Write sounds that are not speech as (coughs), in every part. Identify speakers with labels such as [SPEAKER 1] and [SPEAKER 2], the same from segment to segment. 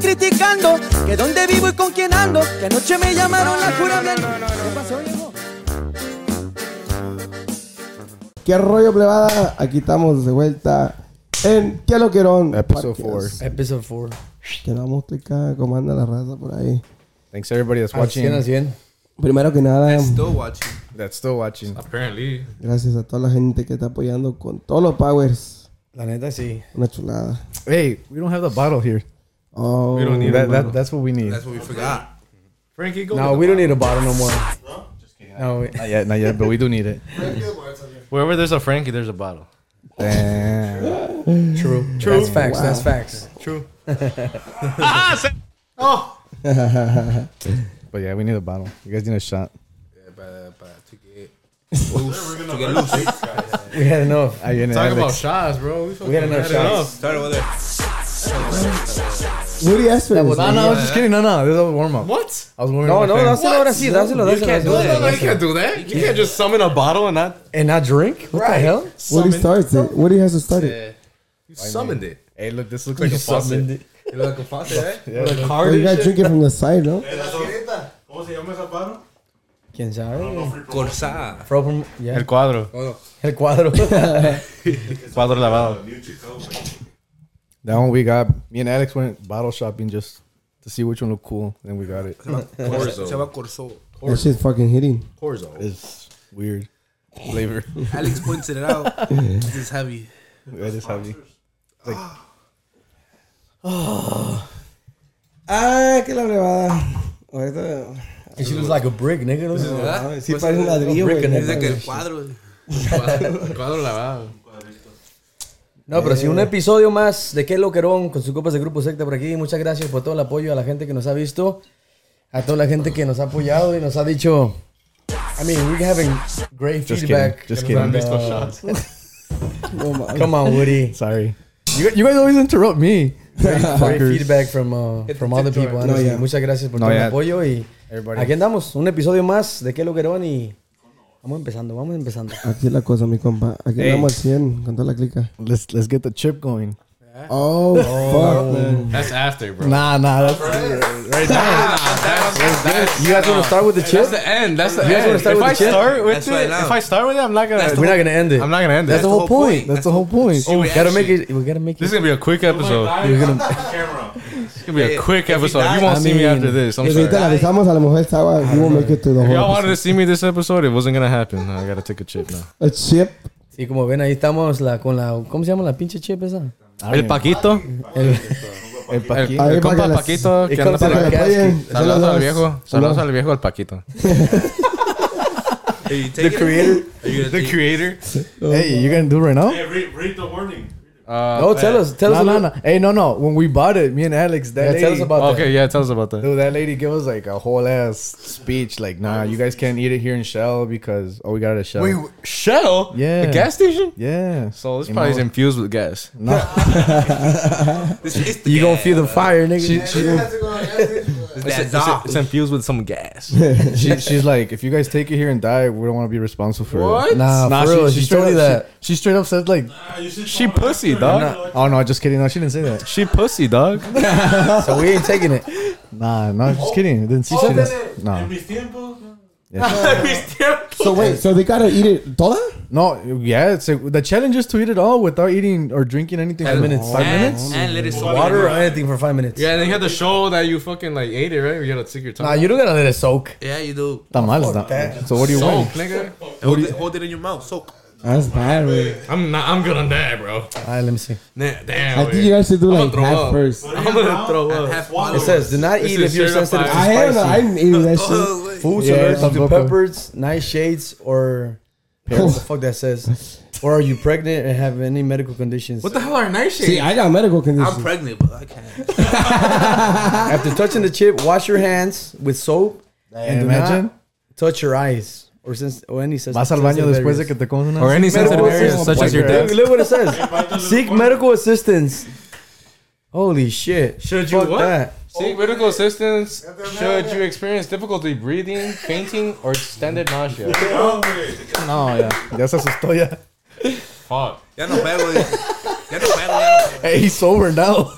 [SPEAKER 1] criticando que dónde vivo y con quién ando. Que anoche me llamaron la jura de...
[SPEAKER 2] ¿Qué rollo, plebada? Aquí estamos de vuelta en ¿Qué lo querón?
[SPEAKER 3] Episode
[SPEAKER 2] Podcast.
[SPEAKER 4] Episode 4.
[SPEAKER 2] Queramos clicar cómo anda la raza por ahí.
[SPEAKER 3] Thanks everybody that's
[SPEAKER 4] Al 100
[SPEAKER 3] watching.
[SPEAKER 4] al 100.
[SPEAKER 2] Primero que nada,
[SPEAKER 5] Still watching.
[SPEAKER 3] That's still watching.
[SPEAKER 5] Apparently.
[SPEAKER 2] gracias a toda la gente que está apoyando con todos los powers.
[SPEAKER 4] La neta sí.
[SPEAKER 2] Una chulada.
[SPEAKER 3] Hey, we don't have the bottle here.
[SPEAKER 2] Oh,
[SPEAKER 5] We don't need
[SPEAKER 3] That,
[SPEAKER 5] it.
[SPEAKER 3] that, that's what we need.
[SPEAKER 5] That's what we forgot. Frankie, go.
[SPEAKER 4] No,
[SPEAKER 5] with
[SPEAKER 4] we
[SPEAKER 5] the-
[SPEAKER 4] don't need a bottle no more. No, we-
[SPEAKER 3] Not yet, not yet, but we
[SPEAKER 5] (laughs)
[SPEAKER 3] do need it.
[SPEAKER 6] Wherever there's a Frankie, there's a bottle.
[SPEAKER 3] Damn.
[SPEAKER 4] true. True. That's facts. That's facts.
[SPEAKER 6] True. Oh.
[SPEAKER 3] But yeah, we need a bottle. You guys need a shot.
[SPEAKER 5] Yeah, but- but to get loose. to get loose.
[SPEAKER 4] We had enough.
[SPEAKER 3] Ahí viene
[SPEAKER 6] Talk about
[SPEAKER 3] Alex.
[SPEAKER 6] shots, bro. We,
[SPEAKER 4] We had enough shots.
[SPEAKER 5] Start over there.
[SPEAKER 2] Woody eh. Asper.
[SPEAKER 3] No, no, I was just kidding. No, no, this was a warm up.
[SPEAKER 6] What?
[SPEAKER 3] I was warming
[SPEAKER 4] No,
[SPEAKER 3] up.
[SPEAKER 4] no,
[SPEAKER 3] my fan.
[SPEAKER 4] dáselo ahora sí. Dáselo,
[SPEAKER 6] You can't do
[SPEAKER 4] dáselo.
[SPEAKER 6] that. You
[SPEAKER 4] dáselo.
[SPEAKER 6] can't do that. You can't just summon a bottle and not.
[SPEAKER 4] And not drink? What the hell?
[SPEAKER 2] Woody
[SPEAKER 6] summon-
[SPEAKER 2] starts it. Woody has to start it.
[SPEAKER 6] Yeah. You summoned it.
[SPEAKER 3] Hey, look, this looks like a
[SPEAKER 4] Summoned
[SPEAKER 3] faucet.
[SPEAKER 4] it.
[SPEAKER 5] You look like a faucet, eh?
[SPEAKER 3] Yeah, look.
[SPEAKER 2] Oh, you gotta drink it from the side, ¿no?
[SPEAKER 7] ¿Cómo se llama esa paro?
[SPEAKER 4] ¿Quién sabe?
[SPEAKER 5] Corsá.
[SPEAKER 4] Problem- yeah.
[SPEAKER 6] El cuadro.
[SPEAKER 4] El (laughs) cuadro.
[SPEAKER 6] Cuadro lavado.
[SPEAKER 3] That one we got. Me and Alex went bottle shopping just to see which one looked cool. Then we got it.
[SPEAKER 5] Corzo. Se llama Corzo.
[SPEAKER 2] That shit's fucking hitting.
[SPEAKER 5] Corzo.
[SPEAKER 3] It's weird flavor.
[SPEAKER 5] Alex pointed
[SPEAKER 3] (laughs)
[SPEAKER 5] it out. This is heavy.
[SPEAKER 3] I just have you.
[SPEAKER 2] Ah, qué la plebada. Ahorita.
[SPEAKER 4] And she looks like a brick, nigga. No?
[SPEAKER 5] ¿Verdad?
[SPEAKER 2] Sí, parece un ladrillo, güey.
[SPEAKER 5] Dice que el cuadro.
[SPEAKER 6] Cuadro lavado.
[SPEAKER 4] No, pero sí, un episodio más de Qué Loquerón con sus copas de Grupo Secta por aquí. Muchas gracias por todo el apoyo a la gente que nos ha visto, a toda la gente que nos ha apoyado y nos ha dicho. I mean, we're having great
[SPEAKER 3] Just kidding.
[SPEAKER 4] feedback.
[SPEAKER 3] Just kidding.
[SPEAKER 2] No mames.
[SPEAKER 4] Come on, Woody.
[SPEAKER 3] Sorry. You, you guys always interrupt me. (laughs)
[SPEAKER 4] Great
[SPEAKER 3] Fuckers.
[SPEAKER 4] feedback from, uh, from other people.
[SPEAKER 2] No,
[SPEAKER 4] honestly.
[SPEAKER 2] yeah.
[SPEAKER 4] Muchas gracias por
[SPEAKER 3] No,
[SPEAKER 4] todo el
[SPEAKER 3] yeah.
[SPEAKER 4] apoyo y
[SPEAKER 3] Everybody.
[SPEAKER 4] aquí andamos. Un episodio más de Qué Loquerón y vamos empezando, vamos empezando.
[SPEAKER 2] Aquí es la cosa, mi compa. Aquí
[SPEAKER 3] Ey.
[SPEAKER 2] andamos al 100 con toda la clica.
[SPEAKER 3] Let's let's get the chip going.
[SPEAKER 2] Oh, fuck, man.
[SPEAKER 6] That's after,
[SPEAKER 3] (laughs)
[SPEAKER 6] bro.
[SPEAKER 3] Nah, nah, that's right now.
[SPEAKER 4] You guys want to start with the chip?
[SPEAKER 6] That's the end. That's the
[SPEAKER 4] guys wanna
[SPEAKER 6] end.
[SPEAKER 4] start
[SPEAKER 6] if
[SPEAKER 4] with
[SPEAKER 6] I
[SPEAKER 4] the
[SPEAKER 5] That's
[SPEAKER 4] chip?
[SPEAKER 6] start with it,
[SPEAKER 5] right now.
[SPEAKER 6] if I start with it, I'm not gonna.
[SPEAKER 4] We're not gonna end it.
[SPEAKER 6] I'm not gonna end
[SPEAKER 4] That's
[SPEAKER 6] it.
[SPEAKER 4] the whole point.
[SPEAKER 3] That's the whole point.
[SPEAKER 6] Oh,
[SPEAKER 4] We gotta make it. We gotta make
[SPEAKER 6] This
[SPEAKER 4] it.
[SPEAKER 6] is gonna be a quick episode.
[SPEAKER 7] You're gonna camera.
[SPEAKER 6] It's gonna be a
[SPEAKER 5] If-
[SPEAKER 6] quick
[SPEAKER 5] if he
[SPEAKER 6] episode.
[SPEAKER 5] dies-
[SPEAKER 6] You won't
[SPEAKER 4] I
[SPEAKER 6] see me after
[SPEAKER 4] mean,
[SPEAKER 6] this. I'm
[SPEAKER 2] Y si te
[SPEAKER 6] sorry.
[SPEAKER 2] la avisamos, a lo mejor estaba. You won't make it to the
[SPEAKER 6] If y'all
[SPEAKER 2] whole.
[SPEAKER 6] wanted to see me this episode, it wasn't gonna happen. I gotta take a chip now.
[SPEAKER 2] A chip.
[SPEAKER 4] Sí, como ven ahí estamos la con la ¿cómo se llama la pinche chip esa?
[SPEAKER 6] El Paquito.
[SPEAKER 4] El-
[SPEAKER 3] El
[SPEAKER 6] El,
[SPEAKER 3] Paqui-
[SPEAKER 2] Ahí para
[SPEAKER 6] el compa
[SPEAKER 2] que las-
[SPEAKER 6] Paquito. Que
[SPEAKER 4] el
[SPEAKER 6] anda
[SPEAKER 4] compa
[SPEAKER 6] por
[SPEAKER 2] Para que
[SPEAKER 6] acá.
[SPEAKER 2] le
[SPEAKER 4] Podcast.
[SPEAKER 2] apoyen.
[SPEAKER 6] Saludos
[SPEAKER 2] Son
[SPEAKER 6] al
[SPEAKER 2] los-
[SPEAKER 6] viejo. Saludos al viejo, al Paquito.
[SPEAKER 5] Are you taking The creator. Are you gonna take-
[SPEAKER 6] creator.
[SPEAKER 5] Oh
[SPEAKER 3] Hey, you gonna do it right now?
[SPEAKER 7] Hey, read, read the warning.
[SPEAKER 6] Uh,
[SPEAKER 4] Oh, tell us, tell
[SPEAKER 3] No,
[SPEAKER 4] us. a
[SPEAKER 3] no,
[SPEAKER 4] little-
[SPEAKER 3] no. Hey, no, no. When we bought it, me and Alex, that
[SPEAKER 4] Yeah,
[SPEAKER 3] lady,
[SPEAKER 4] tell us about that.
[SPEAKER 6] Okay, yeah, tell us about that.
[SPEAKER 3] dude, that lady gave us like a whole ass speech. Like, nah, you guys can't eat it here in Shell because oh, we got it at Shell.
[SPEAKER 6] Shell?
[SPEAKER 3] Yeah.
[SPEAKER 6] The gas station?
[SPEAKER 3] yeah.
[SPEAKER 6] So this
[SPEAKER 3] You
[SPEAKER 6] probably is
[SPEAKER 3] know-
[SPEAKER 6] infused with gas.
[SPEAKER 5] This is the
[SPEAKER 4] You gonna
[SPEAKER 5] guy.
[SPEAKER 4] feel the fire, nigga.
[SPEAKER 5] This
[SPEAKER 6] It's,
[SPEAKER 5] is
[SPEAKER 6] it's,
[SPEAKER 5] that dog.
[SPEAKER 6] it's infused with some gas.
[SPEAKER 3] she, she's like, if you guys take it here and die, we don't want to be responsible for it.
[SPEAKER 6] What?
[SPEAKER 4] Nah, for real, she
[SPEAKER 3] straight
[SPEAKER 4] told you
[SPEAKER 3] up-
[SPEAKER 4] that.
[SPEAKER 3] She, she straight up said like,
[SPEAKER 6] She pussy, dog.
[SPEAKER 3] oh no, just kidding. No, she didn't say that.
[SPEAKER 6] She pussy, dog.
[SPEAKER 4] So we ain't taking it.
[SPEAKER 3] Nah, no,
[SPEAKER 4] Oh.
[SPEAKER 3] just kidding. Didn't she? she didn't-
[SPEAKER 7] En
[SPEAKER 3] No,
[SPEAKER 7] mis tiempos. ¿no?
[SPEAKER 2] So wait, so they gotta eat it toda?
[SPEAKER 3] no. Yeah, it's like, the challenge is to eat it all without eating or drinking anything.
[SPEAKER 5] Five
[SPEAKER 3] for
[SPEAKER 5] minutes.
[SPEAKER 3] Five
[SPEAKER 5] and,
[SPEAKER 3] minutes.
[SPEAKER 5] And let it soak.
[SPEAKER 4] Water or anything for five minutes.
[SPEAKER 6] yeah, and then you had to show that you fucking like ate it, right? You gotta take your time.
[SPEAKER 4] Nah, you don't gotta let it soak.
[SPEAKER 5] Yeah, you do.
[SPEAKER 3] Tamales, nah. Eh, So what do you
[SPEAKER 6] Soak,
[SPEAKER 3] want?
[SPEAKER 6] nigga.
[SPEAKER 5] Hold it, hold it in your mouth. Soak.
[SPEAKER 2] That's bad, güey.
[SPEAKER 6] I'm not. I'm good on that, bro.
[SPEAKER 4] All right, let me see.
[SPEAKER 6] Nah, damn.
[SPEAKER 2] I
[SPEAKER 6] wait.
[SPEAKER 2] think you guys should do
[SPEAKER 6] I'ma
[SPEAKER 2] like
[SPEAKER 6] throw
[SPEAKER 2] half
[SPEAKER 6] up.
[SPEAKER 2] first.
[SPEAKER 6] I'm gonna throw up.
[SPEAKER 5] Half
[SPEAKER 4] It says do not
[SPEAKER 6] This
[SPEAKER 4] eat if
[SPEAKER 6] is
[SPEAKER 4] you're
[SPEAKER 6] certified.
[SPEAKER 4] sensitive to
[SPEAKER 2] I am.
[SPEAKER 4] spicy
[SPEAKER 2] I'm eating that shit.
[SPEAKER 5] Oh, wait.
[SPEAKER 4] foods,
[SPEAKER 3] Yeah,
[SPEAKER 4] allergic to
[SPEAKER 3] tampoco.
[SPEAKER 4] peppers, nice shades, or whatever the fuck that says. Or are you pregnant and have any medical conditions?
[SPEAKER 6] What the hell are nice
[SPEAKER 2] See,
[SPEAKER 6] shit?
[SPEAKER 2] I got medical
[SPEAKER 5] I'm
[SPEAKER 2] conditions.
[SPEAKER 5] pregnant, but I can't.
[SPEAKER 4] After touching the chip, wash your hands with soap
[SPEAKER 3] eh,
[SPEAKER 4] and do
[SPEAKER 3] Imagine.
[SPEAKER 4] not touch your eyes or since or any
[SPEAKER 3] Vas al baño
[SPEAKER 4] sensitive
[SPEAKER 3] después de
[SPEAKER 4] areas.
[SPEAKER 3] que te comes una.
[SPEAKER 6] Or any sensitive
[SPEAKER 4] Medical
[SPEAKER 6] areas such as
[SPEAKER 4] (laughs)
[SPEAKER 6] your
[SPEAKER 4] Look,
[SPEAKER 6] dick.
[SPEAKER 4] look what it says. Seek medical assistance. Holy shit.
[SPEAKER 6] Should you
[SPEAKER 4] Fuck
[SPEAKER 6] what?
[SPEAKER 4] that.
[SPEAKER 6] Seek medical assistance should you experience difficulty breathing, fainting, or extended nausea.
[SPEAKER 3] No, yeah. Ya se asustó ya.
[SPEAKER 6] Fuck.
[SPEAKER 5] Ya no juego. Ya no juego. ya no-
[SPEAKER 3] Hey, he's sober now.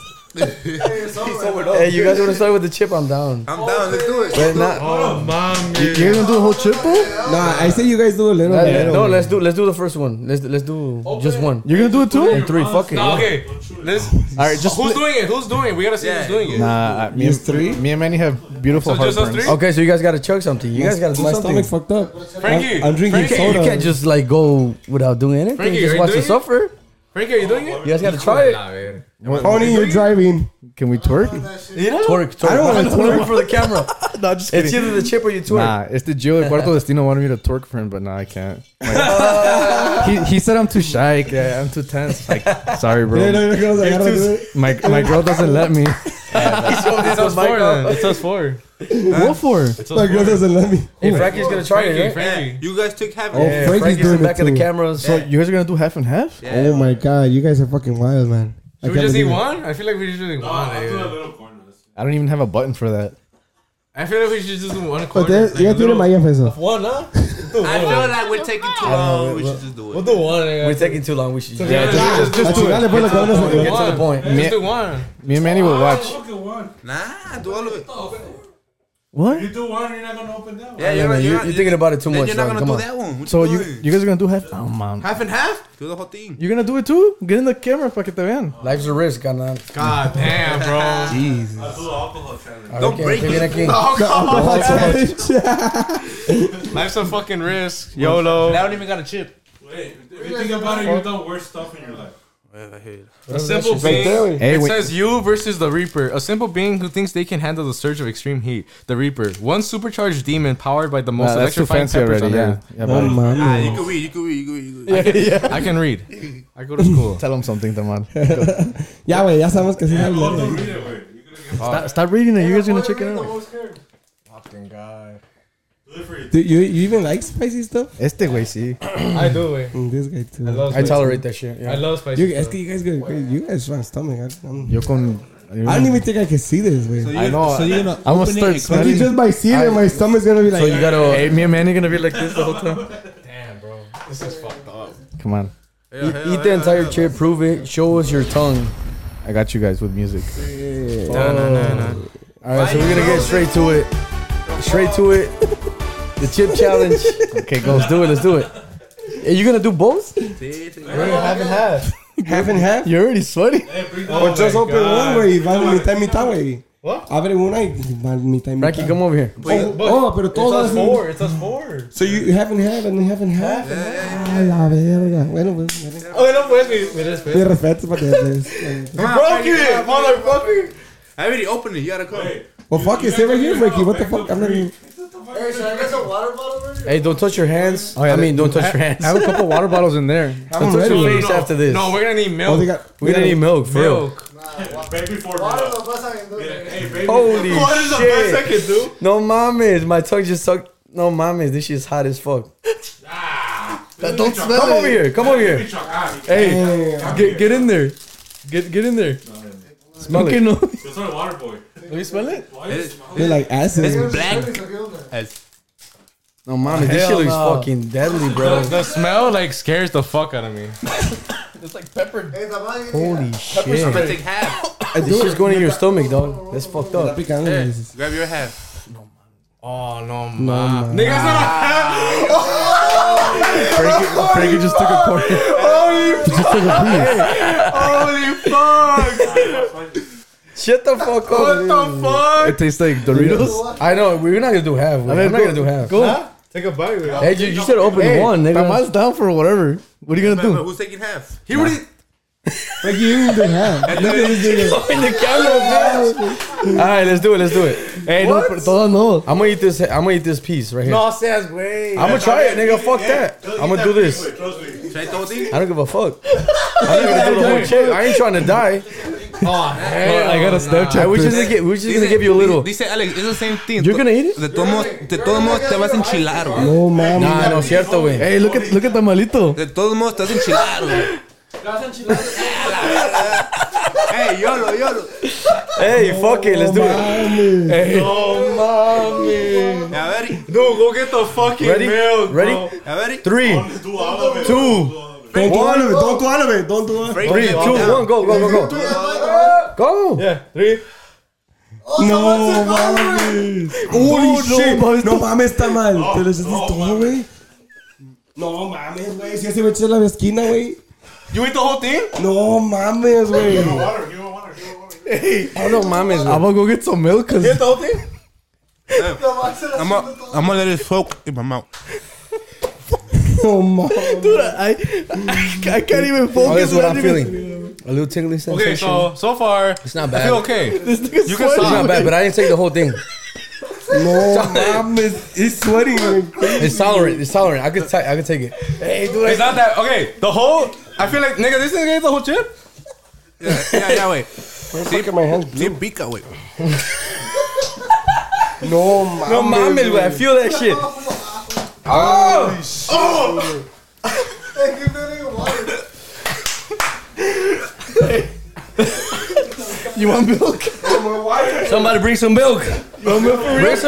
[SPEAKER 4] Hey, you guys want to start with the chip? I'm down.
[SPEAKER 5] I'm down. Let's do it.
[SPEAKER 4] But not,
[SPEAKER 7] Oh,
[SPEAKER 3] You,
[SPEAKER 7] mami.
[SPEAKER 3] you're gonna do a whole triple?
[SPEAKER 2] Nah, I say you guys do a little
[SPEAKER 4] not-
[SPEAKER 2] bit.
[SPEAKER 3] Oh.
[SPEAKER 4] no, let's do let's do the first one. Let's let's do just one.
[SPEAKER 3] You're gonna do it too?
[SPEAKER 4] And three, fuck it.
[SPEAKER 6] No,
[SPEAKER 4] yeah.
[SPEAKER 6] okay. Let's,
[SPEAKER 4] All right, just
[SPEAKER 6] who's
[SPEAKER 4] split-
[SPEAKER 6] doing it? Who's doing it? We gotta see who's doing it.
[SPEAKER 3] Nah, I- me and
[SPEAKER 2] These three?
[SPEAKER 3] Me and Manny have beautiful
[SPEAKER 6] So just us
[SPEAKER 3] heartburns.
[SPEAKER 6] three?
[SPEAKER 4] Okay, so you guys gotta chug something. You guys gotta do
[SPEAKER 2] My
[SPEAKER 4] something.
[SPEAKER 2] stomach fucked up.
[SPEAKER 6] Frankie,
[SPEAKER 2] I'm, I'm drinking
[SPEAKER 6] Frankie, you
[SPEAKER 2] soda.
[SPEAKER 4] You can't just like go without doing anything.
[SPEAKER 6] Frankie,
[SPEAKER 4] just
[SPEAKER 6] are you
[SPEAKER 4] watch it
[SPEAKER 6] doing it?
[SPEAKER 4] suffer.
[SPEAKER 6] Frankie, are you doing it?
[SPEAKER 4] You guys gotta try it.
[SPEAKER 2] Pony, you're driving.
[SPEAKER 3] Can we twerk?
[SPEAKER 4] Twerk, twerk. I
[SPEAKER 2] don't
[SPEAKER 4] (laughs)
[SPEAKER 2] wanna
[SPEAKER 4] twerk for the (laughs) camera.
[SPEAKER 3] no, just
[SPEAKER 4] It's either the chip or you twerk.
[SPEAKER 3] Nah, it's the Gio de Cuarto Destino wanted me to twerk for him, but nah, I can't. Like, (laughs) he, he said I'm too shy. like, yeah, I'm too tense. Like, sorry,
[SPEAKER 2] Yeah, no,
[SPEAKER 3] bro.
[SPEAKER 2] no, girls, I gotta do it.
[SPEAKER 3] My my girl doesn't let me.
[SPEAKER 6] It's us four then. It's us four.
[SPEAKER 3] What for?
[SPEAKER 6] It's
[SPEAKER 2] My
[SPEAKER 6] us
[SPEAKER 2] girl
[SPEAKER 6] four.
[SPEAKER 2] doesn't let me.
[SPEAKER 4] Hey, Frankie's gonna try
[SPEAKER 6] Frankie,
[SPEAKER 4] it. Right?
[SPEAKER 5] Yeah,
[SPEAKER 6] Frankie.
[SPEAKER 5] you guys took half.
[SPEAKER 2] Oh,
[SPEAKER 5] Yeah.
[SPEAKER 2] Frankie's
[SPEAKER 4] Frankie's in
[SPEAKER 2] doing
[SPEAKER 4] the back
[SPEAKER 2] it
[SPEAKER 4] of the
[SPEAKER 2] too.
[SPEAKER 4] camera. So
[SPEAKER 3] You guys are gonna do half and half?
[SPEAKER 2] Oh my god, you guys are fucking wild, man. I
[SPEAKER 6] Should we
[SPEAKER 2] can't
[SPEAKER 6] just eat
[SPEAKER 2] believe it.
[SPEAKER 6] one? I feel like we should do
[SPEAKER 7] No,
[SPEAKER 6] one.
[SPEAKER 7] I'll
[SPEAKER 6] eh.
[SPEAKER 7] do a little corner.
[SPEAKER 3] I don't even have a button for that.
[SPEAKER 6] I feel like we should just do one
[SPEAKER 2] But
[SPEAKER 6] quarter.
[SPEAKER 2] then,
[SPEAKER 6] like
[SPEAKER 2] ya
[SPEAKER 6] a
[SPEAKER 2] tiene
[SPEAKER 6] little-
[SPEAKER 2] Maya eso.
[SPEAKER 6] One, huh?
[SPEAKER 5] I feel like we're taking too long. We should just do
[SPEAKER 6] We'll
[SPEAKER 5] it.
[SPEAKER 6] do one. eh.
[SPEAKER 4] we're taking too long. We should just
[SPEAKER 6] Yeah, just, just,
[SPEAKER 2] A
[SPEAKER 6] just do it.
[SPEAKER 2] chingarle, pues, la cabrona se
[SPEAKER 6] One.
[SPEAKER 2] quedó.
[SPEAKER 4] Get to the point.
[SPEAKER 6] Just do one.
[SPEAKER 3] Me and Manny will watch.
[SPEAKER 7] Look at one.
[SPEAKER 5] Nah, do all of it.
[SPEAKER 3] What?
[SPEAKER 7] You do one, you're not gonna open that one.
[SPEAKER 5] Yeah, you're,
[SPEAKER 4] No,
[SPEAKER 5] not,
[SPEAKER 4] you-
[SPEAKER 5] you're,
[SPEAKER 4] you're
[SPEAKER 5] not,
[SPEAKER 4] thinking about it too
[SPEAKER 5] then
[SPEAKER 4] much,
[SPEAKER 5] You're not
[SPEAKER 4] son.
[SPEAKER 5] gonna
[SPEAKER 4] Come
[SPEAKER 5] do
[SPEAKER 4] on.
[SPEAKER 5] that one. What
[SPEAKER 3] So you
[SPEAKER 5] doing?
[SPEAKER 3] you guys are gonna do half? Oh man.
[SPEAKER 5] half and half? Do the whole thing.
[SPEAKER 3] You're gonna do it too? Get in the camera, fuck it, man.
[SPEAKER 4] Life's a risk, carnal.
[SPEAKER 6] God damn, bro.
[SPEAKER 3] Jesus.
[SPEAKER 7] I'll do the alcohol challenge.
[SPEAKER 4] All
[SPEAKER 5] Don't
[SPEAKER 4] right,
[SPEAKER 5] break
[SPEAKER 4] okay,
[SPEAKER 5] it.
[SPEAKER 4] aquí.
[SPEAKER 6] (laughs) Life's a fucking risk. YOLO. I don't even got a chip.
[SPEAKER 7] Wait, if you think about it, you've done worse stuff in your life.
[SPEAKER 6] A simple
[SPEAKER 2] there,
[SPEAKER 6] being.
[SPEAKER 2] wait.
[SPEAKER 3] Hey,
[SPEAKER 6] it
[SPEAKER 3] wait.
[SPEAKER 6] says you versus the Reaper. A simple being who thinks they can handle the surge of extreme heat. The Reaper, one supercharged demon powered by the most
[SPEAKER 3] Nah, that's too
[SPEAKER 6] electrifying
[SPEAKER 3] fancy
[SPEAKER 6] peppers
[SPEAKER 3] already.
[SPEAKER 6] on
[SPEAKER 3] Yeah.
[SPEAKER 6] earth.
[SPEAKER 3] yeah
[SPEAKER 2] No
[SPEAKER 3] buddy.
[SPEAKER 5] Ah,
[SPEAKER 2] mames.
[SPEAKER 5] you can read, you can read, you can read. You can read.
[SPEAKER 6] I can read. I go to school.
[SPEAKER 3] Tell him something, Taman.
[SPEAKER 2] Ya, güey, ya sabemos que sí sabe
[SPEAKER 7] Go do
[SPEAKER 2] leer.
[SPEAKER 7] read it, wait. You're gonna
[SPEAKER 3] Stop,
[SPEAKER 7] get
[SPEAKER 3] stop reading it. You guys are gonna check it out.
[SPEAKER 7] scared.
[SPEAKER 6] Fucking guy.
[SPEAKER 7] Do it for you.
[SPEAKER 2] Dude, you, you even like spicy stuff?
[SPEAKER 3] Este güey, sí.
[SPEAKER 6] I do it.
[SPEAKER 2] Mm, This guy too.
[SPEAKER 4] I tolerate that shit.
[SPEAKER 6] I
[SPEAKER 4] Yeah.
[SPEAKER 6] love spicy.
[SPEAKER 2] You, es
[SPEAKER 6] stuff.
[SPEAKER 2] que you guys go crazy. You guys strong stomach. I, I'm,
[SPEAKER 3] Yo con.
[SPEAKER 2] I don't even think I can see this, güey.
[SPEAKER 3] I know.
[SPEAKER 8] So you're gonna
[SPEAKER 3] I'm gonna
[SPEAKER 8] open it
[SPEAKER 3] start
[SPEAKER 8] and cut
[SPEAKER 2] Maybe
[SPEAKER 3] smelling.
[SPEAKER 2] just by seeing it, my stomach's gonna be like.
[SPEAKER 4] So you gotta.
[SPEAKER 3] Hey, me and Manny gonna be like this the whole time.
[SPEAKER 6] Damn, bro. This is fucked up.
[SPEAKER 3] Come on,
[SPEAKER 5] Yeah, hell
[SPEAKER 4] Eat the entire chip, prove it, show us your tongue.
[SPEAKER 3] I got you guys with music.
[SPEAKER 5] No, no, no, no.
[SPEAKER 4] All right, so we're gonna get straight to it. Straight to it. The chip challenge. Okay, go. Let's do it. Let's do it. Are you gonna do both?
[SPEAKER 5] See, see.
[SPEAKER 4] Half and half.
[SPEAKER 2] half and half?
[SPEAKER 3] You're already sweating.
[SPEAKER 7] Hey, bring
[SPEAKER 2] Or
[SPEAKER 7] that
[SPEAKER 2] just
[SPEAKER 7] one.
[SPEAKER 2] open one, güey. y Vale, mitad, y mitad, güey.
[SPEAKER 6] What?
[SPEAKER 2] Abre una y vale, mitad, y mitad.
[SPEAKER 4] Frankie, come over here.
[SPEAKER 2] Oh, oh, pero todas.
[SPEAKER 6] It's us four.
[SPEAKER 2] So you haven't had and you haven't had. A la verga. Bueno, pues.
[SPEAKER 6] Oh, no puedes. Me después.
[SPEAKER 2] Mi respeto para que. eh.
[SPEAKER 5] Come on, Frankie, come on.
[SPEAKER 6] motherfucker.
[SPEAKER 5] I already opened it. You gotta come.
[SPEAKER 7] Wait,
[SPEAKER 2] Well, fuck it. Sit right here, Frankie. What the fuck? I'm not even.
[SPEAKER 4] Hey, don't touch your hands. I mean, don't touch your hands.
[SPEAKER 3] Oh, I have a
[SPEAKER 4] (laughs)
[SPEAKER 3] couple water bottles in there.
[SPEAKER 2] I'm
[SPEAKER 4] touch your
[SPEAKER 2] ready.
[SPEAKER 4] face after this.
[SPEAKER 6] No, we're gonna need
[SPEAKER 2] Oh, they
[SPEAKER 6] milk.
[SPEAKER 2] got.
[SPEAKER 4] We're gonna need milk, for real.
[SPEAKER 6] Milk.
[SPEAKER 7] baby for Hey, baby.
[SPEAKER 4] Holy
[SPEAKER 5] (laughs) What is the
[SPEAKER 4] shit.
[SPEAKER 5] best I can do?
[SPEAKER 4] No mames, my tongue just sucked. No mames, this shit is hot as fuck.
[SPEAKER 7] don't smell
[SPEAKER 4] Come over here, come over here. Hey,
[SPEAKER 2] Hey,
[SPEAKER 4] get, get in there. Get get in there. Smell it.
[SPEAKER 7] That's not a water boy.
[SPEAKER 4] Let me smell it.
[SPEAKER 7] Why is it smell?
[SPEAKER 2] they're like asses.
[SPEAKER 5] Black. As
[SPEAKER 4] No mames, this
[SPEAKER 6] Hell
[SPEAKER 4] shit looks
[SPEAKER 6] no.
[SPEAKER 4] fucking deadly,
[SPEAKER 6] The,
[SPEAKER 4] bro.
[SPEAKER 6] the smell like scares the fuck out of me.
[SPEAKER 4] Holy
[SPEAKER 5] I'm
[SPEAKER 4] shit.
[SPEAKER 5] gonna take half.
[SPEAKER 4] This shit's going in your stomach, dog. That's fucked
[SPEAKER 2] (laughs)
[SPEAKER 4] up.
[SPEAKER 2] Picando,
[SPEAKER 5] Yeah,
[SPEAKER 2] dices.
[SPEAKER 5] Grab your half.
[SPEAKER 6] Oh no, ma. Niggas not
[SPEAKER 3] Frankie, Frankie just took a corner.
[SPEAKER 6] holy fuck.
[SPEAKER 4] Shut the fuck up.
[SPEAKER 6] the fuck?
[SPEAKER 3] It tastes like Doritos.
[SPEAKER 4] I know, we're not gonna do half. I'm not gonna do half.
[SPEAKER 3] Go.
[SPEAKER 6] Take a bite. With
[SPEAKER 4] Hey, you, you said open
[SPEAKER 3] Hey,
[SPEAKER 4] one, nigga.
[SPEAKER 3] Taman's down for whatever. What are you
[SPEAKER 5] Remember,
[SPEAKER 3] gonna do?
[SPEAKER 5] who's taking half?
[SPEAKER 6] He already.
[SPEAKER 2] Frankie, you even didn't have. Look at this nigga.
[SPEAKER 4] In the camera, man. All right, let's do it. Let's do it.
[SPEAKER 3] Hey, no, pero todas no.
[SPEAKER 4] I'm gonna eat this. I'm gonna eat this piece right here.
[SPEAKER 6] seas way.
[SPEAKER 4] I'm gonna try it, nigga. Fuck that. I'm gonna do this.
[SPEAKER 7] Trust me.
[SPEAKER 5] Should I throw thing?
[SPEAKER 4] I don't give a fuck. I ain't gonna do the whole chip. I ain't trying to die.
[SPEAKER 6] Oh, hell.
[SPEAKER 3] I got a Snapchat.
[SPEAKER 4] I, we're just gonna, get, we're just gonna give you a little.
[SPEAKER 5] Dice Alex, it's the same thing.
[SPEAKER 4] You're gonna eat it?
[SPEAKER 5] De todos modos, de todos modos te vas a enchilar, güey.
[SPEAKER 2] No, Oh, mami.
[SPEAKER 4] Nah, no es cierto, güey.
[SPEAKER 3] Hey, look at look at Tamalito.
[SPEAKER 5] De todos modos te vas a enchilar, güey. Hey, yolo, yolo.
[SPEAKER 4] Hey, fuck it, let's do it.
[SPEAKER 2] Mami.
[SPEAKER 5] A ver,
[SPEAKER 6] Dude, go get the fucking
[SPEAKER 4] Ready?
[SPEAKER 6] milk. bro.
[SPEAKER 4] Ready?
[SPEAKER 5] a ver.
[SPEAKER 4] Three,
[SPEAKER 7] Do all of it.
[SPEAKER 4] two,
[SPEAKER 2] Don't do all of it. Don't do all of it. Don't do all of it.
[SPEAKER 5] Frankie,
[SPEAKER 4] three, two, one, go, go, go, go. ¿Cómo?
[SPEAKER 6] Yeah, three.
[SPEAKER 2] No mames. Holy shit. No mames, está mal. ¿Te lo hiciste todo, güey? No mames, güey. Si ese güey es la esquina, güey.
[SPEAKER 6] You ate the whole thing?
[SPEAKER 2] No mames, güey.
[SPEAKER 7] Water, give him water, give him water.
[SPEAKER 4] Oh, no mames, güey.
[SPEAKER 3] I'm gonna go get some milk. Cause
[SPEAKER 6] You ate the whole thing?
[SPEAKER 5] I'm gonna I'm gonna let it soak in my mouth.
[SPEAKER 2] No mames.
[SPEAKER 3] I can't even
[SPEAKER 4] Oh, that's what I'm feeling. A little tingly sensation.
[SPEAKER 6] Okay, so so far
[SPEAKER 4] it's not
[SPEAKER 6] I
[SPEAKER 4] bad.
[SPEAKER 6] feel okay. You can
[SPEAKER 4] It's not
[SPEAKER 6] stop.
[SPEAKER 4] bad, but I didn't take the whole thing.
[SPEAKER 2] No mames. It's sweating. güey.
[SPEAKER 4] It's tolerant. It's tolerant. I could, ta- I could take it. Hey, dude.
[SPEAKER 6] It's not that okay. The whole I feel like nigga, this nigga ate the whole chip.
[SPEAKER 5] Yeah, yeah, yeah, wait.
[SPEAKER 2] Look at my hands.
[SPEAKER 5] See, Bika,
[SPEAKER 4] (laughs)
[SPEAKER 5] wait.
[SPEAKER 2] No mames.
[SPEAKER 4] No mames, güey. I feel that shit.
[SPEAKER 6] Oh!
[SPEAKER 3] You want milk?
[SPEAKER 4] Somebody bring some milk. Bring some
[SPEAKER 6] Oh,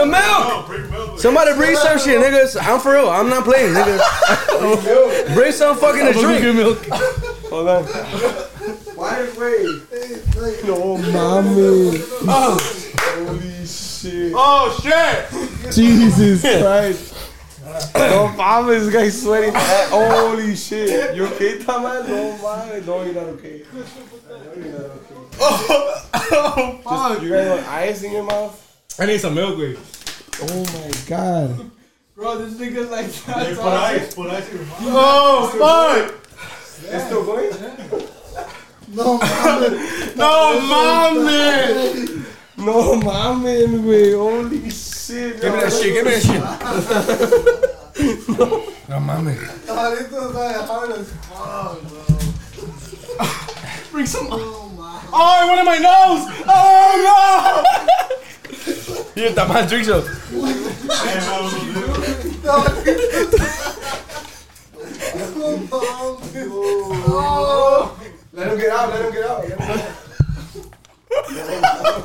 [SPEAKER 4] milk.
[SPEAKER 7] Bring milk.
[SPEAKER 4] Somebody bring some shit, niggas. I'm for real. I'm not playing, nigga. bring some fucking to drink.
[SPEAKER 3] milk.
[SPEAKER 2] Hold on. No mames. Holy shit.
[SPEAKER 7] Oh shit!
[SPEAKER 2] (laughs) Jesus Christ. No mames, this guy's sweating. Eh, Holy shit. You okay, Tamal? No mames. No, you're not okay. No, you're not okay. Oh, (laughs) Just- you guys want ice in your mouth?
[SPEAKER 6] I need some milk, wait.
[SPEAKER 2] Oh my god.
[SPEAKER 8] Bro, this nigga's like
[SPEAKER 7] Hey, put ice, put ice in your mouth.
[SPEAKER 6] Oh fuck!
[SPEAKER 2] It's still going?
[SPEAKER 6] No mommy!
[SPEAKER 2] No mames, wey. Holy shit.
[SPEAKER 6] Give me that shit, give me that shit.
[SPEAKER 3] No mames.
[SPEAKER 6] Bring some Oh I went in my nose! Oh no! you ate that man drink show.
[SPEAKER 7] Hey, well,
[SPEAKER 2] Let him get out, let him get out. Let him get out.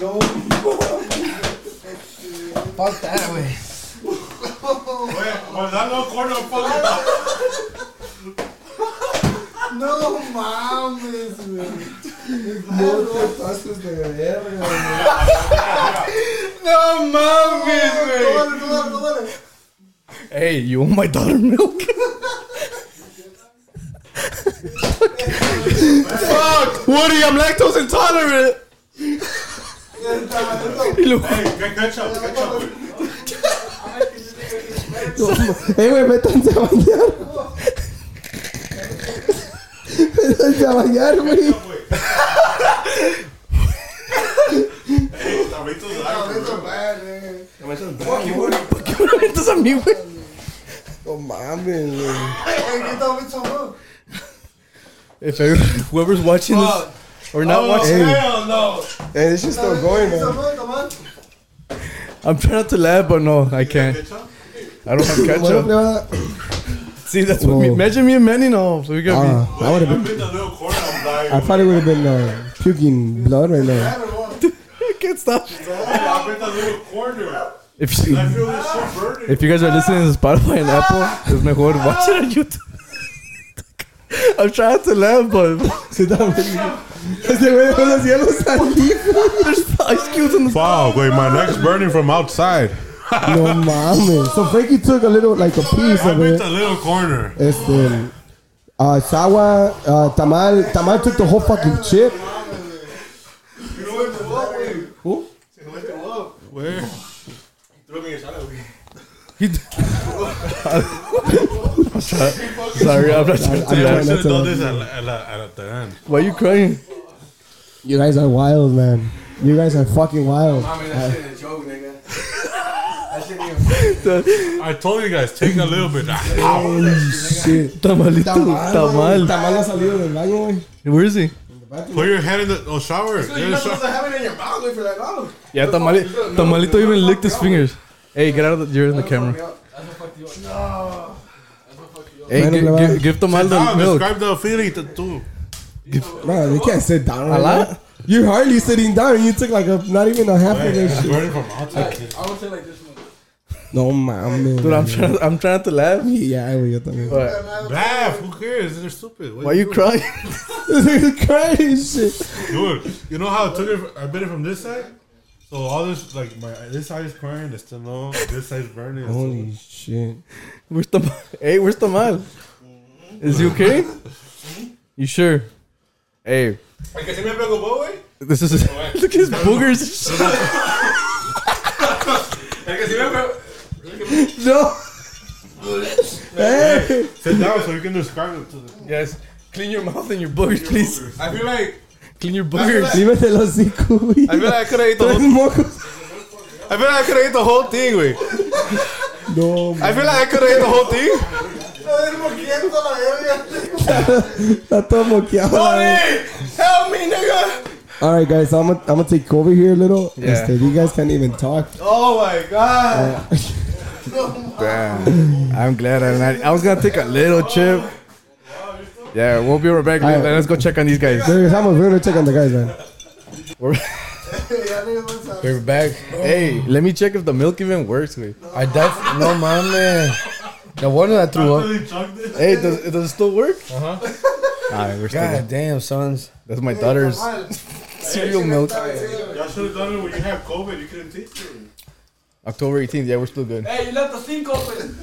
[SPEAKER 2] no mames, wey. No
[SPEAKER 4] Fuck that, way.
[SPEAKER 7] Wait, was that little corner of fucking mouth?
[SPEAKER 8] No mames, güey.
[SPEAKER 2] No te pases de verga, güey.
[SPEAKER 6] No mommy!
[SPEAKER 8] Tómale, tómale, tómale.
[SPEAKER 3] Hey, you want my daughter milk?
[SPEAKER 6] Fuck! Woody, I'm lactose intolerant!
[SPEAKER 7] Hey, get ketchup, ketchup.
[SPEAKER 2] Eh, güey, métanse a bañar. métanse a bañar, güey.
[SPEAKER 7] Hey, los tablitos de ice, bro.
[SPEAKER 3] Entonces a mí, güey.
[SPEAKER 4] Oh,
[SPEAKER 2] No mames, güey.
[SPEAKER 3] If I- whoever's watching this or not watching,
[SPEAKER 7] Hell no!
[SPEAKER 2] Hey, this shit's still going, man.
[SPEAKER 3] I'm trying not to laugh, but no, I can't.
[SPEAKER 7] Ketchup?
[SPEAKER 3] I don't have (laughs)
[SPEAKER 2] Bueno, le
[SPEAKER 3] ketchup.
[SPEAKER 2] va a dar-
[SPEAKER 3] See, that's what me.
[SPEAKER 2] Whoa.
[SPEAKER 3] Imagine me and Manny, no. So we got to
[SPEAKER 2] Ah, that would've
[SPEAKER 7] I've
[SPEAKER 2] been-
[SPEAKER 7] been the little corner of
[SPEAKER 2] I
[SPEAKER 7] life.
[SPEAKER 2] thought it would have been uh, puking blood right now.
[SPEAKER 3] be. I can't stop.
[SPEAKER 7] I've been the little corner.
[SPEAKER 3] If you,
[SPEAKER 7] I feel this shit burning.
[SPEAKER 3] if you guys are listening to Spotify and Apple, it's mejor watch it on YouTube. I'm trying to laugh, but
[SPEAKER 2] Se está Este güey dejó los hielos aquí.
[SPEAKER 3] there's ice cubes in the.
[SPEAKER 5] Wow, wait, my neck's burning from outside.
[SPEAKER 2] No mames. So Frankie took a little, like a piece
[SPEAKER 7] I've
[SPEAKER 2] of
[SPEAKER 7] been
[SPEAKER 2] it.
[SPEAKER 7] the little corner.
[SPEAKER 2] Este. Uh, Sawa, uh, Tamal. Tamal took the whole fucking chip.
[SPEAKER 7] Throw me a shot at me.
[SPEAKER 3] Sorry, I'm not trying
[SPEAKER 2] I-
[SPEAKER 3] to
[SPEAKER 2] I-
[SPEAKER 3] laugh.
[SPEAKER 2] That's
[SPEAKER 5] Should've
[SPEAKER 2] a-
[SPEAKER 5] done this at, at, at, at the end.
[SPEAKER 3] Why are you crying?
[SPEAKER 2] You guys are wild, man. You guys are fucking wild.
[SPEAKER 5] I told you guys, take a little bit.
[SPEAKER 2] Holy shit.
[SPEAKER 3] Tamalito,
[SPEAKER 2] Tamal.
[SPEAKER 3] tamal.
[SPEAKER 2] Tamal ha salido del baño, güey.
[SPEAKER 3] Where is he?
[SPEAKER 5] Put your hand in the oh, shower. You're in the shower.
[SPEAKER 8] have it in your mouth, wait for that bottle.
[SPEAKER 3] Yeah, tamali, tamalito even licked his fingers. Hey, get out of the. You're in the camera. Hey,
[SPEAKER 2] Bueno,
[SPEAKER 3] gi-
[SPEAKER 2] plebada.
[SPEAKER 3] gi- give Tamal the
[SPEAKER 5] Ah,
[SPEAKER 3] milk.
[SPEAKER 5] describe the feeling to- too.
[SPEAKER 2] Man, you can't sit down. Right
[SPEAKER 3] lot?
[SPEAKER 2] now. You're hardly sitting down. You took like a not even a half of this
[SPEAKER 5] It's
[SPEAKER 2] shit.
[SPEAKER 5] burning from outside.
[SPEAKER 8] I would say like this one.
[SPEAKER 2] No mames.
[SPEAKER 3] Dude, I'm trying. I'm trying to laugh.
[SPEAKER 2] Yeah, güey, yo también.
[SPEAKER 3] But
[SPEAKER 7] Laugh. Who cares? They're stupid. What
[SPEAKER 3] why you
[SPEAKER 7] doing?
[SPEAKER 3] (laughs) crying?
[SPEAKER 2] crazy shit.
[SPEAKER 7] Dude, you know how I took it? I bit it from this side. So all this, like my this side is crying. It's still no. This side's burning. It's
[SPEAKER 2] Holy shit.
[SPEAKER 3] Where's the hey? Where's the mal? Is he okay? You sure? Hey,
[SPEAKER 7] still- Like, ¿se me pegó, boy?
[SPEAKER 3] this is (laughs) look at his boogers.
[SPEAKER 7] Like, ¿se me pegó?
[SPEAKER 2] No.
[SPEAKER 7] Sit down so you can describe it to them.
[SPEAKER 3] Yes, clean your mouth and your boogers, please.
[SPEAKER 5] I feel like
[SPEAKER 3] Clean your boogers.
[SPEAKER 2] Límete el hocico, güey. (laughs)
[SPEAKER 6] I feel like I could have ate the
[SPEAKER 2] Tres
[SPEAKER 6] whole.
[SPEAKER 2] mocos.
[SPEAKER 6] I feel like I could have ate the whole thing. Wait,
[SPEAKER 2] No,
[SPEAKER 6] I feel like I could have ate the whole thing.
[SPEAKER 2] está todo moqueado. la verga.
[SPEAKER 6] Help me, nigga.
[SPEAKER 2] All right, guys, I'm gonna I'm gonna take over here a little.
[SPEAKER 3] Yeah.
[SPEAKER 2] Este, you guys can't even talk.
[SPEAKER 5] oh my god.
[SPEAKER 3] Damn. I'm glad I'm not. I was gonna take a little chip. Yeah, we'll be right back.
[SPEAKER 2] All right.
[SPEAKER 3] Let's go check on these guys.
[SPEAKER 2] Regresamos, we're gonna check on the guys, man.
[SPEAKER 4] We're back.
[SPEAKER 3] Hey, let me check if the milk even works. Wait.
[SPEAKER 4] I def- no mames. No wonder I threw up.
[SPEAKER 7] Really chugged it.
[SPEAKER 3] Hey, does, does it still work? Uh huh. All right, we're still
[SPEAKER 4] God damn, sons.
[SPEAKER 3] That's my daughter's (laughs) cereal milk.
[SPEAKER 7] Y'all should have done it when you had COVID. You couldn't taste it.
[SPEAKER 3] October 18th. Yeah, we're still good.
[SPEAKER 8] Hey, you left the sink open.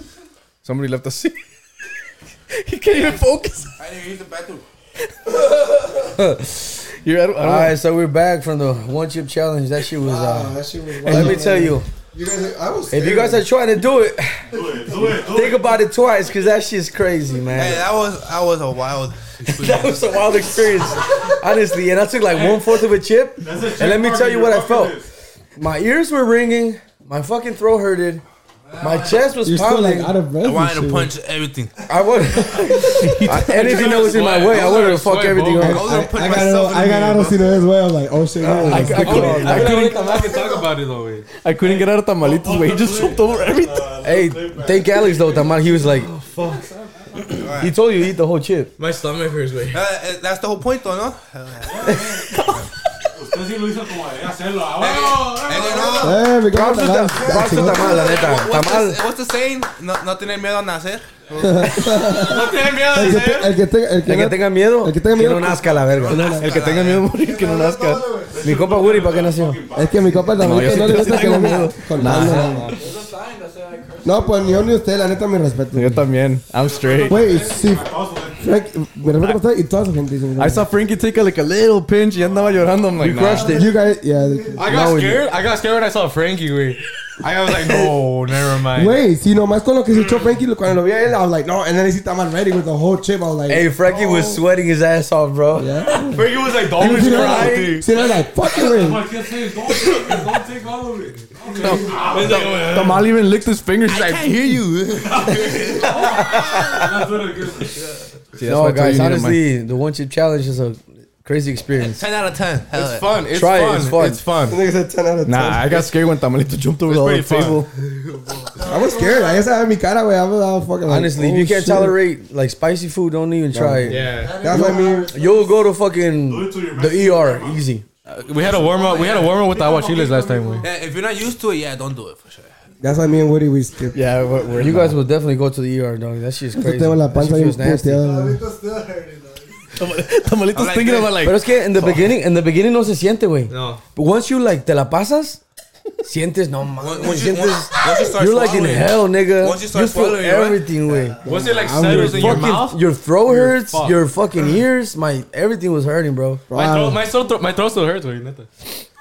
[SPEAKER 3] Somebody left us. (laughs) he can't even focus.
[SPEAKER 5] I didn't use the bathroom.
[SPEAKER 3] (laughs) You're out.
[SPEAKER 4] All right, so we're back from the one chip challenge. That shit was. Uh, let me tell you,
[SPEAKER 8] You guys, I was.
[SPEAKER 4] if you guys are trying to do it,
[SPEAKER 7] Do it. Do it. Do
[SPEAKER 4] think
[SPEAKER 7] it.
[SPEAKER 4] about it twice, cause that shit's crazy,
[SPEAKER 5] Hey,
[SPEAKER 4] man.
[SPEAKER 5] Eh, that was that was a wild.
[SPEAKER 4] (laughs) That was a wild experience, honestly. And I took like one fourth of a chip.
[SPEAKER 7] That's a check
[SPEAKER 4] And let me
[SPEAKER 7] mark
[SPEAKER 4] tell
[SPEAKER 7] in
[SPEAKER 4] you
[SPEAKER 7] your
[SPEAKER 4] what I
[SPEAKER 7] bucket
[SPEAKER 4] felt.
[SPEAKER 7] list.
[SPEAKER 4] My ears were ringing. My fucking throat hurted. My chest was
[SPEAKER 2] You're still like
[SPEAKER 4] pounding.
[SPEAKER 2] out of breath.
[SPEAKER 5] I
[SPEAKER 2] and
[SPEAKER 5] wanted to
[SPEAKER 2] shit.
[SPEAKER 5] punch everything.
[SPEAKER 4] I would. (laughs) I, anything that was in my way, I would have fucked everything
[SPEAKER 5] I
[SPEAKER 4] up.
[SPEAKER 5] was
[SPEAKER 2] I,
[SPEAKER 5] gonna put
[SPEAKER 2] I got
[SPEAKER 5] myself
[SPEAKER 2] out,
[SPEAKER 5] in
[SPEAKER 2] I
[SPEAKER 5] the
[SPEAKER 2] got out
[SPEAKER 5] mirror,
[SPEAKER 2] of
[SPEAKER 5] bro.
[SPEAKER 2] Cena as well. Like, oh shit, no,
[SPEAKER 3] I, I
[SPEAKER 2] like,
[SPEAKER 3] couldn't. I couldn't.
[SPEAKER 6] I can talk about it though. Wait.
[SPEAKER 3] I couldn't get out of tamalitos. Wait, he just slipped over everything.
[SPEAKER 4] Hey, thank Alex though. Tamal, he was like, he told you to eat the whole chip.
[SPEAKER 6] My stomach hurts. Wait.
[SPEAKER 5] Uh, uh, that's the whole point, though, no?
[SPEAKER 7] Usted sí lo hizo como de hacerlo. ah,
[SPEAKER 5] And
[SPEAKER 7] Ahora.
[SPEAKER 5] then, uh,
[SPEAKER 2] Eh, we got
[SPEAKER 4] Props to
[SPEAKER 2] the
[SPEAKER 4] Ta-
[SPEAKER 2] last-
[SPEAKER 4] props (laughs) to Tamal, la neta.
[SPEAKER 5] what's,
[SPEAKER 4] Tamal,
[SPEAKER 5] the, what's the saying? No, no tener miedo a
[SPEAKER 4] (laughs)
[SPEAKER 5] nacer.
[SPEAKER 6] No tiene miedo
[SPEAKER 2] El que te- (laughs) el que tenga- el
[SPEAKER 4] el que
[SPEAKER 2] no-
[SPEAKER 4] tenga miedo,
[SPEAKER 2] el que tenga miedo-
[SPEAKER 4] no nazca la verga.
[SPEAKER 3] El que tenga miedo a morir, que no nazca.
[SPEAKER 4] Mi compa Woody, ¿para qué nació?
[SPEAKER 2] Es que mi copa también
[SPEAKER 3] yo sí
[SPEAKER 2] no le
[SPEAKER 3] te
[SPEAKER 2] gusta que
[SPEAKER 3] tengo
[SPEAKER 2] le
[SPEAKER 3] miedo.
[SPEAKER 2] (laughs) Con nada. No, pues ni yo ni usted, la neta, me respeto.
[SPEAKER 3] Yo también. I'm straight.
[SPEAKER 2] Güey, sí,
[SPEAKER 7] Pausa, güey.
[SPEAKER 2] Frank, me respeto bastante y toda su gente. dice,
[SPEAKER 3] I saw Frankie take like a little pinch. Y andaba llorando. I'm like, you crushed
[SPEAKER 2] You guys, yeah. they-
[SPEAKER 6] I got scared. I got scared when I saw Frankie. Wait. I was like, no, never mind.
[SPEAKER 2] Güey, si nomás con lo que se echó Frankie, lo- cuando lo vi a él, I was like, no, and then I see Tamal ready with the whole chip. I was like,
[SPEAKER 4] Hey, Frankie was sweating his ass off, bro.
[SPEAKER 2] yeah.
[SPEAKER 6] Frankie was like,
[SPEAKER 2] He
[SPEAKER 6] don't
[SPEAKER 2] was
[SPEAKER 6] cry.
[SPEAKER 2] like, see, I was like, fuck it, güey.
[SPEAKER 7] What I can't say is don't take it. Don't take all of it. (laughs) Ah,
[SPEAKER 3] Tamal even licked his fingers. He's like,
[SPEAKER 5] hear you.
[SPEAKER 6] (laughs)
[SPEAKER 7] That's what it is.
[SPEAKER 3] See, that's why I
[SPEAKER 4] No,
[SPEAKER 3] told
[SPEAKER 4] guys,
[SPEAKER 3] you you needed mine.
[SPEAKER 4] honestly, the one chip challenge is a crazy experience.
[SPEAKER 5] 10 out of 10. Hell
[SPEAKER 6] It's
[SPEAKER 5] yeah.
[SPEAKER 6] fun. It's
[SPEAKER 4] Try it,
[SPEAKER 6] fun.
[SPEAKER 4] it's fun.
[SPEAKER 6] It's fun.
[SPEAKER 2] Nigga said 10 out of 10.
[SPEAKER 3] Nah, I got scared when Tamalito jumped over the
[SPEAKER 6] pretty fun.
[SPEAKER 3] table.
[SPEAKER 2] I was scared. I guess I had mi cara, güey. I was, I was fucking like,
[SPEAKER 4] Honestly, if
[SPEAKER 2] oh,
[SPEAKER 4] you can't
[SPEAKER 2] shit.
[SPEAKER 4] tolerate like spicy food, don't even try it.
[SPEAKER 6] Yeah.
[SPEAKER 2] That's what I mean.
[SPEAKER 4] You'll go to fucking
[SPEAKER 7] it to your
[SPEAKER 4] the ER easy.
[SPEAKER 6] We had a warm up. We had a warm up with aguachiles last time. Wait.
[SPEAKER 5] Yeah, if you're not used to it, yeah, don't do it for sure.
[SPEAKER 2] That's what I mean, Woody. We skipped.
[SPEAKER 3] Yeah, we're, we're
[SPEAKER 4] You guys will definitely go to the ER, dog. That shit's
[SPEAKER 2] Yo
[SPEAKER 4] crazy.
[SPEAKER 2] tengo la
[SPEAKER 4] That shit
[SPEAKER 2] panza bien
[SPEAKER 4] feels nasty.
[SPEAKER 2] puteada. güey.
[SPEAKER 3] Tamalito's
[SPEAKER 5] I'm like
[SPEAKER 3] thinking
[SPEAKER 5] this.
[SPEAKER 3] about like,
[SPEAKER 4] Pero es que in the beginning, in the beginning no se siente, güey.
[SPEAKER 6] No.
[SPEAKER 4] But once you like te la pasas, sientes no
[SPEAKER 5] Once,
[SPEAKER 4] mames.
[SPEAKER 5] once you,
[SPEAKER 4] sientes-
[SPEAKER 5] once, once you start
[SPEAKER 4] you're like in
[SPEAKER 5] swallowing,
[SPEAKER 4] hell, nigga.
[SPEAKER 5] Once you start
[SPEAKER 4] feel
[SPEAKER 5] swallowing, right?
[SPEAKER 4] everything, güey.
[SPEAKER 6] Was it like
[SPEAKER 2] I'm
[SPEAKER 6] citrus in your
[SPEAKER 4] Fucking-
[SPEAKER 6] mouth?
[SPEAKER 4] your throat hurts,
[SPEAKER 6] fucked.
[SPEAKER 4] your fucking ears, my everything was hurting, bro.
[SPEAKER 6] My throat, my throat, my throat still hurts. Wait, neta.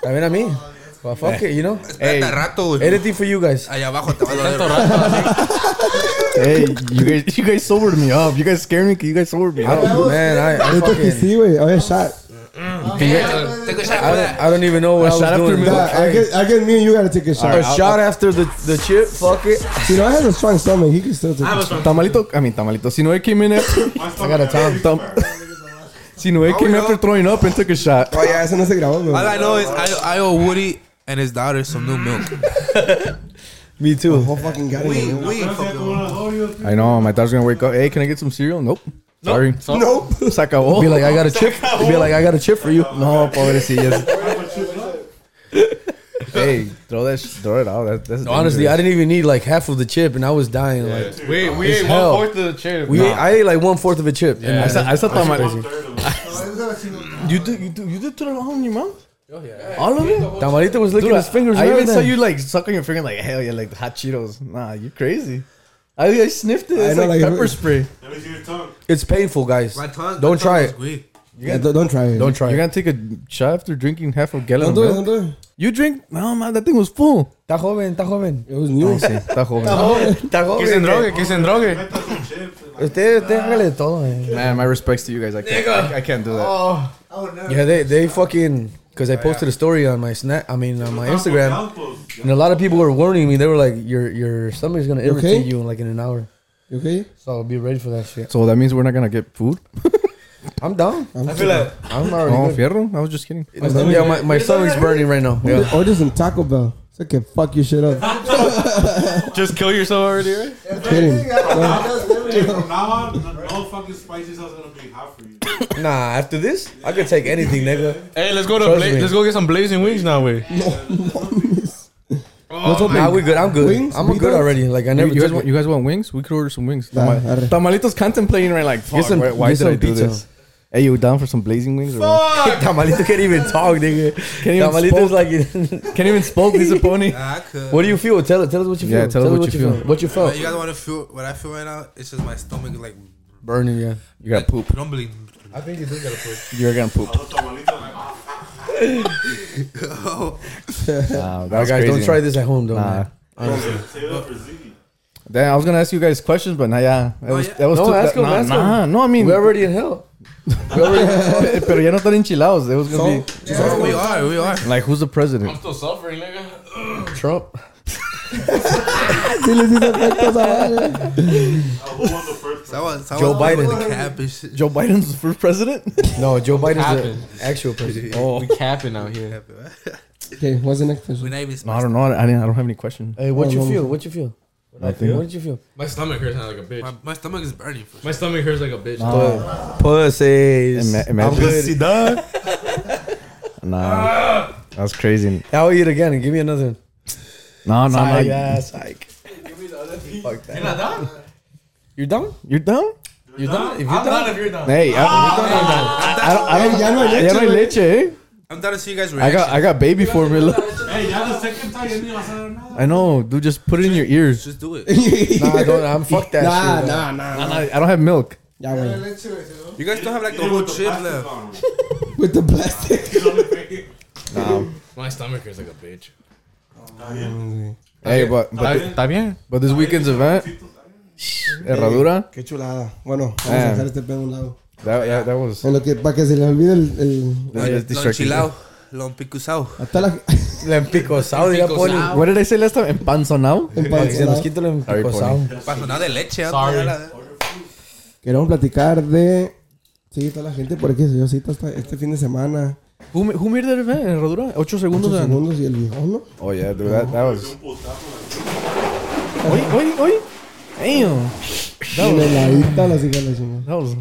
[SPEAKER 4] I mean, I mean, well, fuck it, you know.
[SPEAKER 5] Espérate al rato, güey.
[SPEAKER 4] Anything for you guys.
[SPEAKER 5] Allá abajo te va a doler.
[SPEAKER 3] hey, (laughs) you guys, you guys sobered me up. You guys scared me. You guys sobered me up.
[SPEAKER 4] Man, I, I
[SPEAKER 2] Yo que
[SPEAKER 4] fucking,
[SPEAKER 2] sí, güey. Oye, shot.
[SPEAKER 5] Yeah, Take a shot for
[SPEAKER 4] I don't,
[SPEAKER 5] that.
[SPEAKER 4] I don't even know what
[SPEAKER 3] A shot
[SPEAKER 4] I was doing.
[SPEAKER 3] after
[SPEAKER 4] bro.
[SPEAKER 2] Nah, I guess, I guess me and you gotta take a shot.
[SPEAKER 4] A shot after the the chip, fuck it.
[SPEAKER 2] You know, I have a strong stomach. He can still take a shot.
[SPEAKER 3] Tamalito, I mean Tamalito. Sinoe came in after.
[SPEAKER 7] I
[SPEAKER 3] got a time. Tam- Sinoe came
[SPEAKER 5] yeah.
[SPEAKER 3] after throwing up and took a shot.
[SPEAKER 2] Oye, eso no se grabó, güey.
[SPEAKER 5] All I know is I, I owe Woody and his daughter some new milk.
[SPEAKER 4] Me too.
[SPEAKER 2] Oh, fucking got it.
[SPEAKER 5] We,
[SPEAKER 2] güey.
[SPEAKER 5] we fucking.
[SPEAKER 3] I know. My daughter's gonna wake up. Hey, can I get some cereal? Nope. Sorry.
[SPEAKER 2] Nope.
[SPEAKER 3] (laughs) Se acabó.
[SPEAKER 4] Be like, I got a chip. Be like, I got a chip for you.
[SPEAKER 3] no, pobrecillas. hey, throw that, sh- throw it out. That, that's
[SPEAKER 4] Honestly, I
[SPEAKER 3] dangerous.
[SPEAKER 4] didn't even need like half of the chip, and I was dying. Like
[SPEAKER 6] We, we
[SPEAKER 4] It's
[SPEAKER 6] ate
[SPEAKER 4] hell.
[SPEAKER 6] one fourth of the chip.
[SPEAKER 4] we, ate, I ate like one fourth of a chip.
[SPEAKER 3] I still, I still thought my.
[SPEAKER 8] You
[SPEAKER 3] You do, you do, you did put it all in your mouth.
[SPEAKER 4] All of it. Tamarito was licking
[SPEAKER 3] Oh, Dude,
[SPEAKER 4] his fingers.
[SPEAKER 3] I
[SPEAKER 4] and
[SPEAKER 3] even saw
[SPEAKER 4] everything.
[SPEAKER 3] you like sucking your finger, like hell yeah, like the hot Cheetos. Nah, you crazy. I, I sniffed it. It's
[SPEAKER 2] know,
[SPEAKER 3] like
[SPEAKER 2] like-
[SPEAKER 3] pepper spray.
[SPEAKER 7] Let me see your tongue.
[SPEAKER 4] It's painful, guys.
[SPEAKER 5] My tongue.
[SPEAKER 4] Don't
[SPEAKER 5] my tongue
[SPEAKER 4] try
[SPEAKER 5] was
[SPEAKER 4] it.
[SPEAKER 5] weak.
[SPEAKER 2] Yeah, don't, don't try it.
[SPEAKER 4] Don't try.
[SPEAKER 3] You're
[SPEAKER 4] it.
[SPEAKER 3] gonna take a shot after drinking half a gallon
[SPEAKER 2] Don't do
[SPEAKER 3] of
[SPEAKER 2] it.
[SPEAKER 3] milk.
[SPEAKER 2] Don't do it.
[SPEAKER 3] You drink? No, man, that thing was full.
[SPEAKER 4] Está joven, está joven.
[SPEAKER 2] It was new.
[SPEAKER 3] Está joven. (laughs)
[SPEAKER 4] Está
[SPEAKER 6] Que se
[SPEAKER 4] joven.
[SPEAKER 6] drogue, que se drogue.
[SPEAKER 7] That's some chips. and, like,
[SPEAKER 4] Usted, usted hágale de todo, eh. man.
[SPEAKER 3] Man, my respects to you guys. I can't, I, I can't do that.
[SPEAKER 6] Oh,
[SPEAKER 4] Yeah, they they fucking because I posted a story on my snack. I mean, on my
[SPEAKER 6] Oh,
[SPEAKER 7] mouthfuls,
[SPEAKER 4] Instagram,
[SPEAKER 7] mouthfuls.
[SPEAKER 4] and a lot of people were warning me. They were like, "Your your stomach's gonna irritate
[SPEAKER 2] okay?
[SPEAKER 4] you in like in an hour."
[SPEAKER 2] (laughs) You okay?
[SPEAKER 4] So I'll be ready for that shit.
[SPEAKER 3] So that means we're not gonna get food.
[SPEAKER 4] I'm down.
[SPEAKER 6] I feel like
[SPEAKER 4] I'm
[SPEAKER 3] Oh,
[SPEAKER 4] already.
[SPEAKER 3] fierro. I was just kidding.
[SPEAKER 4] good. Yeah, my, my stomach's burning right now.
[SPEAKER 2] (laughs)
[SPEAKER 4] Yeah.
[SPEAKER 2] Order some Taco Bell. So I can fuck your shit up.
[SPEAKER 6] (laughs) just kill yourself already, right?
[SPEAKER 2] Kidding.
[SPEAKER 7] Hey, from now on, no- no fucking spicy sauce is gonna be hot for you.
[SPEAKER 4] Nah, after this, I could take anything, nigga.
[SPEAKER 6] Hey, let's go to
[SPEAKER 4] Trust
[SPEAKER 6] Bla-
[SPEAKER 4] me.
[SPEAKER 6] let's go get some blazing wings now, way.
[SPEAKER 4] Nah, we good. I'm good.
[SPEAKER 2] Wings,
[SPEAKER 4] I'm good
[SPEAKER 2] burritos?
[SPEAKER 4] already. Like I
[SPEAKER 3] You,
[SPEAKER 4] never.
[SPEAKER 3] you guys
[SPEAKER 4] took
[SPEAKER 3] want,
[SPEAKER 4] it.
[SPEAKER 3] you guys want wings? We could order some wings.
[SPEAKER 2] Nah,
[SPEAKER 3] Tama-
[SPEAKER 2] arre.
[SPEAKER 3] Tamalito's contemplating right like, fuck,
[SPEAKER 4] some-
[SPEAKER 3] why, why
[SPEAKER 4] get
[SPEAKER 3] did I
[SPEAKER 4] some
[SPEAKER 3] do
[SPEAKER 4] pizza.
[SPEAKER 3] this? Hey, you down for some blazing wings? Or what?
[SPEAKER 4] Tamalito can't even talk, nigga.
[SPEAKER 3] Can't even
[SPEAKER 4] Tamalito's
[SPEAKER 3] spoke.
[SPEAKER 4] (laughs) like,
[SPEAKER 3] Can't even spoke. He's a pony.
[SPEAKER 5] Nah, I could.
[SPEAKER 4] what do you feel? Tell tell us what you feel.
[SPEAKER 3] Yeah, tell us what you feel.
[SPEAKER 4] What you felt?
[SPEAKER 5] But you guys want to feel what I feel right now? It's just my stomach like
[SPEAKER 4] Burning, yeah.
[SPEAKER 3] (laughs) You got poop.
[SPEAKER 5] rumbling.
[SPEAKER 7] I think you did get a foot.
[SPEAKER 3] You're gonna poop.
[SPEAKER 7] Those tamalitos, like, ah,
[SPEAKER 3] (laughs) Nah,
[SPEAKER 4] All right,
[SPEAKER 3] that's
[SPEAKER 4] guys,
[SPEAKER 3] crazy.
[SPEAKER 4] don't try this at home, though.
[SPEAKER 3] Nah.
[SPEAKER 4] man. Honestly.
[SPEAKER 7] save that for Ziggy.
[SPEAKER 3] Damn, I was gonna ask you guys questions, but nah, yeah,
[SPEAKER 7] Oh,
[SPEAKER 3] that was
[SPEAKER 5] yeah.
[SPEAKER 3] that was
[SPEAKER 4] No,
[SPEAKER 3] too.
[SPEAKER 4] ask
[SPEAKER 3] that-
[SPEAKER 4] him,
[SPEAKER 3] nah,
[SPEAKER 4] ask
[SPEAKER 3] nah, no, I mean,
[SPEAKER 4] We're already in hell.
[SPEAKER 3] (laughs) pero ya no están enchilados. It was gonna
[SPEAKER 5] Oh, we are, we are.
[SPEAKER 3] be like, who's the president?
[SPEAKER 6] still suffering, nigga.
[SPEAKER 4] Trump.
[SPEAKER 2] Sí, les hice efectos a varios.
[SPEAKER 7] Uh, who won the first
[SPEAKER 5] That
[SPEAKER 7] round?
[SPEAKER 5] was, that
[SPEAKER 4] Joe
[SPEAKER 5] was like
[SPEAKER 4] Biden.
[SPEAKER 5] The cap and shit.
[SPEAKER 3] Joe Biden's the first president.
[SPEAKER 4] No, Joe
[SPEAKER 6] Happened.
[SPEAKER 4] Biden's the
[SPEAKER 2] (laughs)
[SPEAKER 4] actual president.
[SPEAKER 2] Oh,
[SPEAKER 6] We capping out here.
[SPEAKER 2] Okay, what's the next
[SPEAKER 5] We're
[SPEAKER 2] question?
[SPEAKER 5] not even.
[SPEAKER 3] No, (laughs) I don't know. I, I didn't. I don't have any questions.
[SPEAKER 4] Hey, what you feel? What you feel?
[SPEAKER 3] Nothing.
[SPEAKER 4] What did you feel?
[SPEAKER 6] My stomach hurts now like a bitch.
[SPEAKER 5] My, my stomach is burning. For
[SPEAKER 6] My stomach hurts like a bitch.
[SPEAKER 4] Pussies.
[SPEAKER 3] Ima-
[SPEAKER 4] I'm
[SPEAKER 3] imagine.
[SPEAKER 4] good.
[SPEAKER 3] Nah, that's crazy.
[SPEAKER 4] I'll eat again and give me another. one.
[SPEAKER 3] No, no,
[SPEAKER 4] Psych,
[SPEAKER 3] no.
[SPEAKER 4] yeah, psych. Fuck that. You're not down. You're down.
[SPEAKER 3] You're done.
[SPEAKER 4] You're down. If you're down,
[SPEAKER 6] if you're done.
[SPEAKER 3] Hey, I, I don't. I don't. Ya no hay leche. eh?
[SPEAKER 5] I'm down to see you guys
[SPEAKER 3] I
[SPEAKER 5] reaction.
[SPEAKER 3] got. I got baby formula.
[SPEAKER 7] Hey, yeah, the second time you didn't answer now.
[SPEAKER 3] I know, dude. Just put it in your ears.
[SPEAKER 5] Just do it.
[SPEAKER 4] nah,
[SPEAKER 2] (laughs)
[SPEAKER 4] I don't. I'm fuck that
[SPEAKER 2] Nah,
[SPEAKER 4] shit.
[SPEAKER 2] nah, nah.
[SPEAKER 3] Nah, nah, I don't have milk.
[SPEAKER 2] Yeah, wait.
[SPEAKER 5] You guys don't have like the
[SPEAKER 7] Hit it
[SPEAKER 5] whole
[SPEAKER 7] with the
[SPEAKER 5] chip
[SPEAKER 7] plastic
[SPEAKER 5] left.
[SPEAKER 7] on.
[SPEAKER 2] With the plastic.
[SPEAKER 4] (laughs)
[SPEAKER 7] It's only fake.
[SPEAKER 6] My stomach hurts like a bitch.
[SPEAKER 3] Hey, but but,
[SPEAKER 6] Está bien.
[SPEAKER 3] but this weekend's event, Herradura.
[SPEAKER 2] Qué chulada. Bueno, vamos
[SPEAKER 4] Ah.
[SPEAKER 3] Man.
[SPEAKER 2] a dejar este pedo a un lado.
[SPEAKER 3] That that, that was.
[SPEAKER 2] En lo que, para que se les olvide el. el
[SPEAKER 3] That was distracting.
[SPEAKER 5] Lonchilao. Lompicusao.
[SPEAKER 2] hasta la. (laughs)
[SPEAKER 4] Lempicosado, dirá Poli.
[SPEAKER 3] What did I say last time? Empanzonado.
[SPEAKER 4] Para que se nos
[SPEAKER 2] Empanzonado.
[SPEAKER 4] quite el empicosado.
[SPEAKER 5] Paso nada de leche.
[SPEAKER 6] Sorry.
[SPEAKER 2] Queremos platicar de. Sí, toda la gente por aquí se dio cita hasta este fin de semana.
[SPEAKER 3] Who ma- who made that event? Herradura. Ocho segundos.
[SPEAKER 2] Ocho
[SPEAKER 3] Dan.
[SPEAKER 2] segundos y el viejo, ¿no?
[SPEAKER 3] Oh yeah, dude. That that was. Oi, oi, oi. Damn.
[SPEAKER 2] Y la heladita, las hijas de la chingada.
[SPEAKER 3] That was.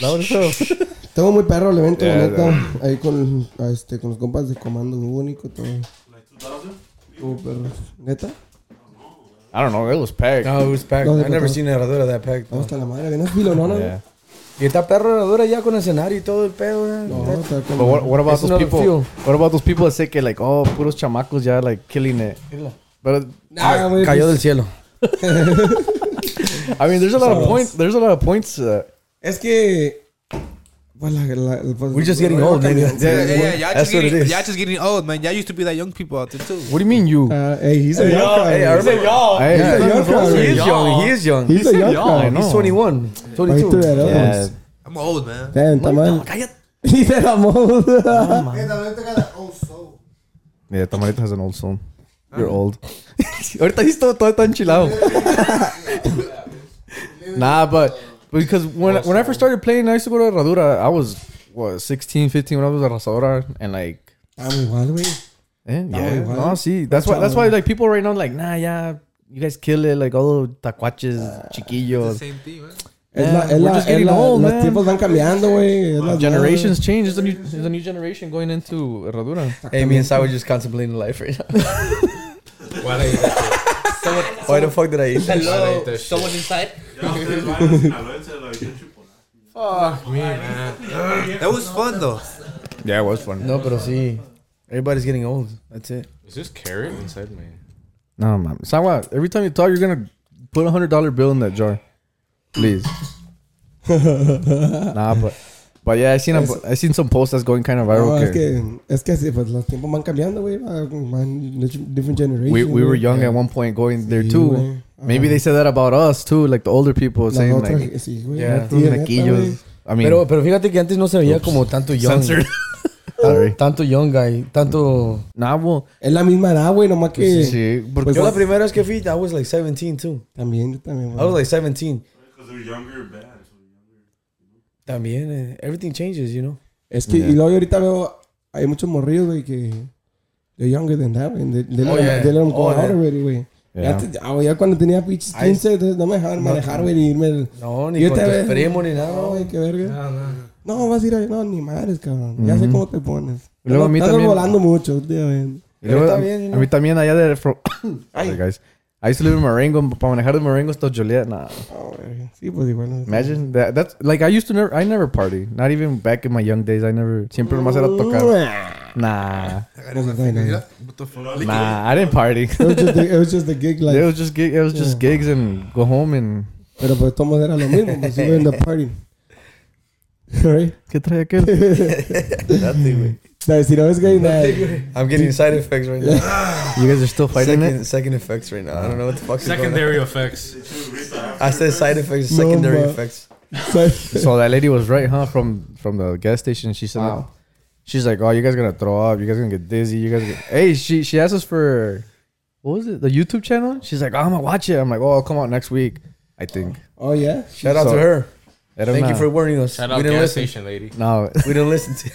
[SPEAKER 3] That was tough.
[SPEAKER 2] Estuvo muy perro el evento,
[SPEAKER 3] Yeah,
[SPEAKER 2] la neta. Ahí con, ah, este, con los compas de comando único, todo. Estuvo perro. ¿Neta?
[SPEAKER 3] I don't know. It was packed.
[SPEAKER 4] No, it was packed.
[SPEAKER 2] No,
[SPEAKER 4] I never
[SPEAKER 2] no.
[SPEAKER 4] seen a herradura that packed.
[SPEAKER 2] Vamos hasta la madre, bien filonona.
[SPEAKER 3] Yeah.
[SPEAKER 4] Y está perro herradura ya con escenario y todo el pedo. eh.
[SPEAKER 2] No, está como.
[SPEAKER 3] But what, what about
[SPEAKER 4] It's
[SPEAKER 3] those
[SPEAKER 4] another
[SPEAKER 3] people?
[SPEAKER 4] fuel.
[SPEAKER 3] What about those people that say que like, oh, puros chamacos ya like killing it? But
[SPEAKER 2] Ah, güey,
[SPEAKER 4] Cayó
[SPEAKER 2] pues,
[SPEAKER 4] del cielo.
[SPEAKER 3] I mean, there's a lot of points. There's a lot of points. Uh,
[SPEAKER 2] Es que. Pues la, la, la- pues,
[SPEAKER 4] We're just getting old, nigga.
[SPEAKER 5] Yeah, yeah, yeah. Y'all
[SPEAKER 4] That's
[SPEAKER 5] just,
[SPEAKER 4] what it
[SPEAKER 5] getting,
[SPEAKER 4] is.
[SPEAKER 5] y'all just getting old, man. Y'all used to be that young people out there too.
[SPEAKER 3] what do you mean you?
[SPEAKER 2] Ah, hey, he's a young
[SPEAKER 4] Hey, I
[SPEAKER 2] guy.
[SPEAKER 4] remember-
[SPEAKER 3] Hey,
[SPEAKER 2] he's a
[SPEAKER 3] yeah,
[SPEAKER 2] young guy.
[SPEAKER 4] He is
[SPEAKER 2] güey.
[SPEAKER 4] young. He is young.
[SPEAKER 2] He's a young guy.
[SPEAKER 3] I know.
[SPEAKER 4] He's 21,
[SPEAKER 2] Ahí
[SPEAKER 4] 22.
[SPEAKER 2] tú verás.
[SPEAKER 3] Yeah.
[SPEAKER 5] I'm old, man.
[SPEAKER 2] Damn, está mal. (laughs)
[SPEAKER 5] Cállate.
[SPEAKER 2] Y se mamó.
[SPEAKER 3] Yeah, Tamarita has an old son. You're old. (laughs) Ahorita he's todo, todo tan chilado. (laughs) nah, but because when when I first started playing, I used to go to Herradura. I was what 16, 15 when I was at Rasadora, and like
[SPEAKER 2] Estamos Ah, igual, güey.
[SPEAKER 3] Eh, yeah,
[SPEAKER 2] igual.
[SPEAKER 3] no, see, that's why that's why like people right now like nah, yeah, you guys kill it like all Ah, the tacuaches, chiquillos.
[SPEAKER 5] Same thing, man.
[SPEAKER 2] Es la, es
[SPEAKER 3] we're
[SPEAKER 2] la-
[SPEAKER 3] just
[SPEAKER 2] es
[SPEAKER 3] getting
[SPEAKER 2] la-
[SPEAKER 3] old,
[SPEAKER 2] los
[SPEAKER 3] man.
[SPEAKER 2] tiempos van cambiando, güey. Es las
[SPEAKER 3] Generations change. There's a new, there's a new generation going into herradura.
[SPEAKER 4] Hey, me and Sai were just contemplating life right
[SPEAKER 2] (laughs)
[SPEAKER 4] now.
[SPEAKER 5] Why did I eat that shit?
[SPEAKER 4] Why the fuck did I eat that?
[SPEAKER 5] Hello, that shit. someone
[SPEAKER 9] inside.
[SPEAKER 6] Fuck me, man.
[SPEAKER 9] That was fun though.
[SPEAKER 3] Yeah, it was fun.
[SPEAKER 4] No, pero sí. Everybody's getting old. That's it.
[SPEAKER 6] Is this carrot inside me?
[SPEAKER 3] No, man. Sawa, every time you talk, you're gonna put a hundred dollar bill in that jar, please. nah, but but yeah, I seen a, I seen some posts that's going kind of
[SPEAKER 2] No,
[SPEAKER 3] viral.
[SPEAKER 2] es
[SPEAKER 3] okay.
[SPEAKER 2] que, es que sí, pues los tiempos van cambiando, güey. Van, van- different generations.
[SPEAKER 3] We we were
[SPEAKER 2] güey.
[SPEAKER 3] young at one point going there
[SPEAKER 2] Sí,
[SPEAKER 3] too.
[SPEAKER 2] güey.
[SPEAKER 3] Maybe they said that about us too, like the older people
[SPEAKER 2] Las
[SPEAKER 3] saying
[SPEAKER 2] otras,
[SPEAKER 3] like
[SPEAKER 2] sí, güey.
[SPEAKER 4] Yeah.
[SPEAKER 2] la
[SPEAKER 3] "Estos
[SPEAKER 2] tía, neta, güey.
[SPEAKER 3] naquillos." I mean,
[SPEAKER 4] Pero, pero fíjate que antes no se veía como tanto young. (laughs)
[SPEAKER 3] censored. Sorry.
[SPEAKER 4] Tanto young guy. Tanto.
[SPEAKER 3] Nah, well,
[SPEAKER 2] Es la misma edad, güey, nomás que.
[SPEAKER 3] sí, porque-
[SPEAKER 4] Yo la primera vez que fui, I was like 17 too.
[SPEAKER 2] También, yo también.
[SPEAKER 4] I
[SPEAKER 2] güey.
[SPEAKER 4] was like 17.
[SPEAKER 7] Because they're younger bands.
[SPEAKER 4] También, eh, everything changes, you know.
[SPEAKER 2] Es que, y luego yo ahorita veo, hay muchos morrillos, güey, que. They're younger than that, güey. They, they,
[SPEAKER 4] Oh,
[SPEAKER 2] let 'em-
[SPEAKER 4] yeah.
[SPEAKER 2] they let 'em go
[SPEAKER 4] Oh,
[SPEAKER 2] out
[SPEAKER 4] yeah.
[SPEAKER 2] already, güey.
[SPEAKER 3] Yeah.
[SPEAKER 2] Ya, te- ah, ya cuando tenía pinches 15, entonces no me dejaban manejar, güey, ni irme. al-
[SPEAKER 4] No, ni
[SPEAKER 2] Yo
[SPEAKER 4] con
[SPEAKER 2] te
[SPEAKER 4] tus
[SPEAKER 2] veo.
[SPEAKER 4] primos ni nada.
[SPEAKER 2] No,
[SPEAKER 4] güey.
[SPEAKER 2] güey, qué verga. No, vas a ir a. No, ni madres, cabrón. Ya sé cómo te pones.
[SPEAKER 3] Y luego a mí
[SPEAKER 2] Estás
[SPEAKER 3] también-
[SPEAKER 2] volando mucho, últimamente.
[SPEAKER 3] Y luego,
[SPEAKER 4] Pero
[SPEAKER 3] a,
[SPEAKER 4] está bien,
[SPEAKER 3] a mí también allá de... From, (coughs) Sorry, guys. I used to live in Marengo. Para manejar de Marengo hasta Juliet. Nah.
[SPEAKER 2] No, güey. Sí, pues igual. no.
[SPEAKER 3] Imagine that. That's like I used to never. I never party. Not even back in my young days. I never. Siempre nomás era tocar. Nah.
[SPEAKER 5] What the fuck?
[SPEAKER 3] Nah. I didn't party.
[SPEAKER 2] It was just the, it was just the gig
[SPEAKER 3] it
[SPEAKER 2] life.
[SPEAKER 3] was just gig, it was just gigs and go home and.
[SPEAKER 2] Pero pues todos era lo mismo, pues we were in the party. (laughs) Right?
[SPEAKER 3] ¿Qué trae
[SPEAKER 4] (laughs)
[SPEAKER 3] aquel?
[SPEAKER 2] No, si no ves que hay nada.
[SPEAKER 4] I'm getting side effects right now.
[SPEAKER 3] You guys are still fighting
[SPEAKER 4] Second,
[SPEAKER 3] it.
[SPEAKER 4] second effects right now. I don't know what the fuck is going on.
[SPEAKER 6] Secondary effects.
[SPEAKER 4] I said side effects,
[SPEAKER 2] No,
[SPEAKER 4] secondary
[SPEAKER 2] ma.
[SPEAKER 4] effects.
[SPEAKER 2] (laughs)
[SPEAKER 3] So that lady was right, huh? From from the gas station. She said.
[SPEAKER 2] Wow.
[SPEAKER 3] She's like, oh, you guys gonna throw up. You guys gonna get dizzy. You guys. Gonna... Hey, she she asked us for, what was it? The YouTube channel. She's like, oh, I'm gonna watch it. I'm like, oh, I'll come out next week. I think.
[SPEAKER 2] Oh yeah.
[SPEAKER 4] Shout out
[SPEAKER 3] So-
[SPEAKER 4] to her.
[SPEAKER 3] I don't
[SPEAKER 4] Thank you
[SPEAKER 3] know.
[SPEAKER 4] for warning us.
[SPEAKER 6] Shout
[SPEAKER 4] we
[SPEAKER 6] out
[SPEAKER 4] didn't
[SPEAKER 6] gas
[SPEAKER 4] listen.
[SPEAKER 6] station lady.
[SPEAKER 3] (laughs) No,
[SPEAKER 4] We didn't listen to.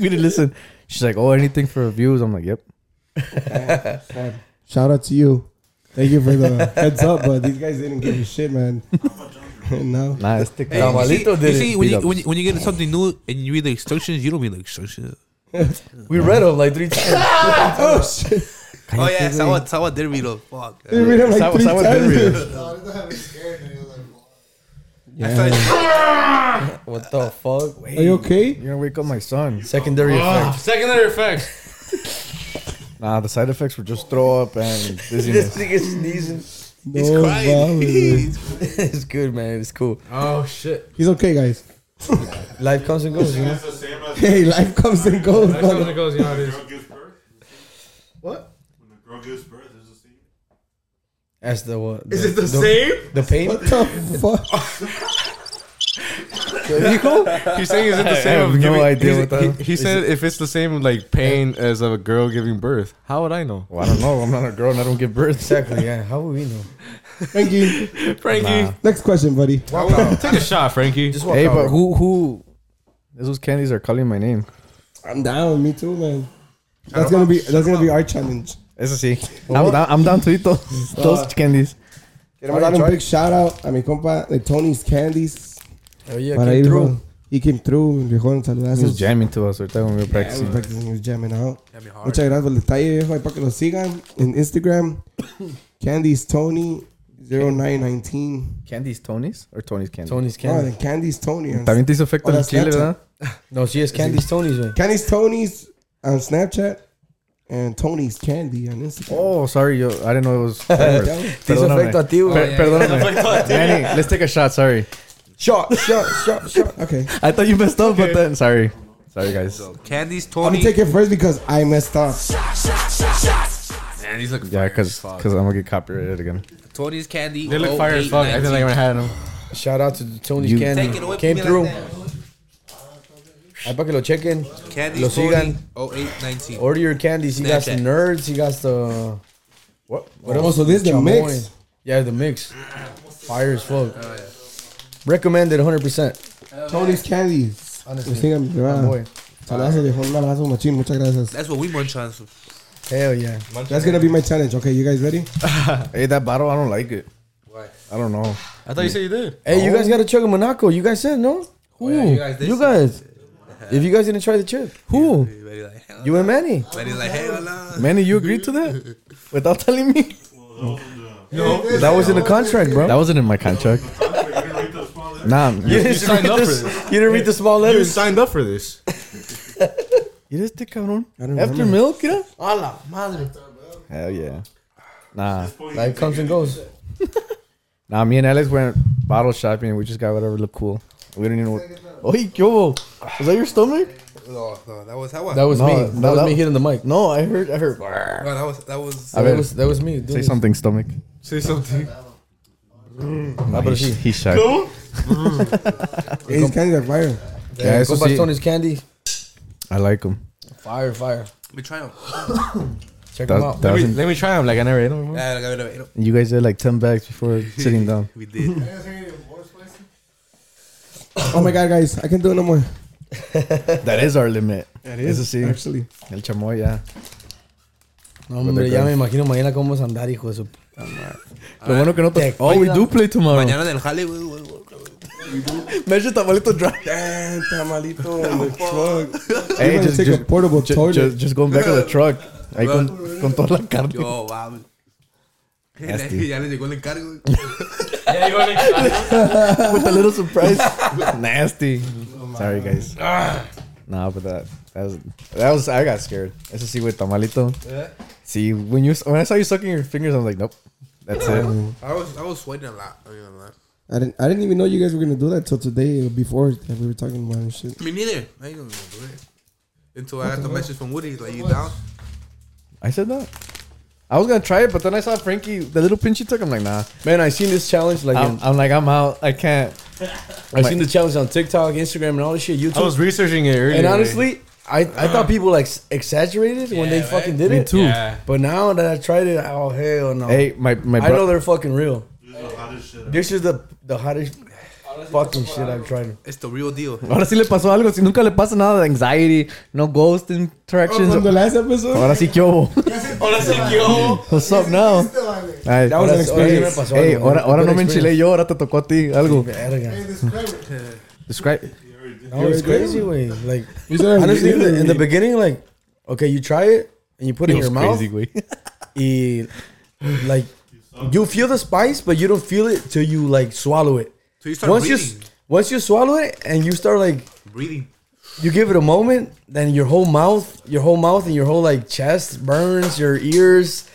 [SPEAKER 3] we didn't listen. She's like, oh, anything for views. I'm like, yep.
[SPEAKER 2] Shout out to you. Thank you for the heads up, but these guys didn't give a shit, man. (laughs) no.
[SPEAKER 3] Nah, it's thick.
[SPEAKER 9] Hey,
[SPEAKER 3] Nah,
[SPEAKER 9] you
[SPEAKER 3] my-
[SPEAKER 9] see,
[SPEAKER 4] Ramalito
[SPEAKER 9] you
[SPEAKER 4] did
[SPEAKER 9] see
[SPEAKER 3] it.
[SPEAKER 9] when, you,
[SPEAKER 3] Beat up.
[SPEAKER 9] when, you, when you get something new and you read the instructions, you don't read the instructions.
[SPEAKER 4] We read them like three times. (laughs)
[SPEAKER 2] Oh shit.
[SPEAKER 9] Oh yeah, someone someone did read them. Fuck.
[SPEAKER 2] They read it like
[SPEAKER 3] Someone-
[SPEAKER 2] three
[SPEAKER 3] someone did read
[SPEAKER 2] times.
[SPEAKER 8] No, it had me scared, and it was like,
[SPEAKER 9] I felt-
[SPEAKER 4] what the fuck?
[SPEAKER 2] Are you okay?
[SPEAKER 3] You're gonna wake up my son.
[SPEAKER 4] Secondary
[SPEAKER 6] Ah,
[SPEAKER 4] effects.
[SPEAKER 6] Secondary effects.
[SPEAKER 3] Nah, the side effects were just throw up (laughs) and
[SPEAKER 4] This
[SPEAKER 3] dizziness.
[SPEAKER 4] nigga sneezing.
[SPEAKER 2] No,
[SPEAKER 9] He's crying.
[SPEAKER 2] mames.
[SPEAKER 4] (laughs) it's good, man. It's cool.
[SPEAKER 6] Oh shit.
[SPEAKER 2] He's okay, guys.
[SPEAKER 4] Life comes and goes, you know.
[SPEAKER 7] That's the same as
[SPEAKER 8] (laughs)
[SPEAKER 7] when
[SPEAKER 2] Hey, life comes and goes.
[SPEAKER 6] Next time
[SPEAKER 2] brother.
[SPEAKER 6] it goes, you know how it
[SPEAKER 7] a
[SPEAKER 6] is.
[SPEAKER 7] girl gives birth.
[SPEAKER 2] What?
[SPEAKER 7] When a girl gives birth, there's a scene.
[SPEAKER 4] That's the what?
[SPEAKER 5] Is it the same?
[SPEAKER 4] The pain.
[SPEAKER 2] What the fuck?
[SPEAKER 6] (laughs) He's saying, is it the same?
[SPEAKER 3] have
[SPEAKER 6] of
[SPEAKER 3] no
[SPEAKER 6] giving-
[SPEAKER 3] idea what
[SPEAKER 6] he's-
[SPEAKER 3] the-
[SPEAKER 6] He, he said, if it's the same like pain as of a girl giving birth, how would I know?
[SPEAKER 3] Well, I don't know. I'm not a girl and I don't give birth.
[SPEAKER 4] Exactly. Yeah. How would we know?
[SPEAKER 2] Thank you.
[SPEAKER 6] Frankie,
[SPEAKER 2] Next question, buddy.
[SPEAKER 6] take a shot, Frankie.
[SPEAKER 4] Just walk
[SPEAKER 3] Hey,
[SPEAKER 4] out.
[SPEAKER 3] but who who? Those candies are calling my name.
[SPEAKER 2] I'm down. Me too, man. That's gonna be that's gonna be our challenge.
[SPEAKER 3] Eso sí. Ah. I'm down, I'm down to eat those, (laughs) those candies.
[SPEAKER 2] Queremos dar un big shout out a mi compa de Tony's Candies.
[SPEAKER 4] Oh yeah,
[SPEAKER 2] Para
[SPEAKER 4] came
[SPEAKER 2] ir,
[SPEAKER 4] through.
[SPEAKER 2] bro. He came through, viejo, nos
[SPEAKER 3] He was
[SPEAKER 2] saludazos.
[SPEAKER 3] jamming to us right when we were
[SPEAKER 2] Yeah, we
[SPEAKER 3] practicing.
[SPEAKER 2] practicing, he was jamming out. Muchas gracias por el detalle, viejo. Ahí para que lo sigan en (coughs) Instagram. Candies Tony 0919.
[SPEAKER 3] Candies Tony's or Tony's candy?
[SPEAKER 4] Tony's
[SPEAKER 2] Oh,
[SPEAKER 4] candy.
[SPEAKER 2] de Candies Tony. on-
[SPEAKER 3] También te hizo efecto
[SPEAKER 2] Hola,
[SPEAKER 3] el chile,
[SPEAKER 2] Snapchat.
[SPEAKER 3] ¿verdad?
[SPEAKER 4] No, she has Candy's Tony's. Way.
[SPEAKER 2] Candies Tony's on Snapchat and Tony's Candy on Instagram.
[SPEAKER 3] Oh, sorry, yo, I didn't know (laughs) it was.
[SPEAKER 2] Yeah,
[SPEAKER 3] Perdóname.
[SPEAKER 2] we-
[SPEAKER 4] Te hizo efecto a ti, güey.
[SPEAKER 3] Per- Perdóname. Manny, let's take a shot. Sorry,
[SPEAKER 2] Shot, shot, shot, shot. Okay.
[SPEAKER 3] I thought you messed up, but then sorry, sorry guys.
[SPEAKER 9] Candy's
[SPEAKER 2] I'm gonna
[SPEAKER 9] Tony.
[SPEAKER 2] take it first because I messed up.
[SPEAKER 9] Man, these look
[SPEAKER 3] Yeah,
[SPEAKER 9] fire
[SPEAKER 3] cause
[SPEAKER 9] as fuck.
[SPEAKER 3] cause I'm gonna get copyrighted again.
[SPEAKER 9] Tony's candy. oh
[SPEAKER 6] They look fire as fuck. I feel like I had them.
[SPEAKER 4] Shout out to Tony's
[SPEAKER 3] You-
[SPEAKER 4] Candy.
[SPEAKER 9] Take it away
[SPEAKER 4] Came
[SPEAKER 9] from me
[SPEAKER 4] through.
[SPEAKER 9] like
[SPEAKER 4] Ahí para que lo chequen.
[SPEAKER 9] Candy's
[SPEAKER 4] Lo
[SPEAKER 9] Tony.
[SPEAKER 4] sigan.
[SPEAKER 9] 0819.
[SPEAKER 4] Order your candies. You got the
[SPEAKER 9] Snapchat.
[SPEAKER 4] nerds. You got the what? What
[SPEAKER 2] Oh, so this the
[SPEAKER 4] Chamoy.
[SPEAKER 2] mix.
[SPEAKER 4] Yeah, the mix. Fire as fuck. Recommended 100. percent
[SPEAKER 2] Tony's Candies. Lo sigan, de verdad.
[SPEAKER 4] Boy,
[SPEAKER 2] Saludazo, viejo. Un abrazo, machín. Muchas gracias.
[SPEAKER 9] That's what we munch on.
[SPEAKER 4] hell yeah.
[SPEAKER 2] That's gonna be my challenge. Okay, you guys ready?
[SPEAKER 3] Hey, that bottle, I don't like it. I don't know.
[SPEAKER 6] I thought you said you did.
[SPEAKER 4] Hey, you guys got to chug a Monaco. You guys said no. Oh. Who? Oh,
[SPEAKER 9] yeah, you guys did
[SPEAKER 4] you
[SPEAKER 9] say
[SPEAKER 4] guys. (laughs) If you guys didn't try the chip, who?
[SPEAKER 9] Very like, hell,
[SPEAKER 4] You and Manny.
[SPEAKER 9] very like, hell, nah.
[SPEAKER 3] Manny, you agreed to
[SPEAKER 6] (laughs)
[SPEAKER 3] that without telling me? (laughs)
[SPEAKER 4] That was in the contract, bro.
[SPEAKER 3] That wasn't in my contract. Nah, you,
[SPEAKER 6] You signed up for
[SPEAKER 4] This-
[SPEAKER 6] this.
[SPEAKER 4] you didn't read the small
[SPEAKER 6] You
[SPEAKER 4] letters.
[SPEAKER 6] signed up for this.
[SPEAKER 3] (laughs) you just did cabrón.
[SPEAKER 2] don't
[SPEAKER 3] After
[SPEAKER 2] remember.
[SPEAKER 3] milk, you know?
[SPEAKER 4] A la madre.
[SPEAKER 3] Hell yeah. Nah,
[SPEAKER 4] Life comes and goes.
[SPEAKER 3] nah. Me and Alex went bottle shopping. We just got whatever looked cool. We didn't even. Oh, yo, was that your stomach?
[SPEAKER 9] No, no, that was how I.
[SPEAKER 4] That was
[SPEAKER 3] No,
[SPEAKER 4] me.
[SPEAKER 3] no,
[SPEAKER 4] That, was
[SPEAKER 3] that-
[SPEAKER 4] me hitting the mic.
[SPEAKER 3] No, Oh, I heard. I heard.
[SPEAKER 9] no, that was that was.
[SPEAKER 3] I
[SPEAKER 4] that
[SPEAKER 3] bet.
[SPEAKER 4] was that was me.
[SPEAKER 3] Say something, stomach.
[SPEAKER 6] Say something.
[SPEAKER 3] No,
[SPEAKER 4] Ah, pero
[SPEAKER 3] he's,
[SPEAKER 4] sí.
[SPEAKER 3] he's shy.
[SPEAKER 2] He's kind of fire.
[SPEAKER 3] Yeah,
[SPEAKER 4] Yeah,
[SPEAKER 3] eso sí.
[SPEAKER 4] Stone is candy.
[SPEAKER 3] I like him.
[SPEAKER 4] Fire, fire.
[SPEAKER 9] Let me try them.
[SPEAKER 4] Check
[SPEAKER 3] That-
[SPEAKER 4] them out.
[SPEAKER 3] that
[SPEAKER 6] Let me,
[SPEAKER 3] wasn't-
[SPEAKER 6] let me try them. Like I never ate them. before.
[SPEAKER 9] Yeah, like, wait, wait,
[SPEAKER 3] you guys did like ten bags (laughs) before sitting down.
[SPEAKER 9] we (laughs) did.
[SPEAKER 2] Oh my god, guys, I can do it no more.
[SPEAKER 3] That is our limit.
[SPEAKER 2] That
[SPEAKER 3] is,
[SPEAKER 2] Actually,
[SPEAKER 3] El chamoy, yeah.
[SPEAKER 4] No, hombre, ya me imagino mañana cómo vamos a andar, hijo de su.
[SPEAKER 3] Lo bueno que no te- Oh, we do play tomorrow. (laughs)
[SPEAKER 9] Mañana del jale, güey, güey, güey.
[SPEAKER 3] Measure tamalito dry.
[SPEAKER 2] damn, (laughs) tamalito in the truck.
[SPEAKER 3] Hey,
[SPEAKER 2] Hey,
[SPEAKER 3] just,
[SPEAKER 2] just take
[SPEAKER 3] just,
[SPEAKER 2] a portable
[SPEAKER 3] ju- ju-
[SPEAKER 2] toilet.
[SPEAKER 3] just, going back to the truck. Ahí (laughs) con, con toda la carne.
[SPEAKER 9] Yo, mami.
[SPEAKER 3] Nasty.
[SPEAKER 9] Ya le llegó el encargo.
[SPEAKER 3] With a little surprise. (laughs) Nasty. Sorry, guys. Nah, but that that was that was I got scared. Eso sí, with tamalito. See, when you when I saw you sucking your fingers, I was like, nope, that's it.
[SPEAKER 9] I was I was sweating a lot. I mean, like,
[SPEAKER 2] I didn't, I didn't even know you guys were gonna do that till today. Before that we were talking about and shit.
[SPEAKER 9] me neither. I ain't gonna do it. Until I got the message from Woody, like you down.
[SPEAKER 3] I said that. I was gonna try it, but then I saw Frankie, the little pinch he took. I'm like, nah.
[SPEAKER 4] Man, I seen this challenge like
[SPEAKER 3] I'm, I'm like, I'm out. I can't.
[SPEAKER 4] I seen the challenge on TikTok, Instagram, and all this shit, YouTube.
[SPEAKER 6] I was researching it earlier.
[SPEAKER 4] and honestly, I, I thought people like s- exaggerated when they fucking did
[SPEAKER 3] Me
[SPEAKER 4] it.
[SPEAKER 3] too.
[SPEAKER 6] Yeah.
[SPEAKER 4] But now that I tried it, oh hell no!
[SPEAKER 3] Hey, my my
[SPEAKER 4] I know
[SPEAKER 3] bro-
[SPEAKER 4] they're fucking real.
[SPEAKER 7] shit.
[SPEAKER 4] This is the the hottest
[SPEAKER 9] Oh,
[SPEAKER 4] fucking shit I've tried.
[SPEAKER 9] It's the real deal.
[SPEAKER 3] Ahora sí le pasó algo. Si nunca le pasa nada de anxiety, no ghost
[SPEAKER 2] Oh,
[SPEAKER 3] interactions.
[SPEAKER 2] (laughs) from the last episode.
[SPEAKER 3] Ahora sí que hubo. What's up now? Ay,
[SPEAKER 2] was
[SPEAKER 3] ahora-
[SPEAKER 2] an experience.
[SPEAKER 3] ahora- Ey, ahora, ahora no me enchilé yo, ahora te tocó a ti algo.
[SPEAKER 4] Verga.
[SPEAKER 3] Describe.
[SPEAKER 4] No, it's crazy, way.
[SPEAKER 3] (laughs)
[SPEAKER 4] Like
[SPEAKER 2] You said-
[SPEAKER 4] honestly, in the, in the beginning, like okay, you try it and you put it in your mouth.
[SPEAKER 3] güey.
[SPEAKER 4] y like you feel the spice, but you don't feel it till you like swallow it.
[SPEAKER 9] So you start
[SPEAKER 4] Once you
[SPEAKER 9] breathing.
[SPEAKER 4] s- once you swallow it and you start like
[SPEAKER 9] breathing.
[SPEAKER 4] you give it a moment, then your whole mouth, your whole mouth and your whole like chest burns, your ears,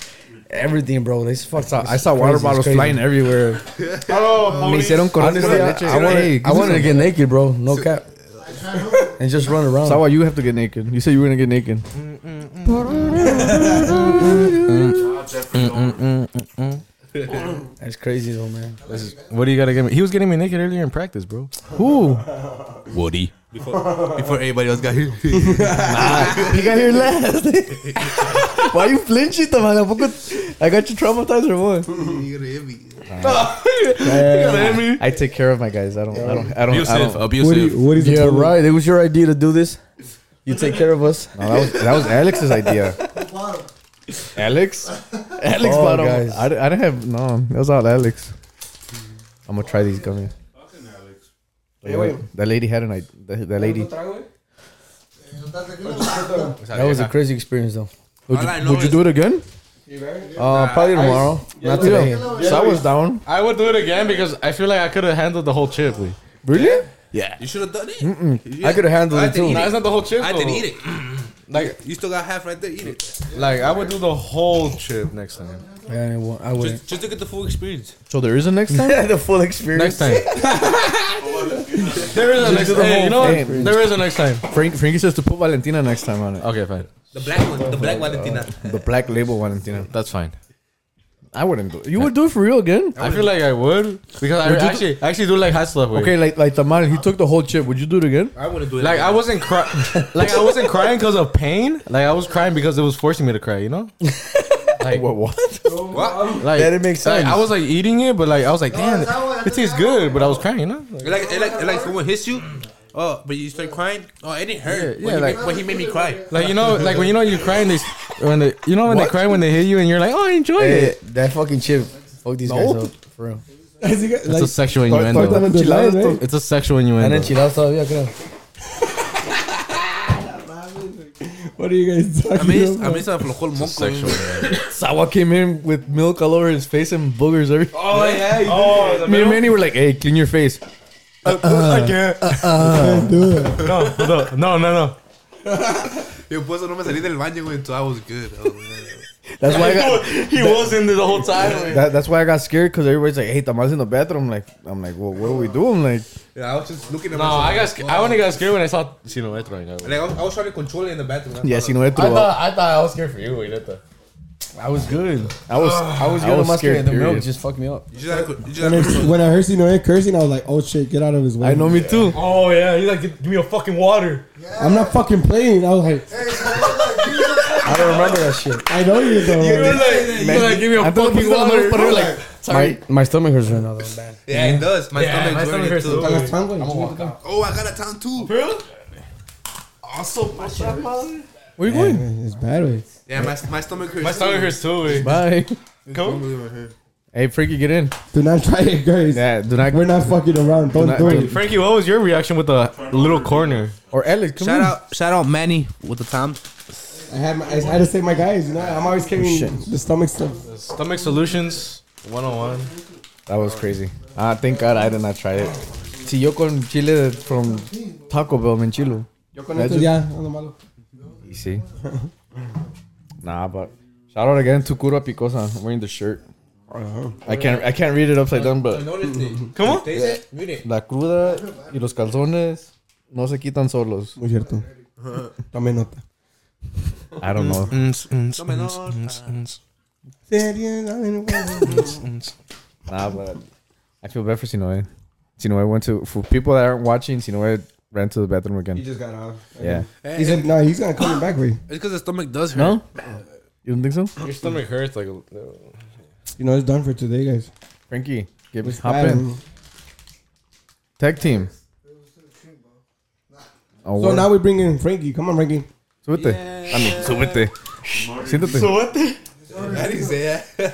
[SPEAKER 4] everything, bro. This fucked up.
[SPEAKER 3] I saw water bottles flying everywhere. Me hicieron correr por
[SPEAKER 4] Honestly,
[SPEAKER 3] la
[SPEAKER 4] I,
[SPEAKER 3] leche.
[SPEAKER 4] I wanted, I wanted to get naked, bro. No cap. And just run around.
[SPEAKER 3] Sawa, you have to get naked. You said you were gonna get naked.
[SPEAKER 4] That's crazy though, man.
[SPEAKER 6] what do you gotta get me? He was getting me naked earlier in practice, bro.
[SPEAKER 3] Who?
[SPEAKER 9] Woody. Before before everybody else
[SPEAKER 4] (laughs)
[SPEAKER 9] got here.
[SPEAKER 3] You got here last.
[SPEAKER 4] (laughs)
[SPEAKER 3] Why you flinching, man? ¿A poco- I got you traumatized or what?
[SPEAKER 9] You're gonna hit me.
[SPEAKER 3] I take care of my guys. I don't. I don't. I don't. I
[SPEAKER 9] Abusive.
[SPEAKER 3] don't.
[SPEAKER 2] Woody,
[SPEAKER 9] Abusive.
[SPEAKER 2] Woody's
[SPEAKER 4] Yeah,
[SPEAKER 2] a toilet.
[SPEAKER 4] right. It was your idea to do this. You take care of us.
[SPEAKER 3] No, that was that was Alex's idea. Alex, Alex
[SPEAKER 4] Oh,
[SPEAKER 3] bottom.
[SPEAKER 4] guys.
[SPEAKER 3] I, di- I didn't have no. That was all Alex. I'm gonna try these gummies. That lady had an idea. That, that lady.
[SPEAKER 4] That was a crazy experience though.
[SPEAKER 3] Would
[SPEAKER 9] All I
[SPEAKER 3] you,
[SPEAKER 9] know
[SPEAKER 3] would you
[SPEAKER 9] is-
[SPEAKER 3] do it again?
[SPEAKER 4] Uh, probably tomorrow. Not today.
[SPEAKER 3] So I was down.
[SPEAKER 6] I would do it again because I feel like I could have handled the whole chip. Lee.
[SPEAKER 3] Really?
[SPEAKER 9] You should have done it.
[SPEAKER 4] I could have handled
[SPEAKER 9] I
[SPEAKER 4] it
[SPEAKER 9] didn't
[SPEAKER 4] too.
[SPEAKER 9] eat
[SPEAKER 6] No,
[SPEAKER 9] it.
[SPEAKER 6] it's not the whole chip.
[SPEAKER 9] I didn't
[SPEAKER 6] though.
[SPEAKER 9] eat it.
[SPEAKER 6] Like,
[SPEAKER 9] You still got half right there. Eat it.
[SPEAKER 6] like I would do the whole chip next time.
[SPEAKER 4] Yeah, I wa- I wouldn't. (laughs)
[SPEAKER 9] Just, just to get the full experience.
[SPEAKER 3] So there is a next time.
[SPEAKER 4] the full experience.
[SPEAKER 6] Next (laughs) time. there is a next time. Hey, you know what?
[SPEAKER 3] thing.
[SPEAKER 6] There is a next time.
[SPEAKER 3] Frank, Frankie says to put Valentina next time on it.
[SPEAKER 6] Okay, fine.
[SPEAKER 9] The black one. The black Valentina.
[SPEAKER 3] Uh, The black label Valentina.
[SPEAKER 6] That's fine.
[SPEAKER 3] I wouldn't do. it. You would do it for real again?
[SPEAKER 6] I feel like I would because I
[SPEAKER 3] Would you do-
[SPEAKER 6] actually I actually do like high stuff.
[SPEAKER 3] Okay, like like Tamal, he took the whole chip. Would you do it again?
[SPEAKER 9] I wouldn't do it.
[SPEAKER 6] Like I wasn't cry- like I wasn't crying because of pain. Like I was crying because it was forcing me to cry. You know. Like
[SPEAKER 3] What? What?
[SPEAKER 9] What?
[SPEAKER 6] Like
[SPEAKER 4] That it makes
[SPEAKER 6] like,
[SPEAKER 4] sense.
[SPEAKER 6] I was like eating it, but like I was like, damn,
[SPEAKER 8] is that what-
[SPEAKER 6] it tastes good. But I was crying, you know. Like,
[SPEAKER 9] Like, like, like, like someone hits you. Oh, but you start crying. Oh, it didn't hurt.
[SPEAKER 6] Yeah, yeah,
[SPEAKER 9] when he
[SPEAKER 6] like-
[SPEAKER 9] made, when he made me cry.
[SPEAKER 6] like, you know, like when you know you're crying, they when they you know when they cry when they hit you, and you're like, oh, I enjoy
[SPEAKER 4] Hey,
[SPEAKER 6] it.
[SPEAKER 4] that fucking chip. Fuck these guys up.
[SPEAKER 3] for real.
[SPEAKER 2] Así que,
[SPEAKER 6] It's a
[SPEAKER 2] like,
[SPEAKER 6] sexual
[SPEAKER 2] cortan
[SPEAKER 3] (laughs)
[SPEAKER 6] innuendo.
[SPEAKER 2] entre lados,
[SPEAKER 3] Enchiladas,
[SPEAKER 2] güey.
[SPEAKER 6] It's a sexual
[SPEAKER 4] Están
[SPEAKER 6] innuendo.
[SPEAKER 4] enchilados todavía, creo.
[SPEAKER 2] What are you guys
[SPEAKER 9] A
[SPEAKER 2] talking
[SPEAKER 9] mí,
[SPEAKER 2] about?
[SPEAKER 9] a mí se me aflojó el moco.
[SPEAKER 5] Sexual.
[SPEAKER 3] Sawa came in with milk all over his face and boogers everywhere.
[SPEAKER 9] Oh, yeah. you-
[SPEAKER 7] Oh,
[SPEAKER 3] Me and Manny were like, "Hey, clean your face."
[SPEAKER 9] Uh,
[SPEAKER 7] I can't. No, no, no, no, no.
[SPEAKER 9] (laughs) Yo, pues, no me salí del baño, güey. So I was good. I was good.
[SPEAKER 3] That's why I got.
[SPEAKER 9] He was in there the whole time, güey.
[SPEAKER 3] That, that's why I got scared because everybody's like, "Hey, Tamal's in the bathroom." I'm like, I'm like, well, what do we do? I'm like,
[SPEAKER 9] (laughs) Yeah, I was just looking at
[SPEAKER 6] No, I got. Sc- I only got scared when I saw Sinoetro.
[SPEAKER 9] Like, I was, I was trying to control it in the bathroom. that's
[SPEAKER 3] yeah,
[SPEAKER 9] all.
[SPEAKER 3] you know, I threw up.
[SPEAKER 4] I thought I was scared for you, güey, neta. I was good.
[SPEAKER 3] I was, I was,
[SPEAKER 4] I was
[SPEAKER 3] scared.
[SPEAKER 4] scared. The milk
[SPEAKER 3] period.
[SPEAKER 4] just fucked me up.
[SPEAKER 9] You just had to, you just
[SPEAKER 2] When
[SPEAKER 9] had to
[SPEAKER 2] I, when I heard Sinoe cursing, I was like, oh shit, get out of his way.
[SPEAKER 3] I know, me too.
[SPEAKER 7] Oh, yeah. He's like, give me a fucking water.
[SPEAKER 2] I'm not fucking playing. I was like,
[SPEAKER 4] I don't remember that shit.
[SPEAKER 2] I know you though.
[SPEAKER 3] give me a fucking water. Like,
[SPEAKER 4] My, my stomach hurts right now, though. Bad.
[SPEAKER 9] Yeah, it does. My stomach is hurting too.
[SPEAKER 2] Con las tangas,
[SPEAKER 9] Oh, I got a town too. Also, my stomach.
[SPEAKER 3] where you
[SPEAKER 2] yeah,
[SPEAKER 3] going?
[SPEAKER 2] man, It's bad, way.
[SPEAKER 9] Yeah, my, my stomach hurts.
[SPEAKER 6] My stomach hurts too. eh. Wait.
[SPEAKER 3] Bye.
[SPEAKER 9] Come.
[SPEAKER 3] Hey, Frankie, get in.
[SPEAKER 2] Do not try it, guys.
[SPEAKER 3] Yeah, do not.
[SPEAKER 2] We're not fucking around. Don't
[SPEAKER 3] not-
[SPEAKER 2] do
[SPEAKER 3] don't-
[SPEAKER 2] it.
[SPEAKER 6] Frankie, what was your reaction with the little corner?
[SPEAKER 3] Or Alex, come
[SPEAKER 9] Shout
[SPEAKER 3] in.
[SPEAKER 9] out, shout out, Manny with the Tom.
[SPEAKER 2] I had, my, I had to save my guys. You know, I'm always
[SPEAKER 3] Oh,
[SPEAKER 2] carrying the stomach stuff.
[SPEAKER 6] Stomach solutions. 101.
[SPEAKER 3] That was crazy. Ah, thank God I did not try it. Si yo con chile from Taco Bell me enchilo.
[SPEAKER 2] Yo con
[SPEAKER 3] esto
[SPEAKER 2] esto ya, ando malo.
[SPEAKER 3] Y sí. nah, but shout out again to Cura Picosa. I'm wearing the shirt. I can't I can't read it upside down, but
[SPEAKER 9] Come on. Taste it. Mute it.
[SPEAKER 3] la cruda y los calzones no se quitan solos.
[SPEAKER 2] Muy
[SPEAKER 3] (laughs)
[SPEAKER 2] cierto. Tome nota.
[SPEAKER 3] I don't know. Nah, but I feel bad for Sinoe. Sinoe went to for people that aren't watching. Sinoe ran to the bathroom
[SPEAKER 2] He
[SPEAKER 3] again.
[SPEAKER 2] just got off.
[SPEAKER 3] Yeah.
[SPEAKER 2] He said, no, he's gonna come back way.
[SPEAKER 9] It's because the stomach does hurt.
[SPEAKER 3] No. You don't think so?
[SPEAKER 6] Your stomach hurts like.
[SPEAKER 2] You know, it's done for today, guys.
[SPEAKER 3] Frankie, give
[SPEAKER 2] It's
[SPEAKER 3] hop
[SPEAKER 2] bad.
[SPEAKER 3] in. Tag team. Oh,
[SPEAKER 2] So now we bring in Frankie. Come on, Frankie.
[SPEAKER 3] súbete. I mean, súbete. Siéntate.
[SPEAKER 9] I didn't say
[SPEAKER 6] (laughs)
[SPEAKER 9] that.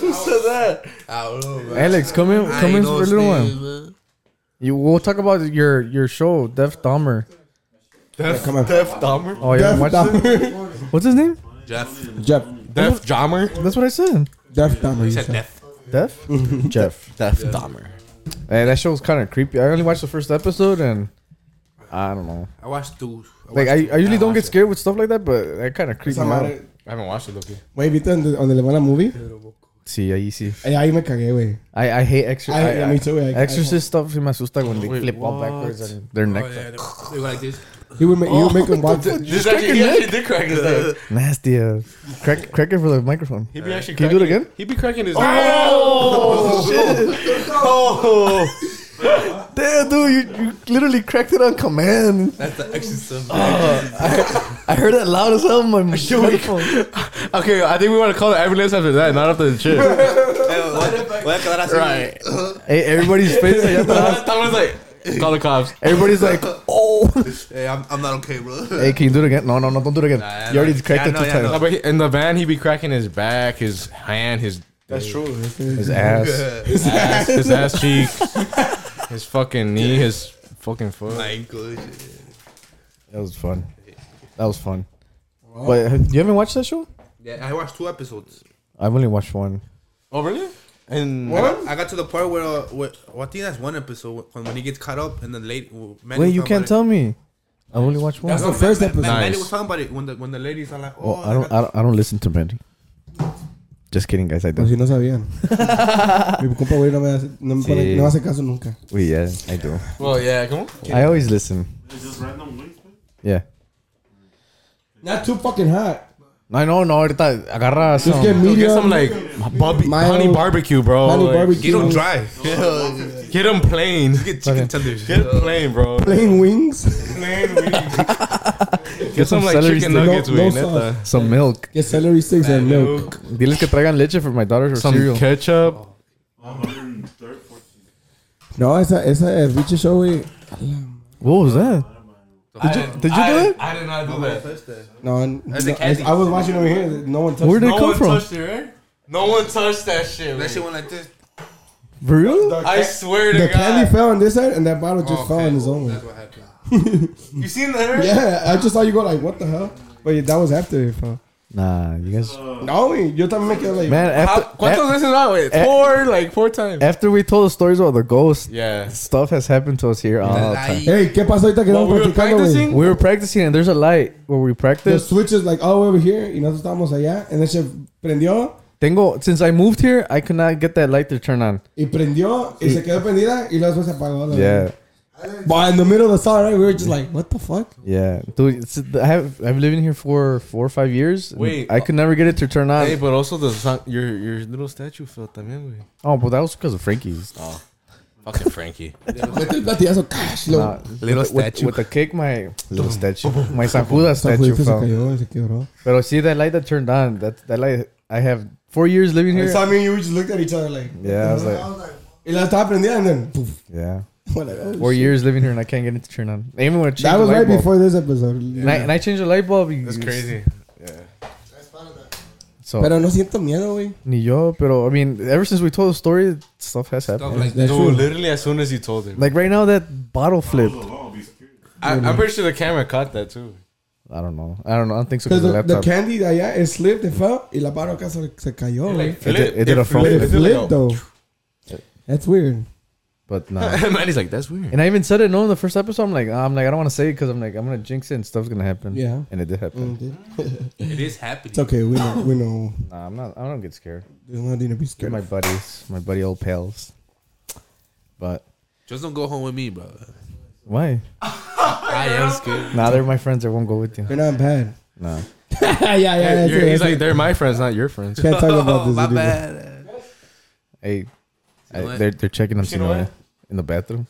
[SPEAKER 9] Who said that? I don't know, man.
[SPEAKER 3] Alex, come in,
[SPEAKER 9] I
[SPEAKER 3] come in
[SPEAKER 9] ain't
[SPEAKER 3] for
[SPEAKER 9] no
[SPEAKER 3] a little
[SPEAKER 9] Steve,
[SPEAKER 3] one.
[SPEAKER 9] man.
[SPEAKER 3] You, we'll talk about your your show, Def Dahmer.
[SPEAKER 2] Yeah, come on.
[SPEAKER 3] Oh, you
[SPEAKER 2] Def
[SPEAKER 3] haven't watched it?
[SPEAKER 2] Dahmer.
[SPEAKER 3] What's his name?
[SPEAKER 9] Jeff.
[SPEAKER 2] Jeff.
[SPEAKER 6] Def Jammer.
[SPEAKER 3] That's what I said.
[SPEAKER 2] Def Dahmer. you
[SPEAKER 9] Said
[SPEAKER 2] said.
[SPEAKER 9] Jeff.
[SPEAKER 3] (laughs) Def. Jeff. Def Dahmer. Hey, that show was kind of creepy. I only watched the first episode, and I don't know.
[SPEAKER 9] I watched Oh, two. I
[SPEAKER 3] Like,
[SPEAKER 9] watched
[SPEAKER 3] I,
[SPEAKER 9] two.
[SPEAKER 3] I usually don't
[SPEAKER 9] Yeah, watched
[SPEAKER 3] get
[SPEAKER 9] it.
[SPEAKER 3] scared with stuff like that, but that kind of creeped me out.
[SPEAKER 2] Madre-
[SPEAKER 6] I haven't watched it, Loki.
[SPEAKER 2] Güey, ¿viste donde, donde le van la movie?
[SPEAKER 3] Sí, ahí sí.
[SPEAKER 2] Eh, ahí me cagué, güey.
[SPEAKER 3] I, I hate extra.
[SPEAKER 2] I-
[SPEAKER 3] I,
[SPEAKER 2] yeah,
[SPEAKER 3] I-
[SPEAKER 2] me too, I- I-
[SPEAKER 3] exorcist stuff. Me asusta when they flip all backwards and their neck.
[SPEAKER 9] Oh, yeah, they- they were like this.
[SPEAKER 2] He would make,
[SPEAKER 3] Oh,
[SPEAKER 2] he would make
[SPEAKER 3] (laughs)
[SPEAKER 2] him watch.
[SPEAKER 6] This actually, he actually did crack his neck.
[SPEAKER 3] Nasty. Uh, crack, crack it for the microphone.
[SPEAKER 6] He'd be actually.
[SPEAKER 3] Can you do it
[SPEAKER 6] cracking-
[SPEAKER 3] again?
[SPEAKER 6] He'd be cracking his. Oh!
[SPEAKER 3] Damn, dude, you, you literally cracked it on command.
[SPEAKER 9] (laughs) That's
[SPEAKER 6] (laughs)
[SPEAKER 9] the exorcism.
[SPEAKER 3] I heard that loud as hell
[SPEAKER 9] (laughs)
[SPEAKER 3] in my microphone.
[SPEAKER 6] Okay, I think we want to call the ambulance after that, not after the shit.
[SPEAKER 9] Voy a quedar
[SPEAKER 6] (laughs)
[SPEAKER 9] así.
[SPEAKER 6] right.
[SPEAKER 3] hey, everybody's face. allá (laughs) atrás.
[SPEAKER 6] Thomas like, call the cops.
[SPEAKER 3] Everybody's like, (laughs) oh.
[SPEAKER 9] Hey, I'm, I'm not okay, bro.
[SPEAKER 6] (laughs)
[SPEAKER 3] hey, can you do it again? No, no, no, don't do it again.
[SPEAKER 9] Nah,
[SPEAKER 3] you already
[SPEAKER 9] nah.
[SPEAKER 3] cracked
[SPEAKER 9] Yeah,
[SPEAKER 3] it
[SPEAKER 9] no,
[SPEAKER 3] two
[SPEAKER 9] yeah,
[SPEAKER 3] times.
[SPEAKER 6] No, but he, in the van, he'd be cracking his back, his hand, his
[SPEAKER 9] (laughs)
[SPEAKER 3] His ass.
[SPEAKER 9] Yeah.
[SPEAKER 6] ass, his ass cheek, his fucking knee, his fucking foot.
[SPEAKER 9] My ankle. shit.
[SPEAKER 3] That was fun. That was fun. But have- you haven't watched that show?
[SPEAKER 9] Yeah, I watched two episodes.
[SPEAKER 3] I've only watched one.
[SPEAKER 6] Oh really? And
[SPEAKER 9] I got, I got to the part where, uh, where well, I think that's one episode when, when he gets caught up and then late. Well, Manny
[SPEAKER 3] Wait,
[SPEAKER 9] was
[SPEAKER 3] you
[SPEAKER 9] talking
[SPEAKER 3] can't
[SPEAKER 9] about it.
[SPEAKER 3] tell me. I only watched one.
[SPEAKER 2] That's the first episode.
[SPEAKER 9] Manny
[SPEAKER 6] Nice.
[SPEAKER 9] was talking about it when the when the ladies are like, oh,
[SPEAKER 3] Well, I don't. I don't, I don't listen to Mandy. Just kidding, guys. I
[SPEAKER 2] Por Pues si
[SPEAKER 3] do.
[SPEAKER 2] no sabían. Mi compa, güey, no me hace, no me
[SPEAKER 3] Sí.
[SPEAKER 2] pone- no hace caso nunca.
[SPEAKER 3] We Oh, yeah, I
[SPEAKER 6] (laughs)
[SPEAKER 3] do.
[SPEAKER 6] well, yeah, come on.
[SPEAKER 3] I always listen.
[SPEAKER 7] Is this random links, man?
[SPEAKER 3] Yeah.
[SPEAKER 2] Not too fucking hot.
[SPEAKER 3] No, no, no. Ahorita agarra
[SPEAKER 2] Just get
[SPEAKER 3] some.
[SPEAKER 2] medium.
[SPEAKER 6] Get some like bobby,
[SPEAKER 2] Mild-
[SPEAKER 6] honey barbecue, bro.
[SPEAKER 2] honey
[SPEAKER 6] like,
[SPEAKER 2] barbecue.
[SPEAKER 9] Get him dry.
[SPEAKER 6] Get him plain. Get
[SPEAKER 9] Get chicken tenders.
[SPEAKER 6] him plain, bro.
[SPEAKER 2] Plain wings.
[SPEAKER 6] Get some like
[SPEAKER 3] celery
[SPEAKER 6] chicken
[SPEAKER 3] stick.
[SPEAKER 6] nuggets,
[SPEAKER 2] No- no
[SPEAKER 6] güey.
[SPEAKER 2] sauce.
[SPEAKER 6] neta.
[SPEAKER 3] Some milk.
[SPEAKER 2] (laughs) Get celery sticks and milk.
[SPEAKER 3] Diles que traigan leche for my daughter's
[SPEAKER 6] Some
[SPEAKER 3] cereal.
[SPEAKER 6] ketchup.
[SPEAKER 7] I'm 103rd, 14th.
[SPEAKER 2] No, esa, esa eh, pinche show, güey.
[SPEAKER 3] What was that? Did you, did you do it?
[SPEAKER 6] I did not do that.
[SPEAKER 2] No, n- no
[SPEAKER 9] a
[SPEAKER 2] I,
[SPEAKER 9] candy.
[SPEAKER 2] I was watching over here. No one touched
[SPEAKER 3] Where did
[SPEAKER 2] it.
[SPEAKER 3] it come from?
[SPEAKER 6] it, right? No one touched that shit.
[SPEAKER 9] That shit went like this.
[SPEAKER 2] For real?
[SPEAKER 6] I swear to
[SPEAKER 2] The candy
[SPEAKER 6] God.
[SPEAKER 2] fell on this side and that bottle just
[SPEAKER 9] Okay,
[SPEAKER 2] fell on its
[SPEAKER 9] well,
[SPEAKER 2] own.
[SPEAKER 9] That's what happened.
[SPEAKER 6] You seen that?
[SPEAKER 2] Yeah, I just saw you go like, what the hell? But that was after it fell.
[SPEAKER 3] Nah, you guys.
[SPEAKER 7] Uh,
[SPEAKER 2] No, wait, yo también me quedé like,
[SPEAKER 3] Man,
[SPEAKER 6] How,
[SPEAKER 3] after,
[SPEAKER 6] ¿Cuántas
[SPEAKER 3] a-
[SPEAKER 6] veces va, güey?
[SPEAKER 3] eh.
[SPEAKER 6] Four, like four times.
[SPEAKER 3] after we told the stories about the ghost,
[SPEAKER 6] Yeah.
[SPEAKER 3] stuff has happened to us here all the time.
[SPEAKER 2] hey, ¿qué pasó ahorita que
[SPEAKER 6] While
[SPEAKER 2] estamos
[SPEAKER 6] we were
[SPEAKER 2] practicando, güey?
[SPEAKER 6] practicing,
[SPEAKER 3] We were practicing and there's a light where we
[SPEAKER 2] The
[SPEAKER 3] practice.
[SPEAKER 2] switch is like all the way over here y nosotros estábamos allá. And then se prendió
[SPEAKER 3] Tengo since I moved here, I could not get that light to turn on.
[SPEAKER 2] y prendió y se quedó prendida y luego después se apagó. la
[SPEAKER 3] Yeah,
[SPEAKER 2] verdad. But in the middle of the song, right, we were just like, what the
[SPEAKER 3] (laughs)
[SPEAKER 2] fuck?
[SPEAKER 3] yeah, dude. It's, I have I've lived in here for four or five years. and
[SPEAKER 6] Wait.
[SPEAKER 3] I could never get it to turn on.
[SPEAKER 6] Hey, but also the sun, your your little statue fell también, güey.
[SPEAKER 3] Oh, but that was because of Frankie's.
[SPEAKER 6] Fucking Frankie.
[SPEAKER 2] Mete el platillazo, cash, lo.
[SPEAKER 3] Nah, little with,
[SPEAKER 9] statue.
[SPEAKER 3] with the kick, my little statue, my Sakuda statue
[SPEAKER 2] se
[SPEAKER 3] fell.
[SPEAKER 2] cayó y se quebró.
[SPEAKER 3] But see that light that turned on. That that light. I have four years living here.
[SPEAKER 2] I mean, you just looked at each other like,
[SPEAKER 3] Yeah, I was like,
[SPEAKER 2] y la estaba prendida and then, poof. (laughs)
[SPEAKER 3] yeah,
[SPEAKER 2] We're like, oh,
[SPEAKER 3] four years living here, and I can't get it to turn on. Even when I changed
[SPEAKER 2] That was
[SPEAKER 3] the light
[SPEAKER 2] right
[SPEAKER 3] bulb,
[SPEAKER 2] before this episode.
[SPEAKER 3] and I, and I changed the light bulb. That's So
[SPEAKER 2] Pero no siento miedo, güey.
[SPEAKER 3] ni yo, pero I mean, ever since we told the story, stuff has happened.
[SPEAKER 9] Like,
[SPEAKER 6] Dude,
[SPEAKER 2] That's true.
[SPEAKER 6] literally as soon as you told him.
[SPEAKER 3] Like right now, that bottle flipped.
[SPEAKER 6] I, I'm pretty sure the camera caught that too.
[SPEAKER 3] I don't know. I don't know. I don't think so. 'cause
[SPEAKER 2] Because
[SPEAKER 3] The
[SPEAKER 2] the, the
[SPEAKER 3] laptop.
[SPEAKER 2] candy de allá, it slipped, it fell, y la barra acá se, se cayó, güey.
[SPEAKER 3] it, did, it did a
[SPEAKER 2] But
[SPEAKER 3] front
[SPEAKER 2] it
[SPEAKER 3] flip,
[SPEAKER 2] flipped, though. That's weird.
[SPEAKER 3] but no.
[SPEAKER 9] (laughs)
[SPEAKER 6] Man, he's like, that's weird.
[SPEAKER 3] And I even said it. No, in the first episode, I'm like, I'm like, I don't want to say it because I'm like, I'm gonna jinx it and stuff's gonna happen.
[SPEAKER 2] Yeah. Mm-hmm.
[SPEAKER 3] And it did happen.
[SPEAKER 9] it is happening.
[SPEAKER 2] It's okay, we know, we know.
[SPEAKER 3] Nah, I'm not. I don't get scared.
[SPEAKER 2] There's nothing to be
[SPEAKER 3] They're
[SPEAKER 2] scared
[SPEAKER 3] my
[SPEAKER 2] of.
[SPEAKER 3] buddies, my buddy old pals. But
[SPEAKER 9] Just don't go home with me, bro.
[SPEAKER 3] why?
[SPEAKER 9] (laughs) I am scared.
[SPEAKER 3] Nah, they're my friends. I won't go with you.
[SPEAKER 2] You're not bad.
[SPEAKER 3] No.
[SPEAKER 2] yeah, yeah, that's
[SPEAKER 6] You're-
[SPEAKER 2] it,
[SPEAKER 6] he's
[SPEAKER 2] that's
[SPEAKER 6] like, they're my friends, not your friends.
[SPEAKER 2] it. Can't talk about this.
[SPEAKER 9] my
[SPEAKER 2] idiot.
[SPEAKER 9] bad.
[SPEAKER 3] Hey, I-
[SPEAKER 9] what?
[SPEAKER 3] they're they're checking them.
[SPEAKER 6] know
[SPEAKER 3] Sinaloa in the bathroom.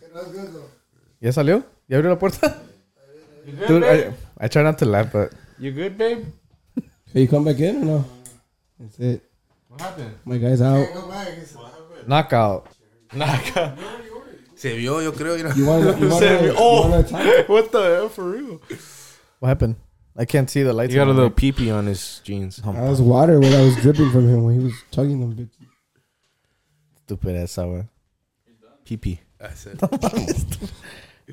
[SPEAKER 3] ¿Ya salió? ¿Ya abrió la puerta? Dude, I, I try not to laugh, but
[SPEAKER 6] You good, babe? (laughs)
[SPEAKER 2] Hey, you come back in or no? That's it.
[SPEAKER 6] What happened?
[SPEAKER 2] My guy's out.
[SPEAKER 3] knockout.
[SPEAKER 6] Nah,
[SPEAKER 9] Se vio, yo creo. You know?
[SPEAKER 2] You want to
[SPEAKER 6] Oh.
[SPEAKER 2] attack?
[SPEAKER 6] (laughs) what the hell, for real?
[SPEAKER 3] What happened? I can't see the lights.
[SPEAKER 6] He got a
[SPEAKER 3] on.
[SPEAKER 6] little pee pee on his jeans.
[SPEAKER 2] That was water when I was dripping from him when he was chugging them bitches.
[SPEAKER 3] stupid ass hour.
[SPEAKER 6] Pee pee.
[SPEAKER 9] I said,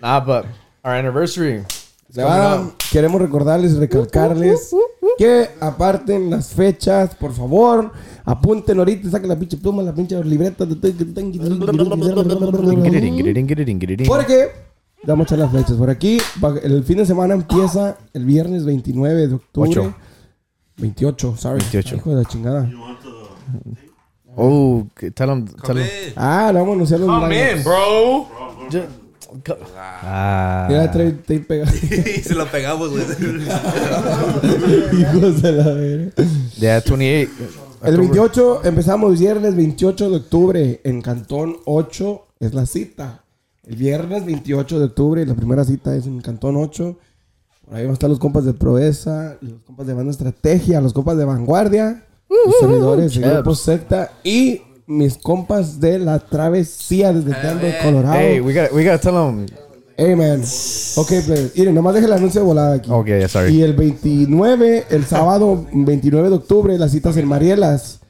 [SPEAKER 3] Nah, but our anniversary.
[SPEAKER 2] Ahora, queremos recordarles, recalcarles que aparten las fechas, por favor. Apunten ahorita, saquen la pinche pluma, la pinche libreta.
[SPEAKER 3] Get it in, get it in, get it in, get it in.
[SPEAKER 2] Porque vamos a echar las fechas. Por aquí, va- el fin de semana empieza el viernes 29 de octubre.
[SPEAKER 3] Ocho.
[SPEAKER 2] 28, sorry.
[SPEAKER 3] 28.
[SPEAKER 2] Hijo de la chingada.
[SPEAKER 3] Oh, c- tell him, tell
[SPEAKER 9] come
[SPEAKER 3] him.
[SPEAKER 9] in.
[SPEAKER 2] Ah, le vamos a anunciar los
[SPEAKER 6] Come
[SPEAKER 2] horarios.
[SPEAKER 6] in, Oh, bro.
[SPEAKER 2] Ya
[SPEAKER 3] Ah,
[SPEAKER 2] trae tape pegado.
[SPEAKER 9] (laughs) Y se lo pegamos, güey.
[SPEAKER 2] (laughs) Hijos de la verga.
[SPEAKER 3] yeah, 28.
[SPEAKER 2] El
[SPEAKER 3] October.
[SPEAKER 2] 28 empezamos viernes 28 de octubre en Cantón 8 es la cita. El viernes 28 de octubre la primera cita es en Cantón 8. Por ahí van a estar los compas de Proeza, los compas de Banda Estrategia, los compas de Vanguardia, los servidores de
[SPEAKER 3] Chaps.
[SPEAKER 2] Grupo Secta y mis compas de la travesía desde Denver, Colorado.
[SPEAKER 3] Hey,
[SPEAKER 2] Hey,
[SPEAKER 3] we got, we got to tell him.
[SPEAKER 2] man. Ok, players. Miren, nomás deje el anuncio de volada aquí.
[SPEAKER 3] Okay, yeah,
[SPEAKER 2] Y
[SPEAKER 3] sorry.
[SPEAKER 2] el 29, el sábado 29 de octubre, las citas en Marielas.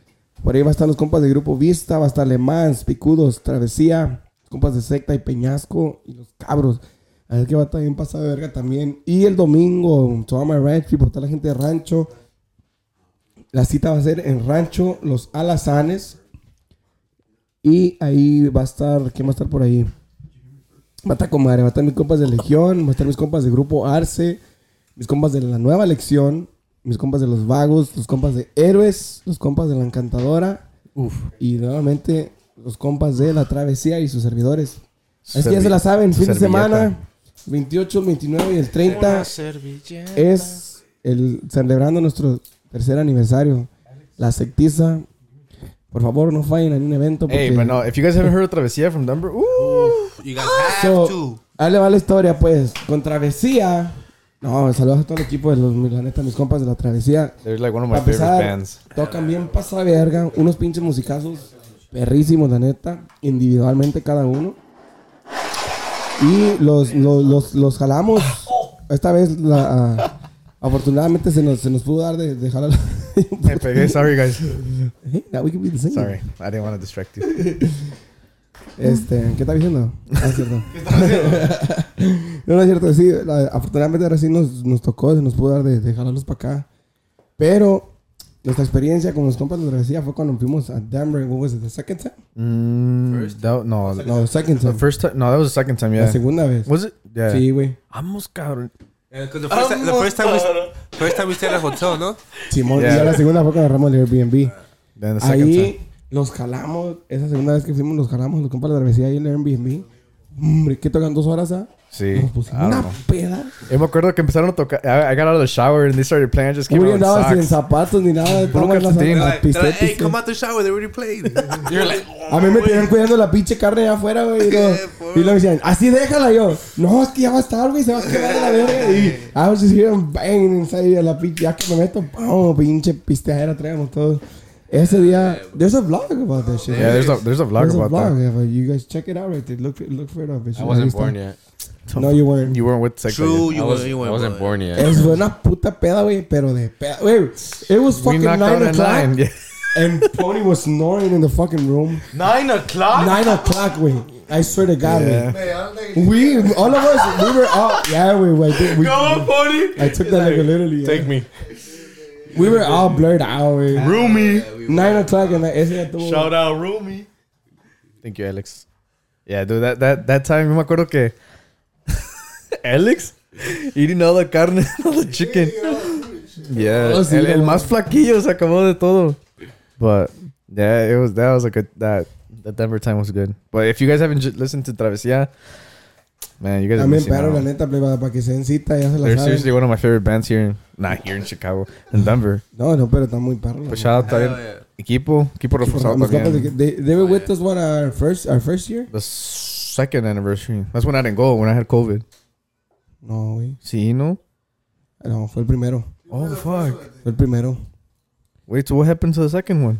[SPEAKER 2] Por ahí va a estar los compas de Grupo Vista, va a estar Alemán, Picudos, Travesía, compas de Secta y Peñasco y los cabros. Así que va a estar bien pasado de verga también. Y el domingo, To All My Ranch People, toda la gente de Rancho. La cita va a ser en Rancho Los Alazanes. Y ahí va a estar, ¿quién va a estar por ahí? Va a estar comadre, va a estar mis compas de Legión, va a estar mis compas de Grupo Arce, mis compas de la nueva lección, mis compas de los vagos, los compas de héroes, los compas de la encantadora. Y nuevamente los compas de la travesía y sus servidores. Así que ya se la saben,
[SPEAKER 3] Su
[SPEAKER 2] fin de
[SPEAKER 3] servilleta.
[SPEAKER 2] semana, 28, 29 y el 30 es el celebrando nuestro tercer aniversario. La sectiza. Por favor, no fallen en un evento. Porque
[SPEAKER 3] Hey, but no, if you guys haven't heard of Travesía from Denver, ooh,
[SPEAKER 9] You guys have
[SPEAKER 2] So,
[SPEAKER 9] to.
[SPEAKER 2] ahí le va la historia, pues. Con Travesía. No, saludos a todo el equipo de los, la neta, mis compas de la Travesía.
[SPEAKER 3] they're like one of my
[SPEAKER 2] Para
[SPEAKER 3] favorite
[SPEAKER 2] empezar,
[SPEAKER 3] bands.
[SPEAKER 2] tocan bien pasa verga. Unos pinches musicazos perrísimos, la neta. Individualmente cada uno. Y los, los, los, los jalamos. Esta vez, la, ah, afortunadamente, se nos, se nos pudo dar de, de jalar. (laughs)
[SPEAKER 3] Hey, sorry guys.
[SPEAKER 2] Hey, now we can be the same.
[SPEAKER 3] Sorry, I didn't want to distract you.
[SPEAKER 2] Este, ¿qué estaba diciendo? Ah, es cierto. (laughs) no, no es cierto, sí. la- afortunadamente ahora sí nos, nos tocó, se nos pudo dar de, de jalarlos para acá. Pero nuestra experiencia con los compas de la travesía fue cuando fuimos a Denver. What was it, the second time?
[SPEAKER 3] Mm, that- no,
[SPEAKER 2] No, the second
[SPEAKER 3] the
[SPEAKER 2] time.
[SPEAKER 3] first time. No, that was the second time.
[SPEAKER 2] La
[SPEAKER 3] Yeah.
[SPEAKER 2] segunda vez.
[SPEAKER 3] Was it? Yeah.
[SPEAKER 2] Sí, güey.
[SPEAKER 3] Vamos cabrón.
[SPEAKER 9] Yeah, 'cause the first, ti- the first time we first time we stayed at a hotel, no?
[SPEAKER 2] Simón, y
[SPEAKER 3] Yeah.
[SPEAKER 2] ya la segunda fue cuando agarramos el Airbnb.
[SPEAKER 3] Then the second
[SPEAKER 2] Ahí
[SPEAKER 3] time.
[SPEAKER 2] los jalamos, esa segunda vez que fuimos, los jalamos, los compas de la travesía ahí en el Airbnb. Hombre, ¿qué tocan dos horas? ah?
[SPEAKER 3] Sí.
[SPEAKER 2] Nos pusimos
[SPEAKER 3] I don't
[SPEAKER 2] una
[SPEAKER 3] know.
[SPEAKER 2] peda.
[SPEAKER 3] Yo me acuerdo que empezaron a tocar. I, I got out of the shower and they started playing. I just came
[SPEAKER 2] Uri
[SPEAKER 3] out in
[SPEAKER 2] andaba sin
[SPEAKER 3] socks.
[SPEAKER 2] zapatos ni nada, estaba en
[SPEAKER 3] calcetín.
[SPEAKER 2] la
[SPEAKER 9] Like, they're like, hey, come out the shower. They already played.
[SPEAKER 6] You're like,
[SPEAKER 2] A mí me tenían cuidando la pinche carne allá afuera, güey. Y luego- y luego me decían, así déjala yo. No, es que ya va a estar, güey, se va a quedar la verga. Y ah, pues, I was just hearing bang inside de la pinche. Ya que me meto, pum, pinche pisteadera, traemos todo. Ese día, there's a vlog about that shit.
[SPEAKER 3] Yeah, there's a there's a vlog
[SPEAKER 2] There's a
[SPEAKER 3] about
[SPEAKER 2] vlog,
[SPEAKER 3] that.
[SPEAKER 2] yeah, but you guys check it out right there. Look, for- look for it up. It
[SPEAKER 6] I
[SPEAKER 2] should-
[SPEAKER 6] wasn't
[SPEAKER 2] ahí
[SPEAKER 6] born
[SPEAKER 2] está.
[SPEAKER 6] yet.
[SPEAKER 2] No, you weren't.
[SPEAKER 3] You weren't with sex. I
[SPEAKER 9] True,
[SPEAKER 3] guess.
[SPEAKER 6] I,
[SPEAKER 9] you
[SPEAKER 6] was,
[SPEAKER 9] went. You
[SPEAKER 6] I
[SPEAKER 9] went.
[SPEAKER 6] wasn't
[SPEAKER 9] but-
[SPEAKER 6] born yet.
[SPEAKER 2] Es fue una puta peda, güey, pero de peda. Güey, it was
[SPEAKER 3] We
[SPEAKER 2] fucking 9
[SPEAKER 3] knocked out at
[SPEAKER 2] o'clock.
[SPEAKER 3] nine. (laughs) Yeah.
[SPEAKER 2] And Pony was snoring in the fucking room.
[SPEAKER 6] Nine o'clock.
[SPEAKER 2] Nine o'clock, wait. I swear to God,
[SPEAKER 3] Yeah.
[SPEAKER 8] Hey, I don't think
[SPEAKER 2] wait. We, all of us, we were all, yeah, we, wait, we, we,
[SPEAKER 6] Pony.
[SPEAKER 2] I took that like, a literally.
[SPEAKER 6] Take
[SPEAKER 2] yeah.
[SPEAKER 6] me.
[SPEAKER 2] We were all blurred out, wait.
[SPEAKER 6] Roomy.
[SPEAKER 2] Nine o'clock, and I, ese ya tuvo-
[SPEAKER 6] Shout out Roomy.
[SPEAKER 3] Thank you, Alex. Yeah, dude, that that that time yo me acuerdo que (laughs) Alex eating all the carne, (laughs) all the chicken. Yeah,
[SPEAKER 2] Oh, sí,
[SPEAKER 3] el,
[SPEAKER 2] ya
[SPEAKER 3] el
[SPEAKER 2] me-
[SPEAKER 3] más flaquillo se acabó de todo. But yeah, it was that was a good that the Denver time was good. But if you guys haven't j- listened to Travesía, man, you guys are
[SPEAKER 2] También
[SPEAKER 3] missing
[SPEAKER 2] paro, la
[SPEAKER 3] out.
[SPEAKER 2] neta, pleba, para que se den cita, ya se la
[SPEAKER 3] They're
[SPEAKER 2] saben.
[SPEAKER 3] seriously one of my favorite bands here, in, not here in Chicago, in Denver.
[SPEAKER 2] No, no, pero está muy perro.
[SPEAKER 3] But shout out to
[SPEAKER 9] Hell
[SPEAKER 3] el
[SPEAKER 9] yeah.
[SPEAKER 3] equipo, equipo reforzado
[SPEAKER 2] Mis compas de que-
[SPEAKER 3] también.
[SPEAKER 2] They, they were with us what our first our first year.
[SPEAKER 3] The second anniversary. That's when I didn't go when I had COVID.
[SPEAKER 2] No, güey.
[SPEAKER 3] Sí, no.
[SPEAKER 2] No, fue el primero.
[SPEAKER 3] Oh fuck.
[SPEAKER 2] Fue el primero.
[SPEAKER 3] Wait, so what happened to the second one?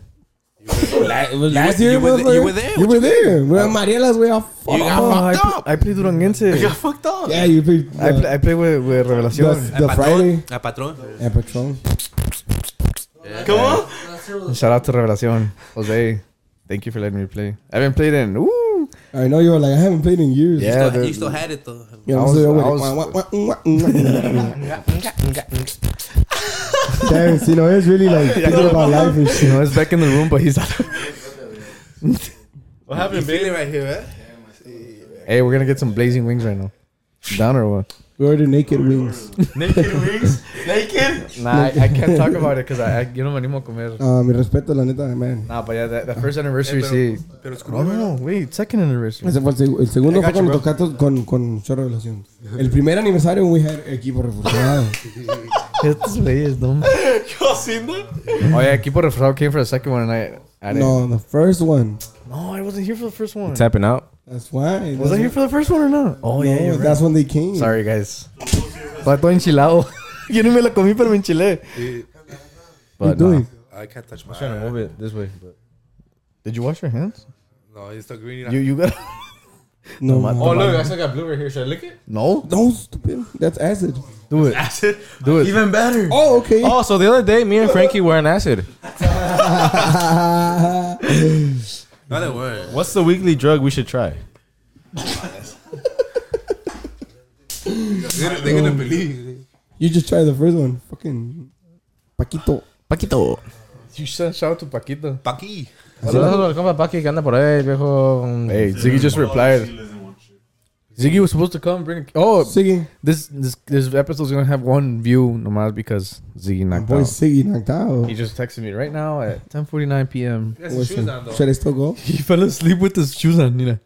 [SPEAKER 2] Last
[SPEAKER 9] you
[SPEAKER 2] year,
[SPEAKER 9] were the-
[SPEAKER 2] motherfucker.
[SPEAKER 9] you were there.
[SPEAKER 2] You were there. We're at Mariela's, güey. all fucked up.
[SPEAKER 3] Oh, I, pl- I played Duranguense.
[SPEAKER 9] fucked up.
[SPEAKER 2] Yeah, you played.
[SPEAKER 3] I,
[SPEAKER 2] uh,
[SPEAKER 3] pl- I played with, with
[SPEAKER 2] the,
[SPEAKER 3] Revelación.
[SPEAKER 2] the Friday
[SPEAKER 9] A patron.
[SPEAKER 2] at Patron.
[SPEAKER 3] Shout out to Revelación. Jose, thank you for letting me play. I haven't played in. Woo!
[SPEAKER 2] I know you were like, I haven't played in years.
[SPEAKER 3] Yeah,
[SPEAKER 9] Still-
[SPEAKER 3] the-
[SPEAKER 9] You still had it though.
[SPEAKER 2] You
[SPEAKER 3] I
[SPEAKER 2] know,
[SPEAKER 3] was-
[SPEAKER 2] so
[SPEAKER 3] I was-
[SPEAKER 2] Damn, you know, it's really
[SPEAKER 3] (laughs)
[SPEAKER 2] like thinking about life and shit.
[SPEAKER 3] You know, it's back in the room, but he's out.
[SPEAKER 6] What happened,
[SPEAKER 9] Feel it right here, eh?
[SPEAKER 3] (laughs) hey, we're gonna get some blazing wings right now. Down or what?
[SPEAKER 2] We ordered naked wings.
[SPEAKER 6] Naked wings. Naked.
[SPEAKER 3] Nah, I, I can't talk about it because I, I you know, me animo a comer.
[SPEAKER 2] Uh, mi respeto, la neta, man.
[SPEAKER 3] Nah, but yeah, that, that first anniversary,
[SPEAKER 9] Hey,
[SPEAKER 3] see.
[SPEAKER 9] Pero es
[SPEAKER 3] No, no, no, wait, second anniversary.
[SPEAKER 2] Ese fue el, seg- el segundo
[SPEAKER 3] I got
[SPEAKER 2] fue cuando
[SPEAKER 3] you,
[SPEAKER 2] tocaste con, con Chorro Relación. El primer aniversario, we had equipo
[SPEAKER 3] (laughs)
[SPEAKER 2] reforzado.
[SPEAKER 3] Estos güeyes, (laughs) no. man. Oh yeah, Equipo Reforzado came for the second one, and I, I didn't.
[SPEAKER 2] no, the first one.
[SPEAKER 3] No, Oh, I wasn't here for the first one.
[SPEAKER 6] Tapping out.
[SPEAKER 2] That's why.
[SPEAKER 3] Was I here for the first one or not? Oh
[SPEAKER 2] no, that's when they came.
[SPEAKER 3] Sorry guys. Estaba todo enchilado. (laughs) Yo no me la comí, pero me enchilé.
[SPEAKER 2] What
[SPEAKER 3] But
[SPEAKER 2] you
[SPEAKER 3] nah.
[SPEAKER 2] doing?
[SPEAKER 9] I can't touch my.
[SPEAKER 6] Trying to move it this way. But.
[SPEAKER 3] Did you wash your hands?
[SPEAKER 9] No, it's still green.
[SPEAKER 3] You you got (laughs)
[SPEAKER 2] No,
[SPEAKER 6] Oh
[SPEAKER 2] no,
[SPEAKER 6] look, I still got blue right here. Should I lick it?
[SPEAKER 3] no.
[SPEAKER 2] no, stupid. That's acid.
[SPEAKER 3] Do it. Do it.
[SPEAKER 6] Even better.
[SPEAKER 2] Oh, okay.
[SPEAKER 6] Oh, so the other day, me and Frankie were on acid.
[SPEAKER 9] Not a word.
[SPEAKER 6] What's the weekly drug we should try?
[SPEAKER 9] They're gonna- they're gonna believe.
[SPEAKER 2] You just try the first one. Fucking Paquito.
[SPEAKER 6] Paquito.
[SPEAKER 3] You said shout out to Paquito.
[SPEAKER 9] Paqui.
[SPEAKER 3] Hey, Ziggy just replied. Ziggy was supposed to come bring. Oh,
[SPEAKER 2] Siggy.
[SPEAKER 3] this this this episode's gonna have one view nomás because Ziggy
[SPEAKER 2] My
[SPEAKER 3] knocked
[SPEAKER 2] boy
[SPEAKER 3] out.
[SPEAKER 2] Siggy knocked out.
[SPEAKER 3] He just texted me right now at 10:49 p.m.
[SPEAKER 9] That's the shoes
[SPEAKER 2] Listen,
[SPEAKER 9] on though.
[SPEAKER 2] should I still
[SPEAKER 3] (laughs)
[SPEAKER 2] go?
[SPEAKER 3] He fell asleep with his shoes on. Nina.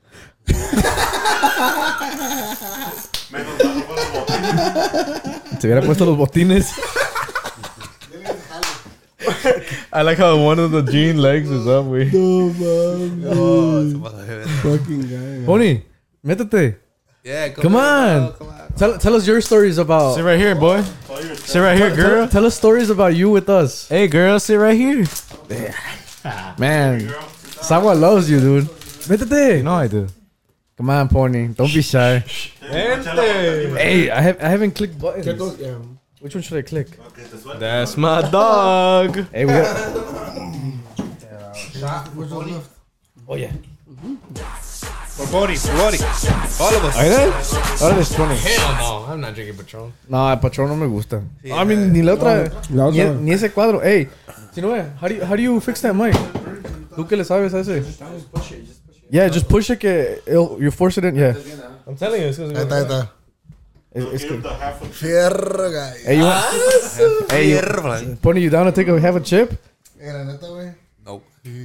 [SPEAKER 3] Se hubiera puesto los botines.
[SPEAKER 6] I like how one of the jean legs is up. We.
[SPEAKER 3] Oh,
[SPEAKER 2] No, man. Fucking guy. man.
[SPEAKER 3] Pony, métete.
[SPEAKER 9] Yeah, come,
[SPEAKER 3] Come on.
[SPEAKER 9] Come on.
[SPEAKER 3] Tell, tell us your stories about.
[SPEAKER 6] Sit right here, boy. Sit right here,
[SPEAKER 3] Tell,
[SPEAKER 6] girl.
[SPEAKER 3] tell us stories about you with us.
[SPEAKER 6] Hey, girl, sit right here.
[SPEAKER 3] Man, Sawa loves you, dude. Métete.
[SPEAKER 6] No, I do.
[SPEAKER 3] Come on, Pony. Don't be shy. hey, I, have, I haven't clicked buttons. Which one should I click?
[SPEAKER 6] That's my dog.
[SPEAKER 3] Hey, we got.
[SPEAKER 2] Which one left?
[SPEAKER 3] Oh, yeah.
[SPEAKER 5] For Bodhi, for Bodhi. All of us.
[SPEAKER 3] Ahí es. Ahora es 20.
[SPEAKER 6] Hell no, Oh, I'm not drinking Patron.
[SPEAKER 3] No, el patrón no me gusta. I
[SPEAKER 6] eh,
[SPEAKER 3] mean, ni la otra.
[SPEAKER 2] La
[SPEAKER 3] ni,
[SPEAKER 2] otra.
[SPEAKER 3] ni ese cuadro. Ey, si no, eh, how do, you, how do you fix that mic? ¿Tú qué le sabes a ese? Yeah, just push it que it'll- you force it in. Yeah.
[SPEAKER 6] I'm telling you, it's
[SPEAKER 8] Ahí está, ahí está.
[SPEAKER 3] It's, it's good.
[SPEAKER 8] Fierro, guy.
[SPEAKER 3] Hey, you
[SPEAKER 8] ah,
[SPEAKER 3] want, hey, you,
[SPEAKER 9] Mierda.
[SPEAKER 3] Pony, you down to take a half a chip?
[SPEAKER 8] Eh, la neta, güey.
[SPEAKER 9] No.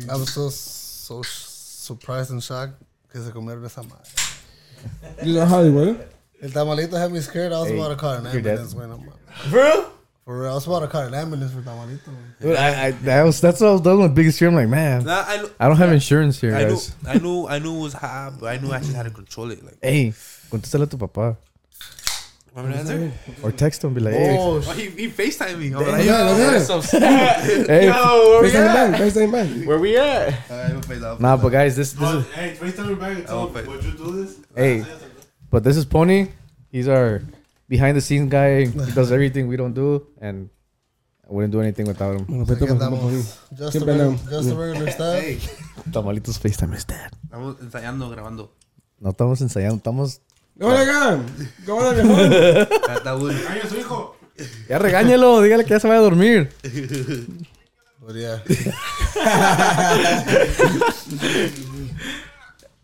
[SPEAKER 8] I was so, so surprised and shocked que se comieron esa madre.
[SPEAKER 2] You know how they were?
[SPEAKER 8] El tamalito had me scared. I was about to call an
[SPEAKER 3] you're dead.
[SPEAKER 8] ambulance, güey. no mames. For real? I was about to call an ambulance for tamalito, güey.
[SPEAKER 3] Dude, I, I, that was, that's what I was done with biggest fear. I'm like, man,
[SPEAKER 9] Nah, I, kn-
[SPEAKER 3] I don't have insurance here,
[SPEAKER 9] I knew,
[SPEAKER 3] guys.
[SPEAKER 9] I knew, I knew it was hot, but I knew I just had to control it. Like,
[SPEAKER 3] Hey, contéstale a tu papá.
[SPEAKER 9] remember the answer?
[SPEAKER 3] Or text him, be like, hey,
[SPEAKER 9] Oh, he, he FaceTimed me. I'm
[SPEAKER 2] Look
[SPEAKER 9] like,
[SPEAKER 2] at that, look at that.
[SPEAKER 3] hey.
[SPEAKER 2] FaceTime back, FaceTime back.
[SPEAKER 6] Where we at?
[SPEAKER 3] Nah, but guys, this, this is,
[SPEAKER 7] Hey, FaceTime me back and tell
[SPEAKER 9] I'll
[SPEAKER 7] him,
[SPEAKER 9] pay.
[SPEAKER 7] would you do this?
[SPEAKER 3] hey, but this is Pony. He's our behind the scenes guy. He does everything we don't do, and I wouldn't do anything without him.
[SPEAKER 2] Bueno, vete
[SPEAKER 8] Aquí
[SPEAKER 2] por
[SPEAKER 8] andamos.
[SPEAKER 2] favor.
[SPEAKER 8] Just
[SPEAKER 2] Qué
[SPEAKER 8] the regular-
[SPEAKER 2] pena.
[SPEAKER 8] just the regular stuff.
[SPEAKER 3] Tamalitos FaceTime is dead.
[SPEAKER 9] Estamos ensayando, grabando.
[SPEAKER 3] No estamos ensayando, estamos.
[SPEAKER 2] Hola, gan. ¿Cómo la
[SPEAKER 3] (laughs)
[SPEAKER 2] mejor?
[SPEAKER 9] That, that would,
[SPEAKER 7] Ay, su hijo.
[SPEAKER 3] Ya regáñelo, dígale que ya se vaya a dormir.
[SPEAKER 8] But yeah.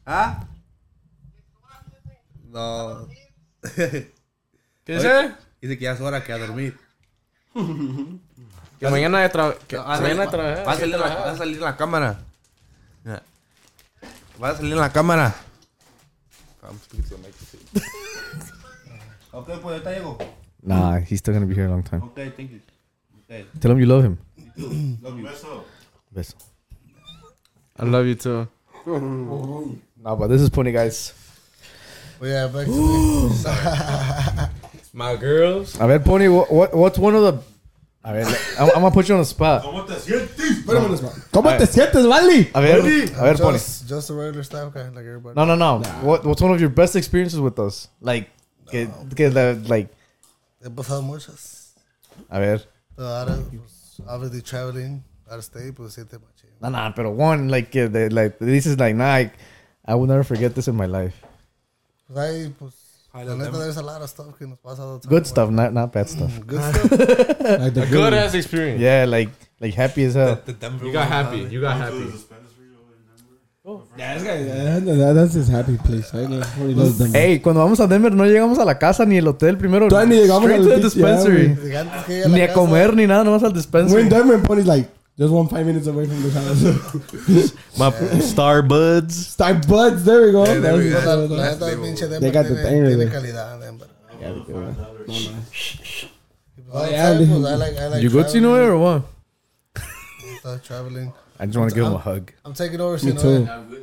[SPEAKER 9] ah? No.
[SPEAKER 6] ¿Qué dice?
[SPEAKER 9] Dice que ya es hora que a dormir.
[SPEAKER 6] Que mañana de tra- que
[SPEAKER 9] Va a
[SPEAKER 6] mañana de
[SPEAKER 9] salir,
[SPEAKER 6] trabajar.
[SPEAKER 9] va a salir en la, va a salir en la cámara. Mira. Va a salir en la cámara. I'm speaking to the mic. Ok, pues ahorita llego.
[SPEAKER 3] Nah, he's still gonna be here a long time.
[SPEAKER 9] Ok, thank you. Ok,
[SPEAKER 3] Tell him you love him.
[SPEAKER 9] love you.
[SPEAKER 3] Beso.
[SPEAKER 6] I love you too.
[SPEAKER 3] (laughs) Nah, but this is Pony, guys.
[SPEAKER 8] But Oh, yeah, back to
[SPEAKER 3] (laughs)
[SPEAKER 6] My girls.
[SPEAKER 3] A ver, Pony, what, what what's one of the? A ver, I'm, I'm gonna put you on the spot.
[SPEAKER 7] ¿Cómo te sientes?
[SPEAKER 2] ¿Cómo te sientes, Vali?
[SPEAKER 3] A ver, a ver, Pony.
[SPEAKER 8] just, just the regular stuff, guy, like everybody.
[SPEAKER 3] No, no, no. What what's one of your best experiences with us? Like, que, que la- like,
[SPEAKER 8] He pasado muchas.
[SPEAKER 3] a ver.
[SPEAKER 8] Uh, ahora, pues, obviously traveling out of state, pues siete machín.
[SPEAKER 3] Nah, nah, pero one, like, que de- like, this is like, nah, I, I will never forget this in my life.
[SPEAKER 8] Pues ahí, pues, la neta, there's a lot of stuff que nos pasa all the time.
[SPEAKER 3] Good stuff, not not bad stuff.
[SPEAKER 8] Good stuff.
[SPEAKER 2] Like the
[SPEAKER 6] Good ass experience.
[SPEAKER 3] (laughs) Yeah, like, like happy as hell.
[SPEAKER 9] The Denver
[SPEAKER 6] You got
[SPEAKER 9] one,
[SPEAKER 6] happy.
[SPEAKER 9] huh?
[SPEAKER 6] You got happy.
[SPEAKER 2] Yeah, that- that's his happy place. I know. He loves them.
[SPEAKER 3] Hey, cuando vamos a Denver no llegamos a la casa ni el hotel primero.
[SPEAKER 2] Todavía ni llegamos
[SPEAKER 3] straight
[SPEAKER 2] al
[SPEAKER 3] to the
[SPEAKER 2] pinche-
[SPEAKER 3] dispensary.
[SPEAKER 2] yeah,
[SPEAKER 8] Desde antes que llegue a la
[SPEAKER 3] ni a
[SPEAKER 8] casa,
[SPEAKER 3] comer ni nada, nomás al dispensary.
[SPEAKER 2] When Diamond Pony's like, just one five minutes away from the house. (laughs)
[SPEAKER 3] My star buds.
[SPEAKER 2] Start buds. There we go.
[SPEAKER 9] there we
[SPEAKER 2] That's-
[SPEAKER 9] go.
[SPEAKER 8] La la neta,
[SPEAKER 9] They
[SPEAKER 8] pinche
[SPEAKER 2] They
[SPEAKER 8] Denver
[SPEAKER 2] got the
[SPEAKER 8] tiene,
[SPEAKER 2] thing, güey.
[SPEAKER 8] tiene calidad, Denver. Y, Pues,
[SPEAKER 2] Oh,
[SPEAKER 8] all the
[SPEAKER 2] yeah,
[SPEAKER 8] time,
[SPEAKER 2] dude.
[SPEAKER 8] pues, I like, I like
[SPEAKER 3] You good,
[SPEAKER 8] traveling,
[SPEAKER 3] Sinoe, or what?
[SPEAKER 8] stuff, traveling.
[SPEAKER 3] I just want to give him a hug.
[SPEAKER 8] I'm taking over
[SPEAKER 2] Me too.
[SPEAKER 8] Sinoe.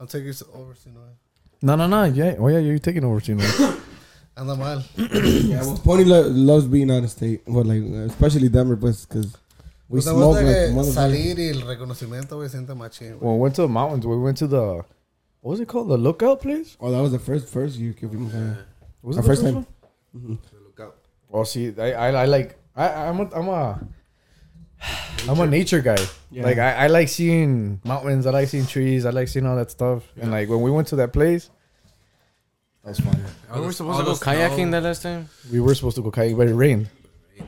[SPEAKER 8] I'm taking over Sinoe.
[SPEAKER 3] No, no, no. Yeah. Oh, yeah. You're taking over, Sinoe.
[SPEAKER 8] Anda mal.
[SPEAKER 2] Yeah, well, Pony lo- loves being out of state, but like especially Denver, pues, because we
[SPEAKER 8] Pues me
[SPEAKER 2] smoke
[SPEAKER 8] gusta
[SPEAKER 3] eh,
[SPEAKER 2] like
[SPEAKER 8] que
[SPEAKER 2] motherfuckers.
[SPEAKER 8] salir y el reconocimiento, güey, siente machín,
[SPEAKER 3] (laughs)
[SPEAKER 8] güey.
[SPEAKER 3] well, we went to the mountains. We went to the. What was it called? The lookout place?
[SPEAKER 2] Oh, that was the first first year. que fuimos allá.
[SPEAKER 3] Was
[SPEAKER 2] Our
[SPEAKER 3] it the
[SPEAKER 2] first time.
[SPEAKER 3] one?
[SPEAKER 9] Lookout.
[SPEAKER 3] Oh, see, I, I, I like. I, I'm a. I'm a (sighs) I'm a nature guy. Like I, I like seeing mountains. I like seeing trees. I like seeing all that stuff. And like when we went to that place, that was fun.
[SPEAKER 9] All
[SPEAKER 6] Weren't we
[SPEAKER 9] the-
[SPEAKER 6] supposed
[SPEAKER 9] all
[SPEAKER 6] to go
[SPEAKER 9] the snow.
[SPEAKER 6] kayaking that last time?
[SPEAKER 3] We were supposed to go kayaking, but it rained.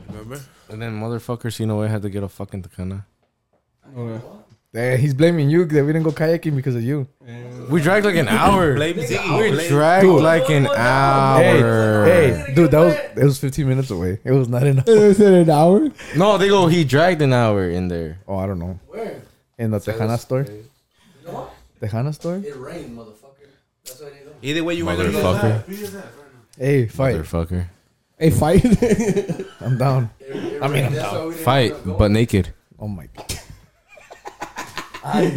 [SPEAKER 9] Remember?
[SPEAKER 6] And then motherfucker Sino had to get a fucking takana.
[SPEAKER 3] Eh, he's blaming you that we didn't go kayaking because of you.
[SPEAKER 6] We dragged (laughs) like an hour.
[SPEAKER 9] Blame Ziggy.
[SPEAKER 6] We
[SPEAKER 9] blame-
[SPEAKER 6] dragged like an hour.
[SPEAKER 3] Hey, hey, dude, that was it was 15 minutes away. It was not
[SPEAKER 2] (laughs)
[SPEAKER 3] enough.
[SPEAKER 2] Is it an hour?
[SPEAKER 6] No, they go. He dragged an hour in there.
[SPEAKER 3] Oh, I don't know. Where? In the Tejana store. Tejana store?
[SPEAKER 4] It rained, motherfucker. That's what I need to know.
[SPEAKER 9] Either way, you were gonna go.
[SPEAKER 6] Motherfucker.
[SPEAKER 3] Hey, fight.
[SPEAKER 6] Motherfucker.
[SPEAKER 2] A
[SPEAKER 3] (laughs)
[SPEAKER 2] fight? (laughs)
[SPEAKER 3] I'm down.
[SPEAKER 4] It
[SPEAKER 3] I mean, I'm
[SPEAKER 4] rained, that's
[SPEAKER 3] down.
[SPEAKER 4] why we didn't
[SPEAKER 6] Fight,
[SPEAKER 4] end up going.
[SPEAKER 6] but naked.
[SPEAKER 3] Oh my god.
[SPEAKER 4] Ay,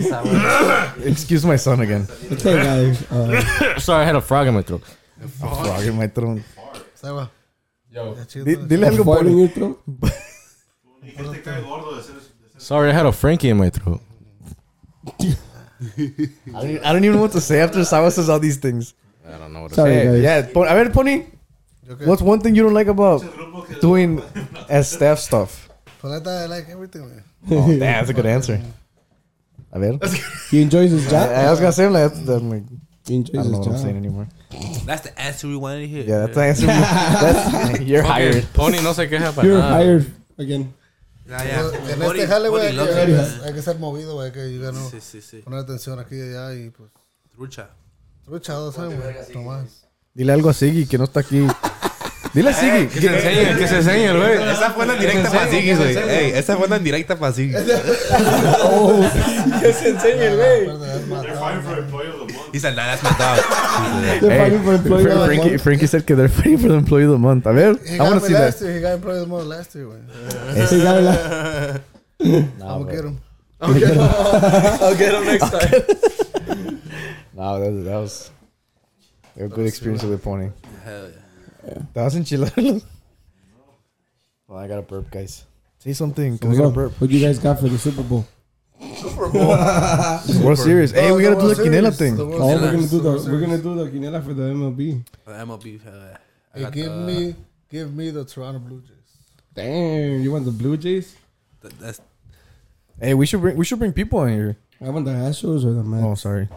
[SPEAKER 3] (laughs)
[SPEAKER 4] sabor.
[SPEAKER 3] Excuse my son again.
[SPEAKER 2] okay, guys. Uh,
[SPEAKER 6] Sorry, I had a frog in my throat.
[SPEAKER 3] A frog in my throat.
[SPEAKER 8] Seba.
[SPEAKER 6] Yo.
[SPEAKER 8] Ya chido.
[SPEAKER 3] Di- Dile
[SPEAKER 2] a
[SPEAKER 3] algo
[SPEAKER 2] fart in
[SPEAKER 3] pony.
[SPEAKER 2] your throat?
[SPEAKER 7] Y que te cae gordo de ser- de ser-
[SPEAKER 6] Sorry, I had a Frankie in my throat.
[SPEAKER 3] I don't, I don't even know what to say after Sawa says all these things.
[SPEAKER 6] I don't know what.
[SPEAKER 2] Sorry,
[SPEAKER 3] Hey,
[SPEAKER 2] guys.
[SPEAKER 3] yeah, pon- a ver, pony.
[SPEAKER 8] Yo que-
[SPEAKER 3] What's one thing you don't like about doing as staff stuff?
[SPEAKER 8] Pues neta, I like everything, güey.
[SPEAKER 3] Oh, damn, that's a good answer. A ver.
[SPEAKER 2] He enjoys his job.
[SPEAKER 3] I, I was gonna say, I'm (laughs) like, that's, that's like,
[SPEAKER 2] He
[SPEAKER 3] I
[SPEAKER 2] enjoys
[SPEAKER 3] don't know
[SPEAKER 2] his
[SPEAKER 3] what I'm saying
[SPEAKER 2] job.
[SPEAKER 3] anymore.
[SPEAKER 9] That's the answer we wanted to hear.
[SPEAKER 3] Yeah, that's the answer. (laughs) that's, you're hired.
[SPEAKER 6] Pony no se queja para
[SPEAKER 2] You're
[SPEAKER 3] Ah.
[SPEAKER 6] nada.
[SPEAKER 2] hired again.
[SPEAKER 9] Nah, yeah.
[SPEAKER 8] En
[SPEAKER 9] Body-
[SPEAKER 8] este jale, güey,
[SPEAKER 9] body
[SPEAKER 8] hay,
[SPEAKER 9] loves
[SPEAKER 8] que-
[SPEAKER 9] it, man.
[SPEAKER 8] hay que ser movido, güey. Hay que you gotta
[SPEAKER 9] Sí, sí, sí.
[SPEAKER 8] poner atención aquí y allá y pues.
[SPEAKER 9] Trucha.
[SPEAKER 8] Luchado, ¿sabes, güey? Tomás.
[SPEAKER 3] Dile algo a Siggy que no está aquí. Dile a Siggy.
[SPEAKER 6] Que se enseñe, que se enseñe el güey.
[SPEAKER 9] Esa fue la directa para Ziggy, güey. Ey, esa fue la directa para Ziggy.
[SPEAKER 8] Recuerda, es más,
[SPEAKER 7] Fighting for employee of the month.
[SPEAKER 9] He said, nah, that's my dog.
[SPEAKER 2] They're fighting
[SPEAKER 3] (laughs)
[SPEAKER 2] for employee of the
[SPEAKER 3] Frankie,
[SPEAKER 2] month.
[SPEAKER 3] Frankie said que they're fighting for the employee of the month. A ver, Ah,
[SPEAKER 8] He
[SPEAKER 3] I want
[SPEAKER 8] got
[SPEAKER 3] to
[SPEAKER 8] me
[SPEAKER 3] see
[SPEAKER 8] last
[SPEAKER 3] that.
[SPEAKER 8] year. He got employed the most last year, güey.
[SPEAKER 2] Sí, ya, ¿verdad?
[SPEAKER 8] I'm gonna get him.
[SPEAKER 4] I'll get him next time.
[SPEAKER 3] No, that, that was a good experience with Pony. Hell yeah. That was (laughs) enchiladas. Well, Oh, I got a burp, guys. Say something. 'cause I got a burp.
[SPEAKER 2] What you guys got for the Super Bowl?
[SPEAKER 3] World Series. Hey, we gotta
[SPEAKER 8] The
[SPEAKER 3] do the
[SPEAKER 8] World Series,
[SPEAKER 3] quinela
[SPEAKER 8] the
[SPEAKER 3] thing.
[SPEAKER 8] World
[SPEAKER 2] Oh, we're
[SPEAKER 8] Series,
[SPEAKER 2] gonna do the
[SPEAKER 8] the World
[SPEAKER 2] we're
[SPEAKER 8] Series.
[SPEAKER 2] gonna do the quinela for the MLB.
[SPEAKER 9] I'm a beef. uh, I
[SPEAKER 8] Hey,
[SPEAKER 9] got
[SPEAKER 8] give
[SPEAKER 9] the-
[SPEAKER 8] me, give me the Toronto Blue Jays.
[SPEAKER 2] Damn, you want the Blue Jays?
[SPEAKER 9] th- That's
[SPEAKER 3] Hey, we should bring we should bring people in here.
[SPEAKER 2] I want the Astros or the Mets.
[SPEAKER 3] Oh, sorry.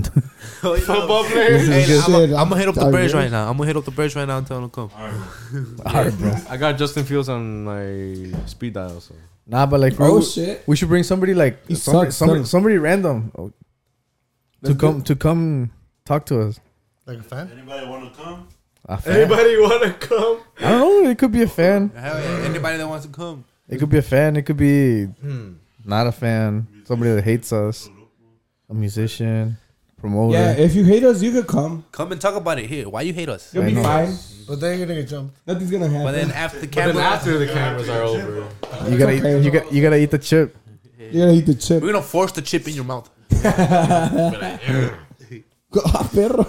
[SPEAKER 9] football player.
[SPEAKER 2] This is
[SPEAKER 9] I'm
[SPEAKER 2] good shit.
[SPEAKER 9] gonna hit up the
[SPEAKER 2] Sorry,
[SPEAKER 9] bridge
[SPEAKER 2] bro.
[SPEAKER 9] right now. I'm gonna hit up the bridge right now and tell him to come.
[SPEAKER 6] I got Justin Fields on my speed dial, so.
[SPEAKER 3] Nah, but like,
[SPEAKER 2] Oh,
[SPEAKER 3] we-
[SPEAKER 2] shit.
[SPEAKER 3] we should bring somebody like
[SPEAKER 2] He
[SPEAKER 3] somebody,
[SPEAKER 2] sucks,
[SPEAKER 3] somebody,
[SPEAKER 2] too.
[SPEAKER 3] somebody random oh, to
[SPEAKER 2] Let's
[SPEAKER 3] come to come talk to us.
[SPEAKER 8] Like a fan?
[SPEAKER 7] Anybody want to come?
[SPEAKER 3] A fan. Anybody wanna come? I don't know. It could be a fan.
[SPEAKER 9] Hell yeah. Anybody that wants to come.
[SPEAKER 3] It could be a fan. It could be not a fan. Somebody that hates us. A musician, promoter.
[SPEAKER 2] Yeah, if you hate us, you could come.
[SPEAKER 9] Come and talk about it here. Why you hate us?
[SPEAKER 2] You'll
[SPEAKER 3] I
[SPEAKER 2] be
[SPEAKER 3] know.
[SPEAKER 2] fine.
[SPEAKER 8] But then you're gonna get jumped.
[SPEAKER 2] Nothing's gonna happen. (laughs)
[SPEAKER 9] But then after the
[SPEAKER 6] But then
[SPEAKER 9] camera,
[SPEAKER 6] after the cameras are over.
[SPEAKER 3] you gotta, eat, you got, you gotta eat the chip.
[SPEAKER 2] You're gonna eat the chip.
[SPEAKER 9] we're gonna force the chip in your mouth.
[SPEAKER 2] (laughs) Ah, perro.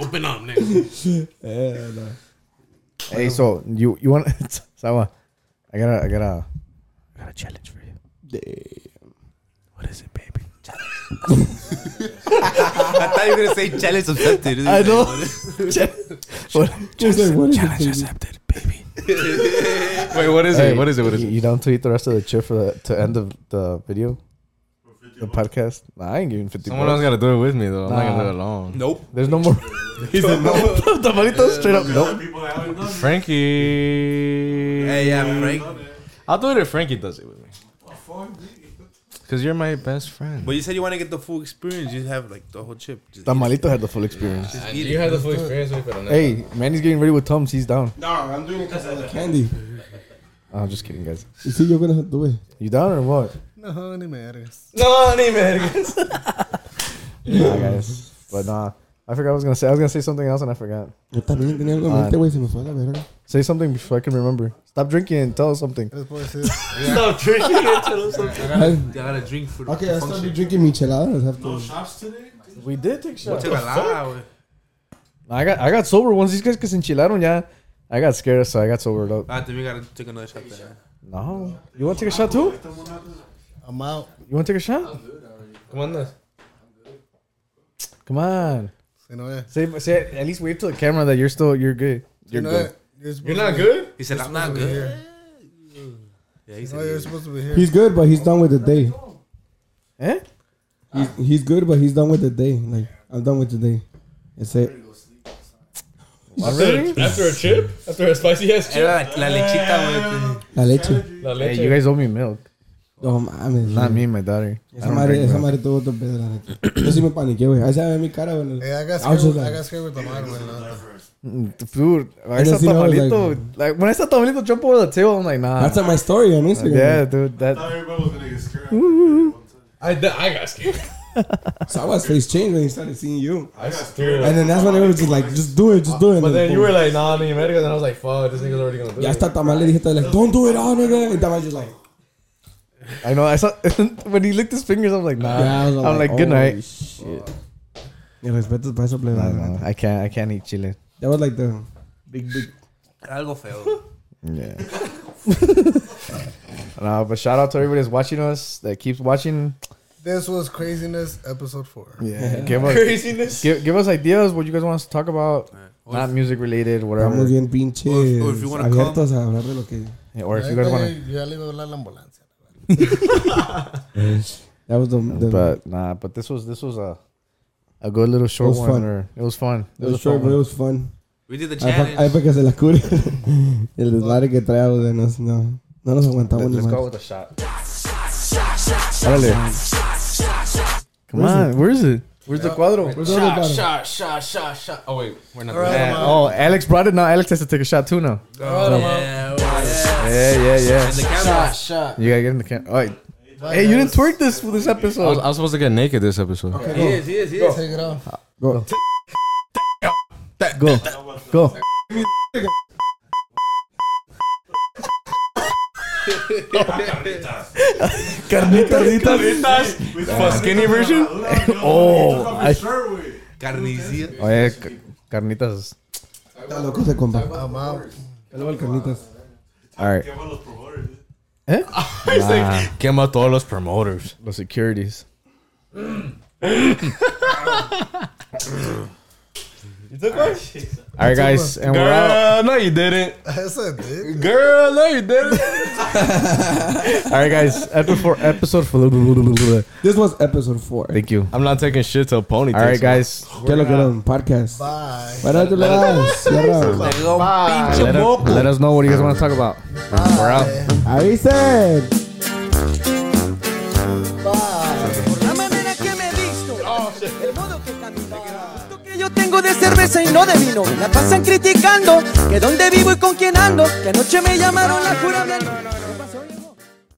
[SPEAKER 5] Open up, nigga.
[SPEAKER 2] Yeah, no.
[SPEAKER 3] Hey, so you, you want, (laughs) Sawa? I gotta, I gotta, I got a challenge for you.
[SPEAKER 9] What is it, baby? I thought you were gonna say challenge accepted.
[SPEAKER 3] I know. What-
[SPEAKER 2] Just like, what is it, baby?
[SPEAKER 9] accepted, baby.
[SPEAKER 6] Wait, what is
[SPEAKER 3] Hey,
[SPEAKER 6] it? What is it? What is
[SPEAKER 3] you,
[SPEAKER 6] it?
[SPEAKER 3] you down to eat the rest of the chip for the to end of the video, the podcast? Nah, I ain't giving fifty.
[SPEAKER 6] Someone
[SPEAKER 3] bucks.
[SPEAKER 6] else got to do it with me, though. I'm not going
[SPEAKER 3] Nah.
[SPEAKER 6] to do it alone.
[SPEAKER 9] Nope.
[SPEAKER 3] There's no more.
[SPEAKER 6] (laughs)
[SPEAKER 3] He
[SPEAKER 9] (laughs)
[SPEAKER 3] said no. Tamalitos straight up. Nope.
[SPEAKER 7] People that haven't done
[SPEAKER 6] Frankie.
[SPEAKER 9] Hey, yeah, Frank.
[SPEAKER 6] I'll do it if Frankie does it with me.
[SPEAKER 7] Oh,
[SPEAKER 6] Because you're my best friend.
[SPEAKER 9] But you said you want to get the full experience. You have like the whole chip. Just eat
[SPEAKER 3] Tamalito had the full experience.
[SPEAKER 9] it. Eat
[SPEAKER 4] You
[SPEAKER 9] it.
[SPEAKER 4] had the full experience with it.
[SPEAKER 3] Hey, Manny's getting ready with Tums. He's down.
[SPEAKER 2] No, I'm doing it because I like candy.
[SPEAKER 3] Oh, I'm just kidding, guys.
[SPEAKER 2] You see, you're gonna do it.
[SPEAKER 3] You down or what?
[SPEAKER 8] No, ni mergas.
[SPEAKER 4] No, ni verga.
[SPEAKER 3] nah, guys. But nah, I forgot what I was gonna say. I was gonna say something else and I forgot.
[SPEAKER 2] Yo también tenía algo en
[SPEAKER 3] Ah.
[SPEAKER 2] mente, güey, se me fue a la verga.
[SPEAKER 3] Say something before I can remember. Stop drinking and tell us something.
[SPEAKER 8] ¿Qué les puedo decir?
[SPEAKER 9] I gotta drink for
[SPEAKER 2] Okay, I started drinking micheladas after.
[SPEAKER 7] shops today.
[SPEAKER 3] We did take shots.
[SPEAKER 9] Took a lot, güey.
[SPEAKER 3] I got I got sober once. These guys que se enchilaron ya. I got scared, so I got sobered up.
[SPEAKER 9] I think Ah, we gotta take another shot. There.
[SPEAKER 3] No. You want to take a shot too?
[SPEAKER 8] I'm out.
[SPEAKER 3] You want to take a shot?
[SPEAKER 6] Come on, this.
[SPEAKER 3] Come on.
[SPEAKER 8] Si no es.
[SPEAKER 3] Say, say at least wave to the camera that you're still you're good.
[SPEAKER 8] Si
[SPEAKER 3] You're
[SPEAKER 8] no
[SPEAKER 3] good.
[SPEAKER 8] es. You're, supposed
[SPEAKER 6] You're not
[SPEAKER 8] to be-
[SPEAKER 6] good?
[SPEAKER 9] He said, I'm not
[SPEAKER 8] supposed to be
[SPEAKER 9] good.
[SPEAKER 8] here.
[SPEAKER 9] Yeah, he
[SPEAKER 8] No, you're
[SPEAKER 9] said,
[SPEAKER 8] supposed to be here.
[SPEAKER 2] He's good, but he's done with the day.
[SPEAKER 3] Eh?
[SPEAKER 2] He's, he's good, but he's done with the day. Like I'm done with the day. That's it.
[SPEAKER 3] Already?
[SPEAKER 4] After a chip? After a spicy ass
[SPEAKER 9] Era (laughs) la, la lechita, güey.
[SPEAKER 2] (laughs) La leche.
[SPEAKER 4] La
[SPEAKER 3] Hey, you guys owe me milk.
[SPEAKER 2] No mames.
[SPEAKER 3] Not
[SPEAKER 2] güey.
[SPEAKER 3] me, my daughter. I
[SPEAKER 2] Esa
[SPEAKER 3] don't
[SPEAKER 2] madre,
[SPEAKER 3] drink
[SPEAKER 2] esa
[SPEAKER 3] milk.
[SPEAKER 2] madre tuvo otro pedo, la neta. Yo sí me paniqué, güey. Ahí se ve mi cara, güey.
[SPEAKER 3] Eh,
[SPEAKER 8] Hey, I got
[SPEAKER 2] I was just
[SPEAKER 8] scared, with, I
[SPEAKER 2] like,
[SPEAKER 8] got scared with Tamar, güey. la neta.
[SPEAKER 3] Mm, Dude, I saw
[SPEAKER 2] just, you know, like-
[SPEAKER 3] Tamalito. Like, when I saw Tamalito jump over the table, I'm like, nah.
[SPEAKER 2] That's on my story on Instagram.
[SPEAKER 3] yeah, dude.
[SPEAKER 7] Not
[SPEAKER 3] That
[SPEAKER 7] everybody was gonna get scared. after that one time.
[SPEAKER 4] I, I got scared.
[SPEAKER 2] So I was face changed when he started seeing you.
[SPEAKER 7] I got scared.
[SPEAKER 2] And then that's when everyone was just like, just do it, just do it.
[SPEAKER 4] But
[SPEAKER 2] And
[SPEAKER 4] then you
[SPEAKER 2] boom.
[SPEAKER 4] were like, nah, ni verga. And I was like, fuck, this nigga's already gonna do
[SPEAKER 2] Ya
[SPEAKER 4] it.
[SPEAKER 2] está Tamal le dije, todo, like, don't do it all, nigga. And Tamal just like,
[SPEAKER 3] I know. I saw (laughs) when he licked his fingers. I'm like, nah.
[SPEAKER 2] Yeah, I was
[SPEAKER 3] I'm
[SPEAKER 2] like,
[SPEAKER 3] like,
[SPEAKER 2] oh,
[SPEAKER 3] good night.
[SPEAKER 2] el respeto es para eso, plebe,
[SPEAKER 3] I,
[SPEAKER 2] la
[SPEAKER 3] know.
[SPEAKER 2] neta.
[SPEAKER 3] I can't. I can't eat chili.
[SPEAKER 2] That was like the big, big.
[SPEAKER 9] Algo feo.
[SPEAKER 3] (laughs) Yeah. no, but shout out to everybody that's watching us. That keeps watching.
[SPEAKER 8] This was craziness, episode four.
[SPEAKER 3] Yeah.
[SPEAKER 2] (laughs)
[SPEAKER 3] Give us give, give us ideas. What you guys want us to talk about? Not music related,
[SPEAKER 2] Estamos
[SPEAKER 3] whatever.
[SPEAKER 2] bien pinches
[SPEAKER 9] Or if- or if you wanna
[SPEAKER 2] abiertos a hablar de lo que.
[SPEAKER 3] Or if you guys want to.
[SPEAKER 8] Yo ya le iba a hablar a la ambulancia. (laughs)
[SPEAKER 2] That was the, the
[SPEAKER 3] But nah, but this was this was a a good little short
[SPEAKER 2] was
[SPEAKER 3] one.
[SPEAKER 2] fun.
[SPEAKER 3] Or, it was fun. It
[SPEAKER 2] it
[SPEAKER 3] was,
[SPEAKER 2] was
[SPEAKER 3] a short
[SPEAKER 2] short, but it
[SPEAKER 3] one.
[SPEAKER 2] was fun.
[SPEAKER 6] We did the
[SPEAKER 2] Ahí
[SPEAKER 6] challenge.
[SPEAKER 2] fue- Ahí fue que se la cure. (laughs) El desmadre que traíamos de nos, no. No nos aguantamos ni
[SPEAKER 3] Let's
[SPEAKER 2] más.
[SPEAKER 3] go with a shot. Órale. Come on, where is it? Where's the cuadro?
[SPEAKER 2] Pues no, no, no.
[SPEAKER 6] Shot, shot, shot, shot. Oh wait, we're not. doing
[SPEAKER 3] Yeah. Oh, Alex brought it. Now Alex has to take a shot too. Now. Yeah, yeah, yeah.
[SPEAKER 6] that. The camera.
[SPEAKER 3] You gotta get in the camera. All right. Hey, you didn't twerk this this
[SPEAKER 6] I was,
[SPEAKER 3] episode.
[SPEAKER 6] I was supposed to get naked this episode.
[SPEAKER 4] He is, he is, he is.
[SPEAKER 8] Take it off.
[SPEAKER 2] Go.
[SPEAKER 3] Go, go. Carnitas.
[SPEAKER 6] Ah, skinny version?
[SPEAKER 3] (laughs) Oh, I-
[SPEAKER 9] Carnicía.
[SPEAKER 3] Oye, ca- carnitas.
[SPEAKER 2] Está loco ese compa.
[SPEAKER 8] I'm out.
[SPEAKER 2] Saludos al Carnitas.
[SPEAKER 3] All right.
[SPEAKER 6] Quema todos los promoters.
[SPEAKER 3] The securities. All right, guys, and we're out.
[SPEAKER 6] Girl, no, you didn't.
[SPEAKER 8] That's a dick.
[SPEAKER 6] Girl, no, you didn't.
[SPEAKER 3] All right, guys, episode episode for.
[SPEAKER 2] This was episode 4.
[SPEAKER 3] Thank you.
[SPEAKER 6] I'm not taking shit till pony.
[SPEAKER 3] All right, guys.
[SPEAKER 2] ¿Qué es lo que era un podcast?
[SPEAKER 8] Bye.
[SPEAKER 2] Para tú le das. Cierra.
[SPEAKER 3] Let us, let us know what you guys want to talk about. We're out.
[SPEAKER 2] Avisen.
[SPEAKER 1] Por la manera que me he visto, el modo que camino, el gusto que yo tengo de cerveza y no de vino. La pasan criticando que dónde vivo y con quién ando. Que anoche me llamaron la jura del-